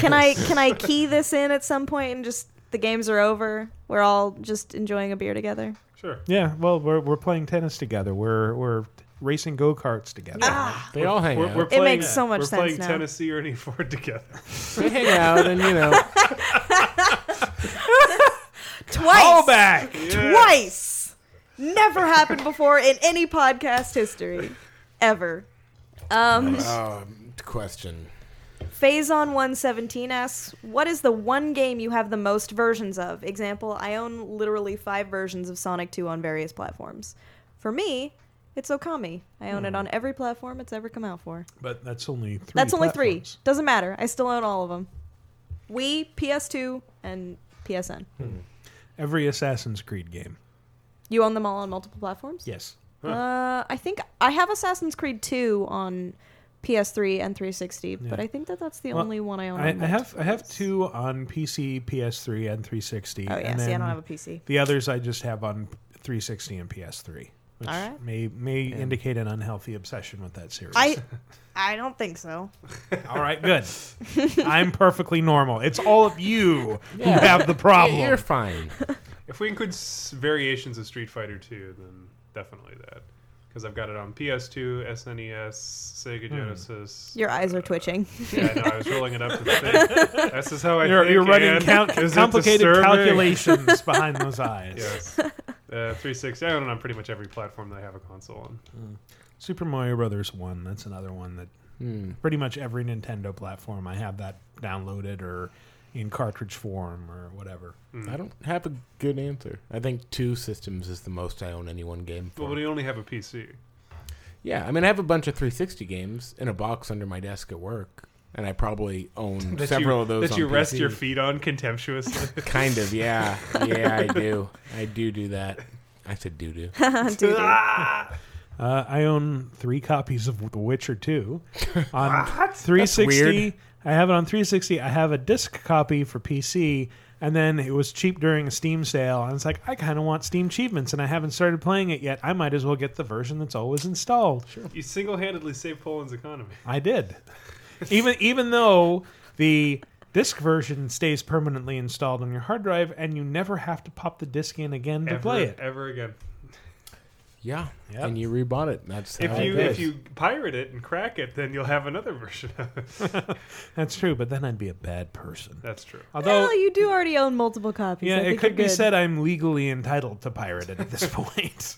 can I can I key this in at some point and just the games are over? We're all just enjoying a beer together.
Sure.
Yeah, well, we're, we're playing tennis together. We're we're racing go karts together.
They all hang
We're,
out.
we're
It
playing,
makes so much
we're
sense
playing
now.
Tennessee or any Ford together.
they hang out, and you know,
Twice.
back.
Twice. Never happened before in any podcast history, ever. Um,
um, question.
Phazon117 asks, "What is the one game you have the most versions of?" Example: I own literally five versions of Sonic 2 on various platforms. For me, it's Okami. I own it on every platform it's ever come out for.
But that's only three.
That's only
platforms.
three. Doesn't matter. I still own all of them. Wii, PS2, and PSN.
Every Assassin's Creed game.
You own them all on multiple platforms?
Yes.
Uh, I think I have Assassin's Creed 2 on PS3 and 360, but I think that that's the
Well,
only one I own.
I,
on
I have
multiple.
I have two on PC, PS3, and 360.
Oh, yeah.
and
See, I
then
don't have a PC.
The others I just have on 360 and PS3, which
All right.
may may indicate an unhealthy obsession with that series.
I I don't think so.
All right, good. I'm perfectly normal. It's all of you
Yeah.
who have the problem.
You're fine.
If we include s- variations of Street Fighter 2, then definitely that. Because I've got it on PS2, SNES, E Sega
Hmm.
Genesis.
Your eyes are twitching.
Yeah, I know. I was rolling it up to the thing. this is how I
You're,
think,
you're running
Ann.
count,
Is it
complicated
disturbing?
calculations behind those eyes.
Yes. Uh, 360. I own it on pretty much every platform that I have a console on.
Super Mario Brothers One. That's another one that pretty much every Nintendo platform I have that downloaded or in cartridge form or whatever.
Hmm.
I don't have a good answer. I think two systems is the most I own any one game for.
Well, but you only have a PC.
Yeah, I mean, I have a bunch of 360 games in a box under my desk at work, and I probably own
That
several
you,
of those.
that
on
you rest
PC.
your feet on contemptuously.
Kind of, yeah, yeah, I do. I do do that. I said do do.
Dude.
Uh, I own three copies of The Witcher 2 on 360.
weird.
I have it on 360. I have a disc copy for PC, and then it was cheap during a Steam sale. And it's like I kind of want Steam achievements, and I haven't started playing it yet. I might as well get the version that's always installed. Sure.
You single-handedly save Poland's economy.
I did. even even though the disc version stays permanently installed on your hard drive, and you never have to pop the disc in again to
ever,
play it.
ever again.
Yeah, and you rebought it. That's
If
how
you
it
if
is.
you pirate it and crack it, then you'll have another version of it.
That's true, but then I'd be a bad person.
That's true.
Although
well, you do already own multiple copies.
Yeah,
I
it
think
could
you're
be
good.
said I'm legally entitled to pirate it at this point.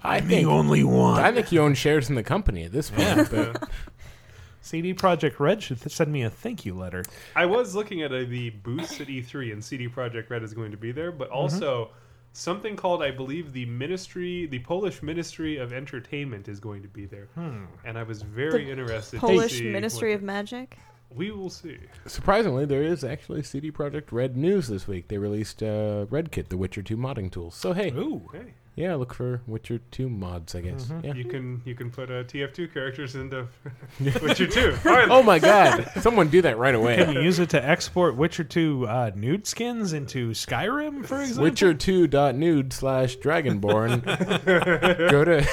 I
I'm
think-
the only one.
I think you own shares in the company at this point. but-
CD Project Red should th- send me a thank you letter.
I was looking at uh the booths at E3, and CD Projekt Red is going to be there, but
Mm-hmm.
also something called, I believe, the Ministry, the Polish Ministry of Entertainment is going to be there,
Hmm.
and I was very
The
interested. to
Polish
see
Ministry
what-
of Magic.
We will see.
Surprisingly, there is actually CD Project Red news this week. They released uh, Red Kit, the Witcher 2 modding tools. So hey,
Ooh.
Hey.
yeah, look for Witcher 2 mods, I guess.
Mhm.
Yeah.
You can you can put uh, TF2 characters into Witcher 2. Finally.
Oh my God! Someone do that right away.
Can you use it to export Witcher 2 uh, nude skins into Skyrim, for example?
Witcher2.nude slash Dragonborn. Go to.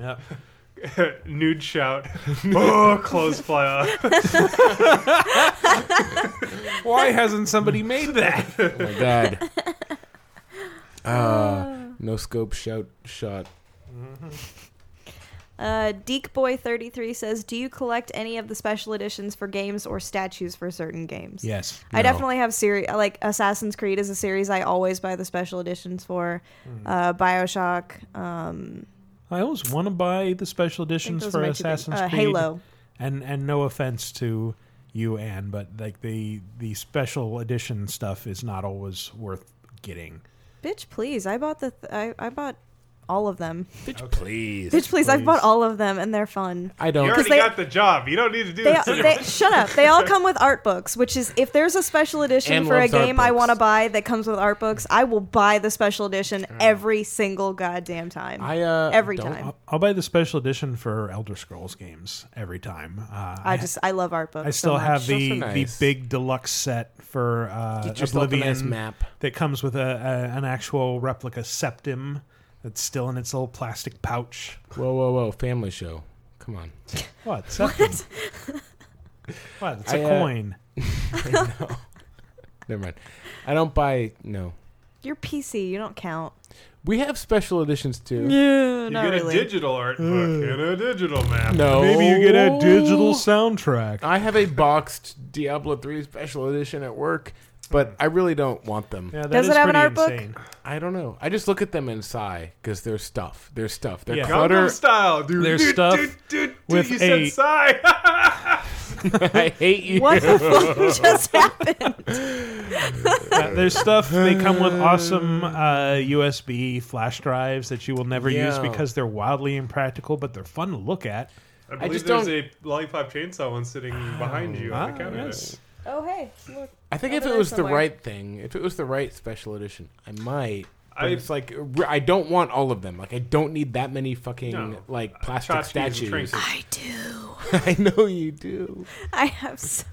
Yep.
Nude shout. oh, clothes fly off.
Why hasn't somebody made that?
Oh my God. Uh,
Oh.
no scope shout shot.
Uh, DeekBoy33 says, "Do you collect any of the special editions for games or statues for certain games?"
Yes.
I
No.
definitely have series like Assassin's Creed is a series I always buy the special editions for.
Hmm.
Uh, Bioshock. Um,
I always want to buy the special editions
those
for
are my two big-
Assassin's
uh,
Creed.
Halo.
And and no offense to you, Anne, but like the the special edition stuff is not always worth getting.
bitch, please! I bought the th- I I bought all of them.
Bitch, please.
Bitch, please! I've bought all of them, and they're fun.
I
You
don't.
already
they-
got the job. You don't need to do
They,
this.
all-
anymore.
they, shut up. They all come with art books, which is if there's a special edition
Anne
for a
loves art
game I
books.
want to buy that comes with art books, I will buy the special edition every single goddamn time.
I, uh,
every
Don't-
time.
I'll, I'll buy the special edition for Elder Scrolls games every time. Uh,
I just I love art books.
I
so
still
much.
have the
Those are nice.
the big deluxe set for uh,
Get yourself a
Oblivion
nice map.
that comes with a, a an actual replica septim that's still in its little plastic pouch.
Whoa, whoa, whoa! Family show. Come on.
What septim? what? It's
I,
a
uh,
coin.
no. Never mind. I don't buy. No.
Your PC, you don't count.
We have special editions too.
Yeah,
You
not
get a
really.
digital art book and a digital map.
No.
Maybe you get a digital soundtrack.
I have a boxed Diablo 3 special edition at work, but I really don't want them.
Yeah, that
Does it
is
have an
pretty
art book?
insane.
I don't know. I just look at them and sigh because they're stuff. They're stuff. They're
Yeah.
clutter.
Gangnam style, dude.
There's
dude,
stuff
dude, dude, dude,
with
you
a-
said sigh.
I hate you.
What the fuck just happened?
Uh, there's stuff they come with awesome uh, USB flash drives that you will never use
Yeah.
because they're wildly impractical, but they're fun to look at.
I believe
just
there's
don't-
a lollipop chainsaw one sitting behind you on
Ah,
the counter.
yes.
Oh hey, look.
I think
Over
if it
there
was
somewhere.
the right thing, if it was the right special edition, I might. But
I-
it's like r- I don't want all of them. Like I don't need that many fucking
No.
like
Tchotchkes
plastic
and
statues.
trinkets.
I do.
I know you do.
I have so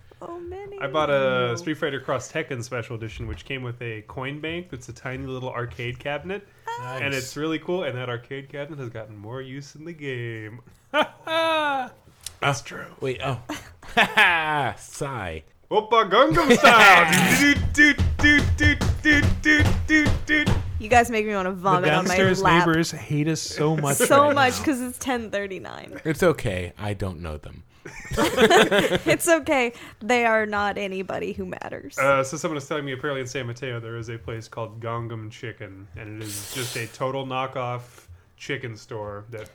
many.
I bought a Street Fighter Cross Tekken special edition, which came with a coin bank. That's a tiny little arcade cabinet, and it's really cool. And that arcade cabinet has gotten more use in the game. That's true.
Wait. Oh. Sigh.
Opa Gangnam style. do, do, do, do, do, do, do, do.
You guys make me want to
The
vomit on my
downstairs
lap
neighbors hate us so much.
so
right
much
now.
because it's ten thirty nine.
It's okay. I don't know them.
It's okay. They are not anybody who matters.
Uh, so someone was telling me apparently in San Mateo there is a place called Gongam Chicken, and it is just a total knockoff chicken store that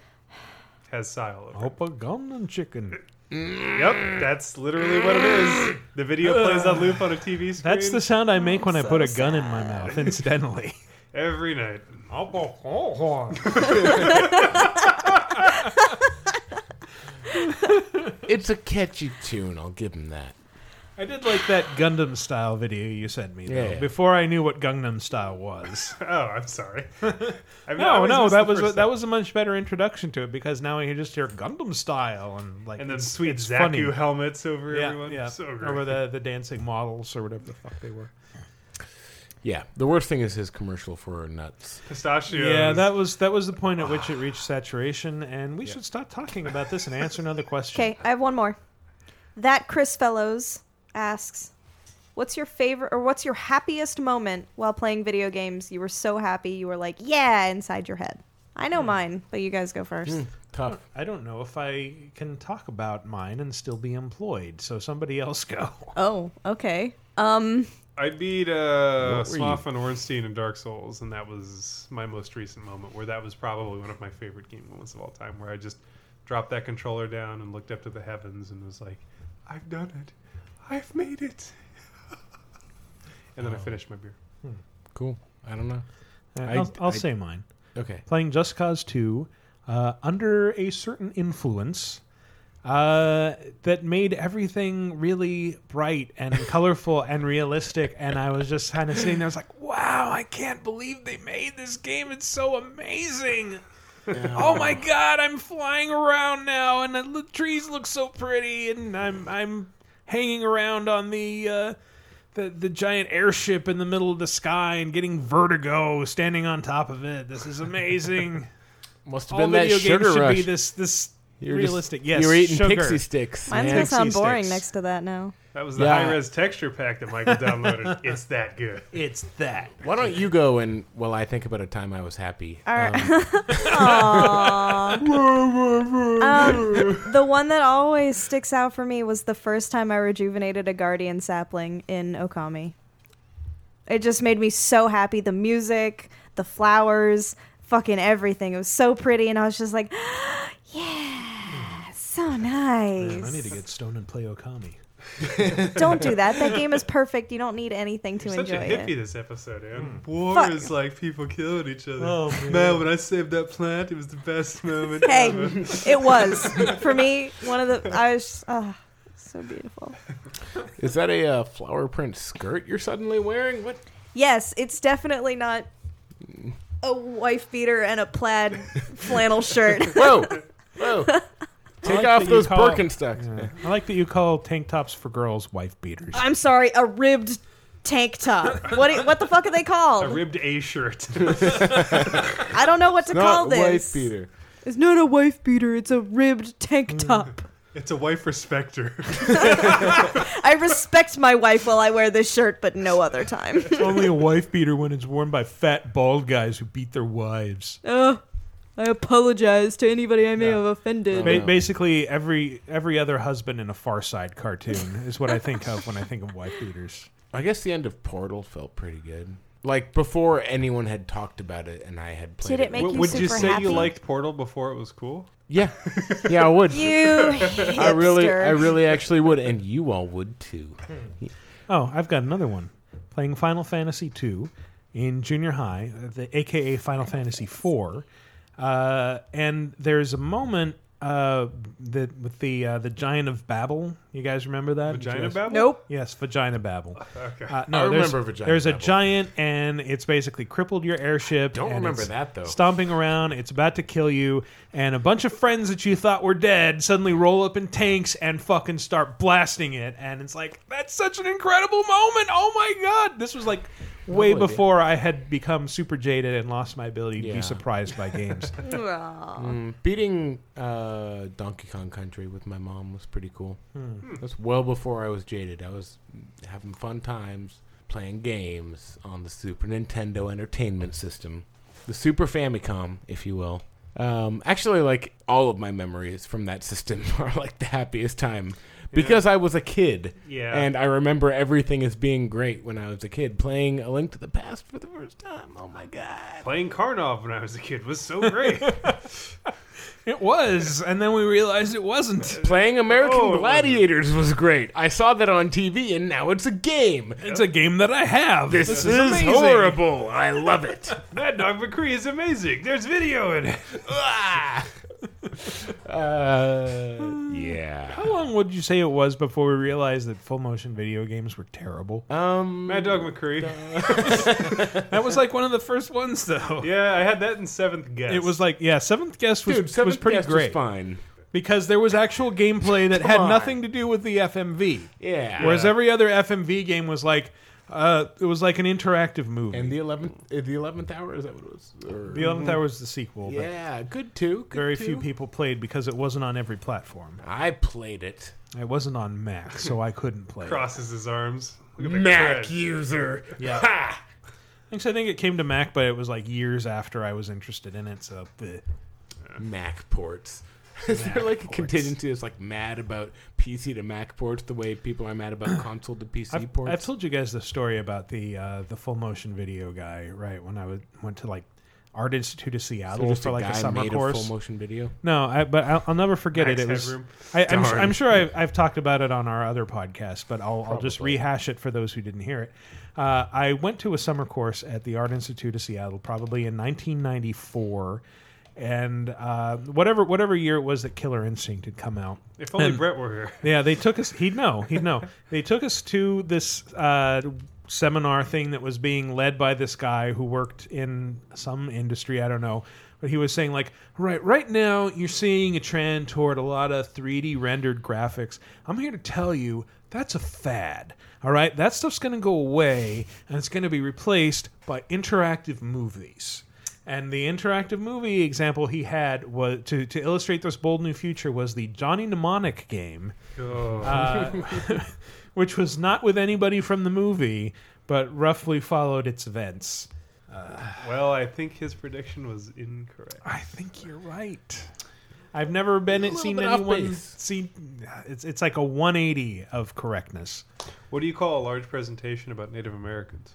has silo.
Oh. Opa gum and chicken.
Yep, that's literally what it is. The video plays on loop on a TV screen.
Uh. That's the sound I make when I put a gun in my mouth, incidentally.
every night. I'll go
Oh,
it's a catchy tune. I'll give him that.
I did like that Gundam style video you sent me though.
Yeah, yeah.
Before I knew what Gundam style was.
oh, I'm sorry. I mean, I
no,
always
no,
miss
that
the
was
first
that was a much better introduction to it because now you just hear Gundam style and like
And then
it's-
sweet
it's
Zaku
funny.
helmets over
yeah,
everyone.
Yeah,
So
over
great.
the the dancing models or whatever the fuck they were.
Yeah, the worst thing is his commercial for nuts.
Pistachios.
Yeah, that was that was the point at which it reached saturation, and we should stop talking about this and answer another question.
Okay, I have one more. That Chris Fellows asks, "What's your favorite or what's your happiest moment while playing video games? You were so happy, you were like, yeah, inside your head." I know mine, but you guys go first.
Hmm.
tough.
I don't know if I can talk about mine and still be employed. So somebody else go.
Oh, okay. Um,
I beat uh,
What were you-
Swaff and Ornstein in Dark Souls, and that was my most recent moment where that was probably one of my favorite game moments of all time, where I just dropped that controller down and looked up to the heavens and was like, I've done it. I've made it. and then
Oh.
I finished my beer.
Cool. I don't know.
I'll, I'll say mine.
Okay.
Playing Just Cause 2 uh, under a certain influence uh, that made everything really bright and colorful and realistic. And I was just kind of sitting there, I was like, wow, I can't believe they made this game. It's so amazing. Oh my god, I'm flying around now, and the trees look so pretty, and I'm I'm hanging around on the uh, the the giant airship in the middle of the sky and getting vertigo, standing on top of it. This is amazing.
Must
All video games should be this this realistic. yes,
you were eating
sugar.
pixie sticks.
mine's
man.
gonna sound boring next to that now.
That was the
Yeah.
high res texture pack that Michael downloaded. it's that good.
It's that.
Why don't you go and well, I think about a time I was happy.
All right.
Um,
um, the one that always sticks out for me was the first time I rejuvenated a guardian sapling in Okami. It just made me so happy. The music, the flowers, fucking everything. It was so pretty, and I was just like, yeah, so nice.
Man, I need to get stoned and play Okami.
Don't do that. That game is perfect. You don't need anything to
You're such a
enjoy
hippie
it.
this episode, man. War
Fuck.
is like people killing each other.
Hmm. Oh, man.
when I saved that plant, it was the best moment
Hey,
ever.
it was for me one of the. I was uh, so beautiful.
is that a uh, flower print skirt you're suddenly wearing? What?
Yes, it's definitely not a wife beater and a plaid flannel shirt.
Whoa, whoa! Take
like
off
that you
those
call-
Birkenstocks.
Yeah. I like that you call tank tops for girls wife beaters.
I'm sorry, a ribbed tank top. What i- what the fuck are they
A
called?
ribbed A shirt.
I don't know what to call this.
beater.
It's not a wife beater. It's a ribbed tank top.
It's a wife respecter.
I respect my wife while I wear this shirt, but no other time.
It's only a wife beater when it's worn by fat bald guys who beat their wives.
Oh, I apologize to anybody I may have offended.
Ba- basically, every every other husband in a Far Side cartoon is what I think of when I think of wife beaters.
I guess the end of Portal felt pretty good. Like before anyone had talked about it, and I had played.
Did it make you
would you
super
say
happy?
you liked Portal before it was cool?
Yeah, yeah, I would.
You
I really,
hipster.
I really, actually would, and you all would too.
Oh, I've got another one. Playing Final Fantasy II in junior high, the AKA Final Fantasy IV, uh, and there's a moment uh, that with the uh, the Giant of Babel. You guys remember that? Did you
Vagina
guys-
Babel?
Nope.
Yes, Vagina Babel.
Okay.
Uh, no,
I
there's-
remember Vagina
There's a
Babel.
giant, and it's basically crippled your airship.
Don't
and
remember
it's
that, though.
Stomping around, it's about to kill you, and a bunch of friends that you thought were dead suddenly roll up in tanks and fucking start blasting it, and it's like that's such an incredible moment. Oh my god, this was like way
Totally.
before I had become super jaded and lost my ability to
Yeah.
be surprised by games.
Aw.
Mm, beating uh, Donkey Kong Country with my mom was pretty cool. That's well before I was jaded. I was having fun times playing games on the Super Nintendo Entertainment System, the Super Famicom, if you will. Um, actually, like all of my memories from that system are like the happiest time. because I was a kid.
Yeah.
And I remember everything as being great when I was a kid playing A Link to the Past for the first time. Oh my god!
Playing Karnov when I was a kid was so great.
It was, and then we realized it wasn't.
Playing American Gladiators was great. I saw that on TV, and now it's a game.
It's a game that I have.
This,
This
is,
is amazing.
horrible. I love it.
Mad Dog McCree is amazing. There's video in it.
Uh, yeah.
How long would you say it was before we realized that full motion video games were terrible?
Um,
Mad Dog McCree.
that was like one of the first ones, though.
Yeah, I had that in seventh guess.
It was like, yeah, seventh guest was
Dude, Seventh
was pretty
Guest was
great.
fine.
because there was actual gameplay that
Come
had
on.
nothing to do with the FMV.
Yeah.
Whereas
Yeah.
every other FMV game was like, uh, it was like an interactive movie.
And the eleventh, uh, the eleventh hour is that what it was? Or-
the eleventh hour was the sequel. but
Yeah, good too. Good
very
too.
few people played because it wasn't on every platform.
I played it.
It wasn't on Mac, so I couldn't play. it.
Crosses his arms. Look at the
Mac
cred.
user.
Yeah. Thanks. I think it came to Mac, but it was like years after I was interested in it. So, bleh.
Mac ports. Is there like a contingency that's like mad about PC to Mac ports the way people are mad about console to PC
I've,
ports?
I've told you guys the story about the uh, the full motion video guy, right? When I was, went to like Art Institute of Seattle
So just
for
a
like a,
guy
summer
made a
course.
full motion video?
No, I, but I'll, I'll never forget
Max
it. It was.
Headroom.
I, I'm,
Darn.
I'm sure I've, I've talked about it on our other podcast, but I'll, I'll just
Probably.
rehash it for those who didn't hear it. Uh, I went to a summer course at the Art Institute of Seattle, probably in 1994, and uh, whatever whatever year it was that Killer Instinct had come out.
If only
And-
Brett were here.
yeah, they took us. He'd know. He'd know. they took us to this uh, seminar thing that was being led by this guy who worked in some industry. I don't know. But he was saying like, right, right now you're seeing a trend toward a lot of 3D rendered graphics. I'm here to tell you that's a fad. All right, that stuff's going to go away and it's going to be replaced by interactive movies. And the interactive movie example he had was to, to illustrate this bold new future was the Johnny Mnemonic game,
Oh.
uh, which was not with anybody from the movie, but roughly followed its events.
well, I think his prediction was incorrect.
I think you're right. I've never been
little
seen
bit off
anyone
base.
see. It's it's like a 180 of correctness.
What do you call a large presentation about Native Americans?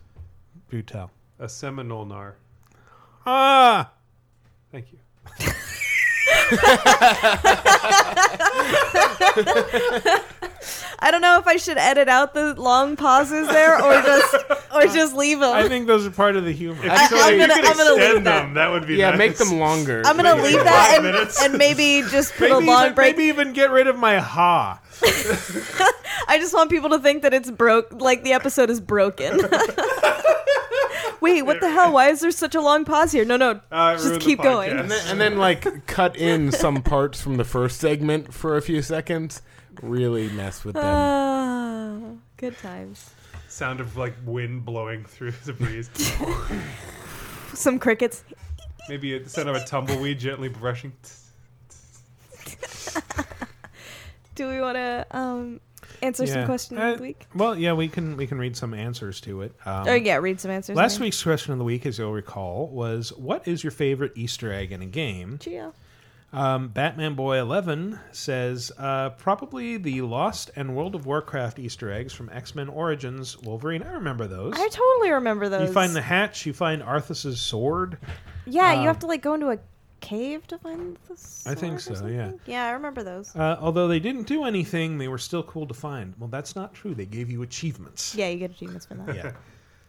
Do tell.
A Seminolnar.
Ah,
Thank you.
I don't know if I should edit out the long pauses there or just or just leave them.
I think those are part of the humor.
I- I'm gonna, I'm gonna leave that.
That would be
yeah,
nice.
make them longer.
I'm gonna leave that and, and maybe just put a long
even,
break.
maybe even get rid of my ha.
I just want people to think that it's broke, like the episode is broken. Wait, what the hell? Why is there such a long pause here? No, no,
Uh,
I
just
ruined the
keep going.
podcast.
and then, and then like cut in some parts from the first segment for a few seconds. Really mess with them.
Ah, good times.
Sound of like wind blowing through the breeze.
Some crickets.
Maybe the sound of a tumbleweed gently brushing.
Do we want to um, answer some
Yeah.
questions
Uh,
of the week?
Well, yeah, we can we can read some answers to it. Um,
oh yeah, read some answers.
Last week's question of the week, as you'll recall, was what is your favorite Easter egg in a game?
Geo.
Um, Batman Boy Eleven says uh, probably the Lost and World of Warcraft Easter eggs from X Men Origins Wolverine. I remember those.
I totally remember those.
you find the hatch. You find Arthas's sword.
yeah,
um,
you have to like go into a cave to find the. Sword
I think
or
so.
something?
Yeah.
Yeah, I remember those.
Uh, although they didn't do anything, they were still cool to find. Well, that's not true. They gave you achievements.
Yeah, you get achievements for that.
Yeah.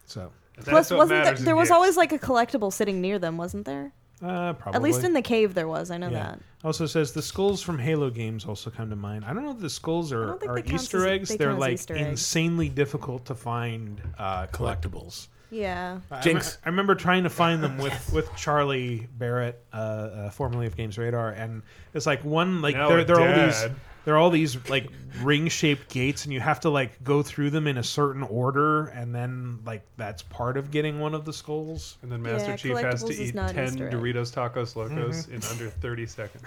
So
Plus, wasn't there, there was always like a collectible sitting near them, wasn't there?
uh, probably
At least in the cave, there was. I know
Yeah.
that.
Also says the skulls from Halo games also come to mind. I don't know if the skulls are,
don't think
are
they count as-
Easter
they
eggs.
count
They are
as
like
Easter eggs.
insanely difficult to find uh, collectibles.
Yeah.
Uh,
I-
Jinx.
I, remember trying to find them with, with Charlie Barrett, uh, uh, formerly of Games Radar, and it's like one like
Now
there
a
there are all these
dad.
there are all these like ring shaped gates, and you have to like go through them in a certain order, and then like that's part of getting one of the skulls.
And then Master
Yeah,
Chief has
collectibles
to
is
eat
not an
ten
Easter egg.
Mm-hmm. Doritos Tacos Locos in under thirty seconds.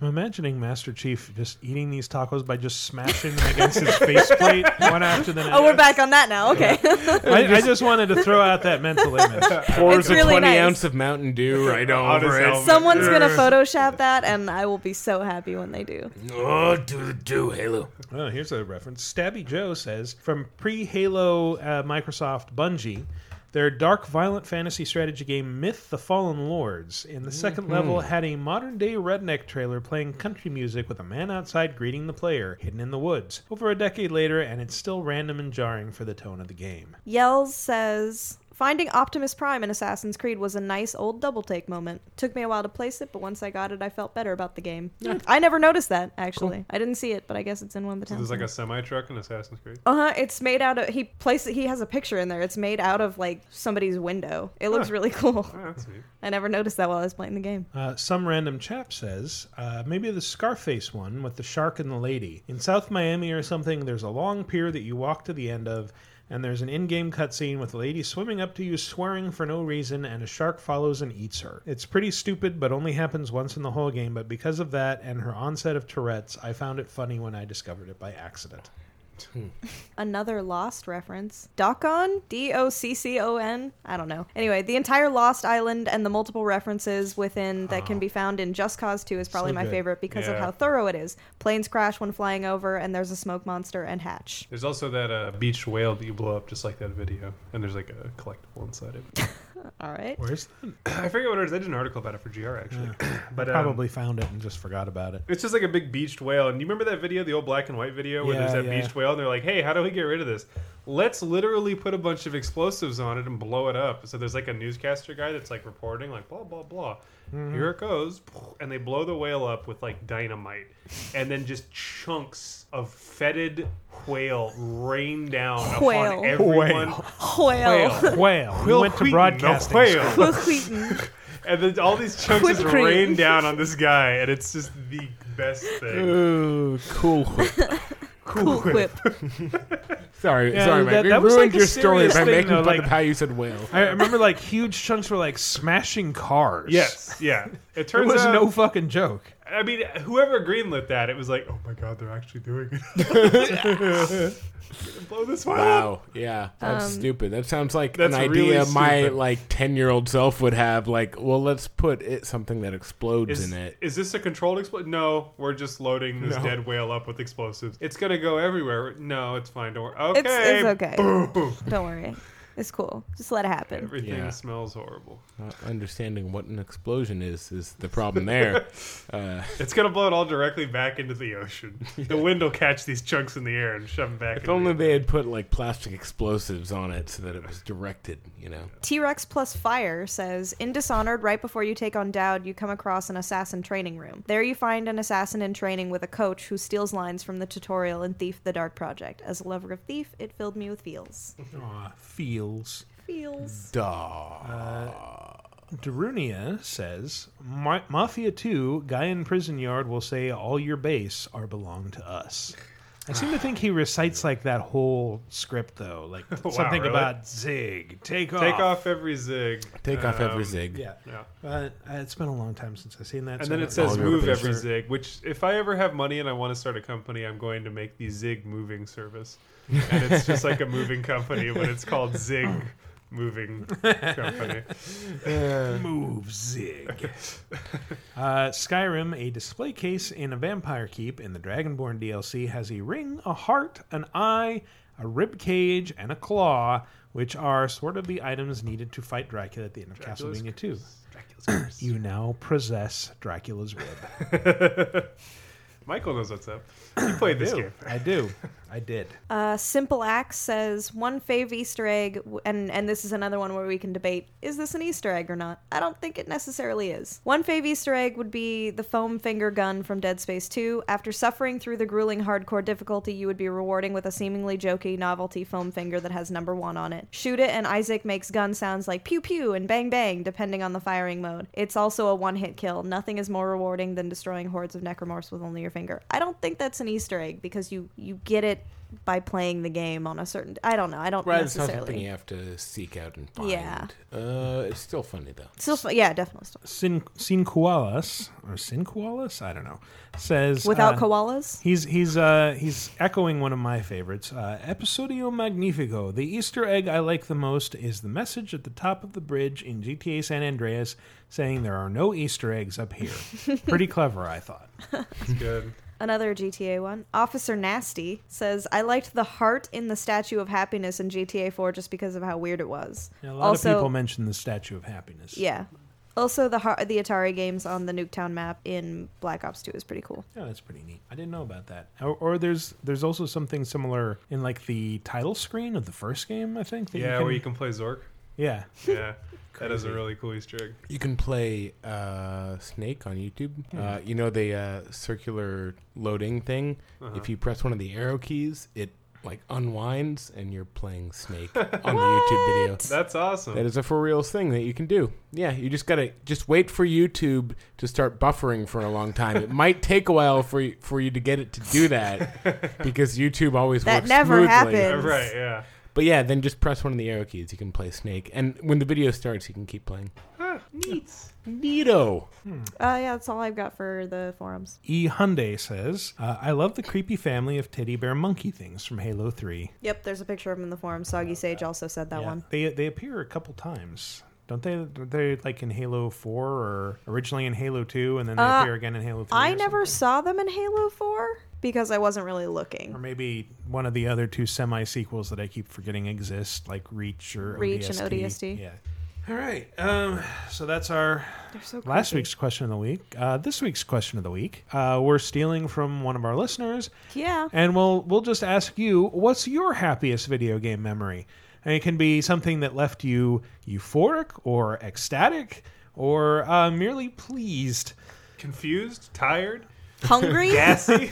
I'm imagining Master Chief just eating these tacos by just smashing them against his faceplate one after the next.
Oh, we're back on that now. Okay.
I, I just wanted to throw out that mental image.
Pours
Uh, It's
a
really
20
nice.
ounce of Mountain Dew right
On his
over it.
helmet.
Someone's gonna Photoshop that, and I will be so happy when they do.
Oh, do do Halo. Oh, here's a reference. Stabby Joe says from pre-Halo uh, Microsoft Bungie, their dark, violent fantasy strategy game Myth: The Fallen Lords in the 2nd
Mhm.
level had a modern-day redneck trailer playing country music with a man outside greeting the player, hidden in the woods. Over a decade later, and it's still random and jarring for the tone of the game.
Yells says finding Optimus Prime in Assassin's Creed was a nice old double take moment. Took me a while to place it, but once I got it, I felt better about the game.
Yeah.
I never noticed that actually. I didn't see it, but I guess it's in one of the
So
towns.
there's like a semi truck in Assassin's Creed.
Uh huh. It's made out of he placed he has a picture in there. It's made out of like somebody's window. It looks
Huh.
really cool.
Oh, that's neat.
I never noticed that while I was playing the game.
Uh, some random chap says, uh, maybe the Scarface one with the shark and the lady. In South Miami or something, there's a long pier that you walk to the end of, and there's an in game cutscene with a lady swimming up to you, swearing for no reason, and a shark follows and eats her. It's pretty stupid, but only happens once in the whole game, but because of that and her onset of Tourette's, I found it funny when I discovered it by accident.
Another Lost reference. Docon? D O C C O N? I don't know. Anyway, the entire Lost Island and the multiple references within that can be found in Just Cause 2 is probably
Ah. So
my
good.
favorite because of
Yeah.
how thorough it is. Planes crash when flying over, and there's a smoke monster and hatch.
There's also that uh, beach whale that you blow up just like that video, and there's like a collectible inside it.
All right.
Where's
I forget what it is. I did an article about it for GR actually, but
I
um,
probably found it and just forgot about it.
It's just like a big beached whale. And you remember that video, the old black and white video where
Yeah,
there's that
yeah.
beached whale and they're like, hey, how do we get rid of this? Let's literally put a bunch of explosives on it and blow it up. So there's like a newscaster guy that's like reporting, like, blah, blah, blah.
Mhm.
Here it goes. And they blow the whale up with like dynamite. And then just chunks of fetid whale rain down
Whale.
upon everyone.
Whale.
Whale. We went to
Wheaton,
broadcasting
the whale.
school. Will
and then all these chunks
Whipped
just
cream.
rain down on this guy, and it's just the best thing.
Ooh, cool whip.
Cool Whip.
sorry,
Yeah, that-
sorry, Mike. You
that was
ruined
like a
your story
serious
by
thing,
making
though,
fun
like-
of how you said whale.
I remember like huge chunks were like smashing cars.
Yes, yeah. It turns
it was
out-
no fucking joke.
I mean, whoever greenlit that, it was like, oh my god, they're actually doing it. Blow this one
Wow.
up.
Yeah. That's
Um,
stupid. That sounds like an
That's
idea
really
my
stupid.
like 10-year-old self would have like, well, let's put it something that explodes
Is,
in it.
is this a controlled explosion? No, we're just loading this
No.
dead whale up with explosives. It's gonna go everywhere. No, it's fine. Don't worry. Okay,
It's, it's okay.
Boom.
Don't worry. It's cool. Just let it happen.
Everything
Yeah.
smells horrible.
Not understanding what an explosion is is the problem there. uh,
It's gonna blow it all directly back into the ocean. The wind will catch these chunks in the air and shove them back.
if
into
only they had put like plastic explosives on it so that it was directed, you know.
T Rex plus Fire says In Dishonored, right before you take on Dowd, you come across an assassin training room. There you find an assassin in training with a coach who steals lines from the tutorial in Thief the Dark Project. As a lover of Thief, it filled me with feels.
Aw, feels.
Feels.
Duh.
Uh, Darunia says Ma- Mafia 2, guy in prison yard will say, All your base are belong to us. I seem to think he recites like that whole script though, like
Wow,
something
really?
about zig, take off,
Take off every zig.
Take off every zig.
Yeah,
Um, Yeah.
Uh, it's been a long time since I've seen that.
And
so
then
I
it
don't
says
know.
move every zig, which if I ever have money and I want to start a company, I'm going to make the zig moving service. And it's just like a moving company, but it's called Zig Moving Company.
Move Zig. Uh, Skyrim, a display case in a vampire keep in the Dragonborn DLC, has a ring, a heart, an eye, a rib cage, and a claw, which are sort of the items needed to fight Dracula at the end of
Dracula's
Castlevania 2. you now possess Dracula's rib.
Michael knows what's up. He played this
I do.
game.
I do. I did.
Uh, Simple Axe says one fave Easter egg, w- and and this is another one where we can debate: is this an Easter egg or not? I don't think it necessarily is. One fave Easter egg would be the foam finger gun from Dead Space 2. After suffering through the grueling hardcore difficulty, you would be rewarding with a seemingly jokey novelty foam finger that has number one on it. Shoot it, and Isaac makes gun sounds like pew pew and bang bang, depending on the firing mode. It's also a one-hit kill. Nothing is more rewarding than destroying hordes of necromorphs with only your finger. I don't think that's an Easter egg because you you get it by playing the game on a certain. I don't know. I don't
Right, it's not something
necessarily.
you have to seek out and find.
Yeah.
Uh, it's still funny though.
Still, fu- yeah, definitely. Still.
Sin Sinqualas or Sinqualas, I don't know, says
Without
uh,
koalas?
He's he's uh, he's echoing one of my favorites. Uh, Episodio Magnifico. The Easter egg I like the most is the message at the top of the bridge in GTA San Andreas saying there are no Easter eggs up here. Pretty clever, I thought.
It's good.
Another GTA one. Officer Nasty says, I liked the heart in the Statue of Happiness in GTA 4 just because of how weird it was.
Yeah, a lot
also,
of people mention the Statue of Happiness.
yeah. Also, the har- the Atari games on the Nuketown map in Black Ops 2 is pretty cool.
Yeah, Oh, that's pretty neat. I didn't know about that. Or, or there's there's also something similar in like the title screen of the first game. I think. That
yeah,
you can,
where you can play Zork.
Yeah.
Yeah. that is a really cool Easter egg.
You can play uh, Snake on YouTube.
Hmm.
Uh, you know the uh, circular loading thing.
Uh-huh.
If you press one of the arrow keys, it like unwinds, and you're playing Snake on the YouTube video.
That's awesome.
That is a for reals thing that you can do. Yeah, you just gotta just wait for YouTube to start buffering for a long time. it might take a while for you, for you to get it to do that because YouTube always
That
works
never
smoothly.
happens. Right,
yeah.
But yeah, then just press one of the arrow keys. You can play Snake, and when the video starts, you can keep playing.
Neat.
Neato.
Uh, yeah, that's all I've got for the forums.
E Hyundai says, uh, "I love the creepy family of teddy bear monkey things from Halo Three.
Yep, there's a picture of him in the forum. Soggy Sage also said that
Yeah,
one.
They they appear a couple times." Don't they? aren't They like in Halo Four, or originally in Halo Two, and then they
Uh,
appear again in Halo Three.
I
or
never saw them in Halo 4 because I wasn't really looking.
Or maybe one of the other two semi sequels that I keep forgetting exist, like Reach or
Reach and
ODST.
ODST.
Yeah. All right. Um, so that's our
so
last
creepy.
week's question of the week. Uh, this week's question of the week, uh, we're stealing from one of our listeners.
Yeah.
And we'll we'll just ask you, what's your happiest video game memory? And it can be something that left you euphoric or ecstatic or uh, merely pleased.
Confused, tired,
Hungry?
gassy.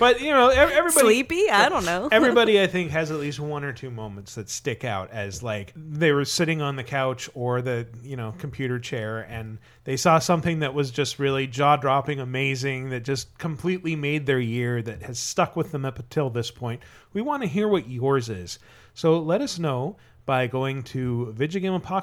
but you know, ev- everybody
Sleepy? I don't know.
everybody, I think, has at least one or two moments that stick out as like they were sitting on the couch or the you know computer chair and they saw something that was just really jaw dropping, amazing, that just completely made their year, that has stuck with them up until this point. We want to hear what yours is, so let us know by going to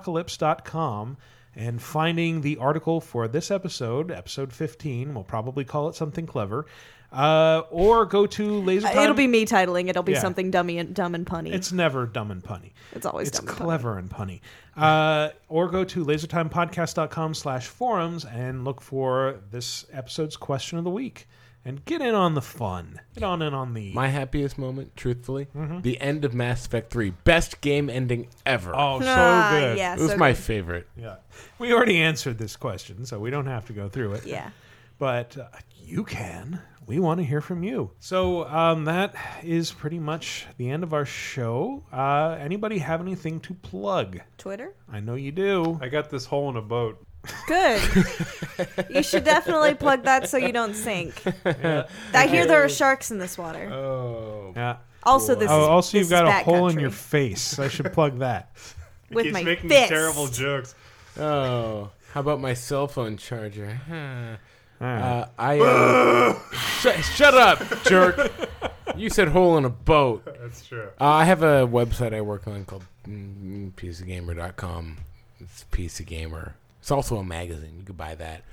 VigigameApocalypse.com and finding the article for this episode, episode 15. We'll probably call it something clever. Uh, or go to Laser.
Uh, It'll be me titling. It'll be
Yeah.
something dummy and dumb and punny.
It's never dumb and punny.
It's always
it's
dumb and punny.
clever and punny. Uh, or go to lasertimepodcast.com slash forums and look for this episode's question of the week. And get in on the fun. Get on in on the...
My happiest moment, truthfully, the end of Mass Effect 3. Best game ending ever.
Oh, so Ah, good. yeah,
it was
so
my
good.
favorite.
Yeah. We already answered this question, so we don't have to go through it.
Yeah.
But uh, you can. We want to hear from you. So um, that is pretty much the end of our show. Uh, anybody have anything to plug?
Twitter?
I know you do.
I got this hole in a boat.
Good. you should definitely plug that so you don't sink. I hear there are sharks in this water.
Oh.
Yeah.
Also, this
oh,
is-
also
this
you've got
is
a
backcountry.
hole in your face. I should plug that.
With Keeps my making fist. terrible
jokes.
Oh, how about my cell phone charger? Huh.
right.
Uh, I uh, shut, shut up, jerk. You said hole in a boat.
That's true.
Uh, I have a website I work on called mm, pieceofgamer.com. It's Piece of Gamer. It's also a magazine. You could buy that.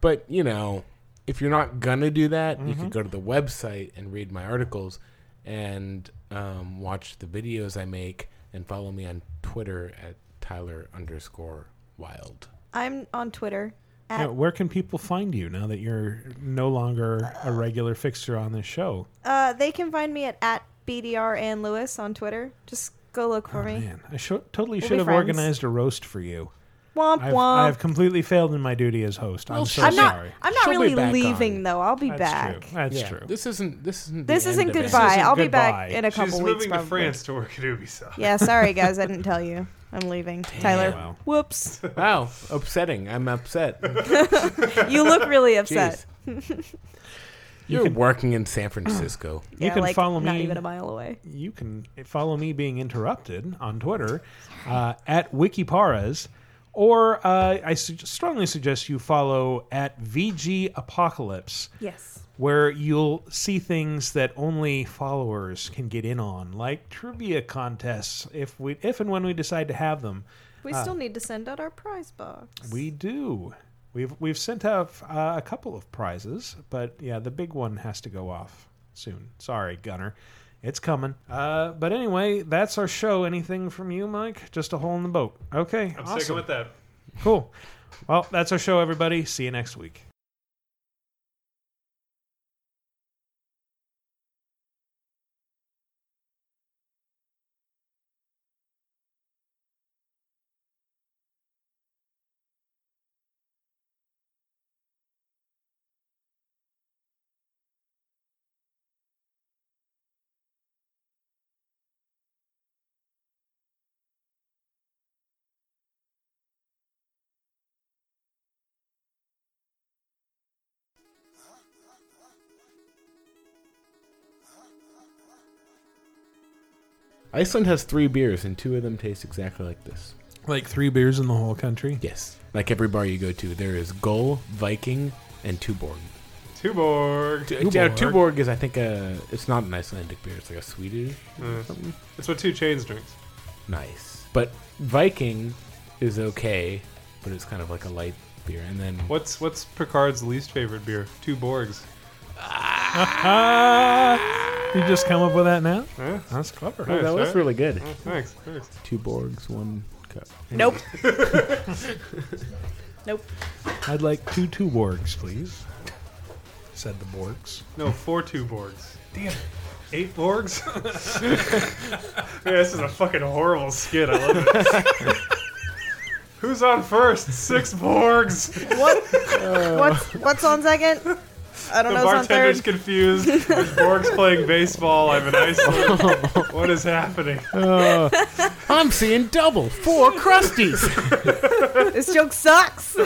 But, you know, if you're not going to do that, you
Mhm.
could go to the website and read my articles and um, watch the videos I make and follow me on Twitter at Tyler underscore wild.
I'm on Twitter.
Yeah,
At,
where can people find you now that you're no longer a regular fixture on this show?
uh, they can find me at, at BDR and Lewis on Twitter. Just go look for me.
Oh, Man, I sho- totally
We'll be
should have
friends.
organized a roast for you.
Womp
I've,
womp.
I've completely failed in my duty as host. I'm so
I'm not.
sorry.
I'm not
She'll be back
really
on.
leaving though. I'll be
That's
back.
true. That's
Yeah,
true.
This isn't. This isn't.
This
the end
isn't
of it.
goodbye.
This isn't
I'll be back
goodbye.
in a couple
She's
weeks.
moving
probably.
to France to work at Ubisoft.
Yeah, sorry guys, I didn't tell you. I'm leaving. Tyler,
Wow.
whoops.
Wow, upsetting. I'm upset.
you look really upset.
You're working in San Francisco.
You
Yeah,
can
like,
follow me.
not even a mile away.
You can follow me being interrupted on Twitter uh, at Wikiparas, Or uh, I su- strongly suggest you follow at VG Apocalypse.
Yes.
Where you'll see things that only followers can get in on, like trivia contests, if we, if and when we decide to have them.
We
Uh,
still need to send out our prize box.
we do. We've we've sent out uh, a couple of prizes, but yeah, the big one has to go off soon. Sorry, Gunner, it's coming. Uh, but anyway, that's our show. Anything from you, Mike? Just a hole in the boat. Okay,
I'm
awesome.
sticking with that.
Cool. Well, that's our show, everybody. See you next week.
Iceland has three beers, and two of them taste exactly like this.
Like three beers in the whole country.
Yes. Like every bar you go to, there is Gull, Viking, and Tuborg.
Tuborg.
Tu- Yeah, Tuborg is, I think, a, it's not an Icelandic beer. It's like a Swedish or
Mm.
something.
That's what Two Chains drinks.
Nice. But Viking is okay, but it's kind of like a light beer. And then
What's what's Picard's least favorite beer? Two Borgs.
Ah. you just come up with that now?
Yeah.
That's clever.
Oh, that was really good.
Yeah, thanks. Thanks.
two Borgs, one cup.
Nope. nope.
I'd like two two Borgs, please. Said the Borgs.
No, four two Borgs. Damn. it. Eight Borgs? Man, this is a fucking horrible skit. I love it. Who's on first? Six Borgs.
What? What's what's on second? I don't
the
know. What's on third.
bartender's confused. There's Borgs playing baseball. I'm in Iceland. what is happening?
I'm seeing double. Four crusties.
this joke sucks.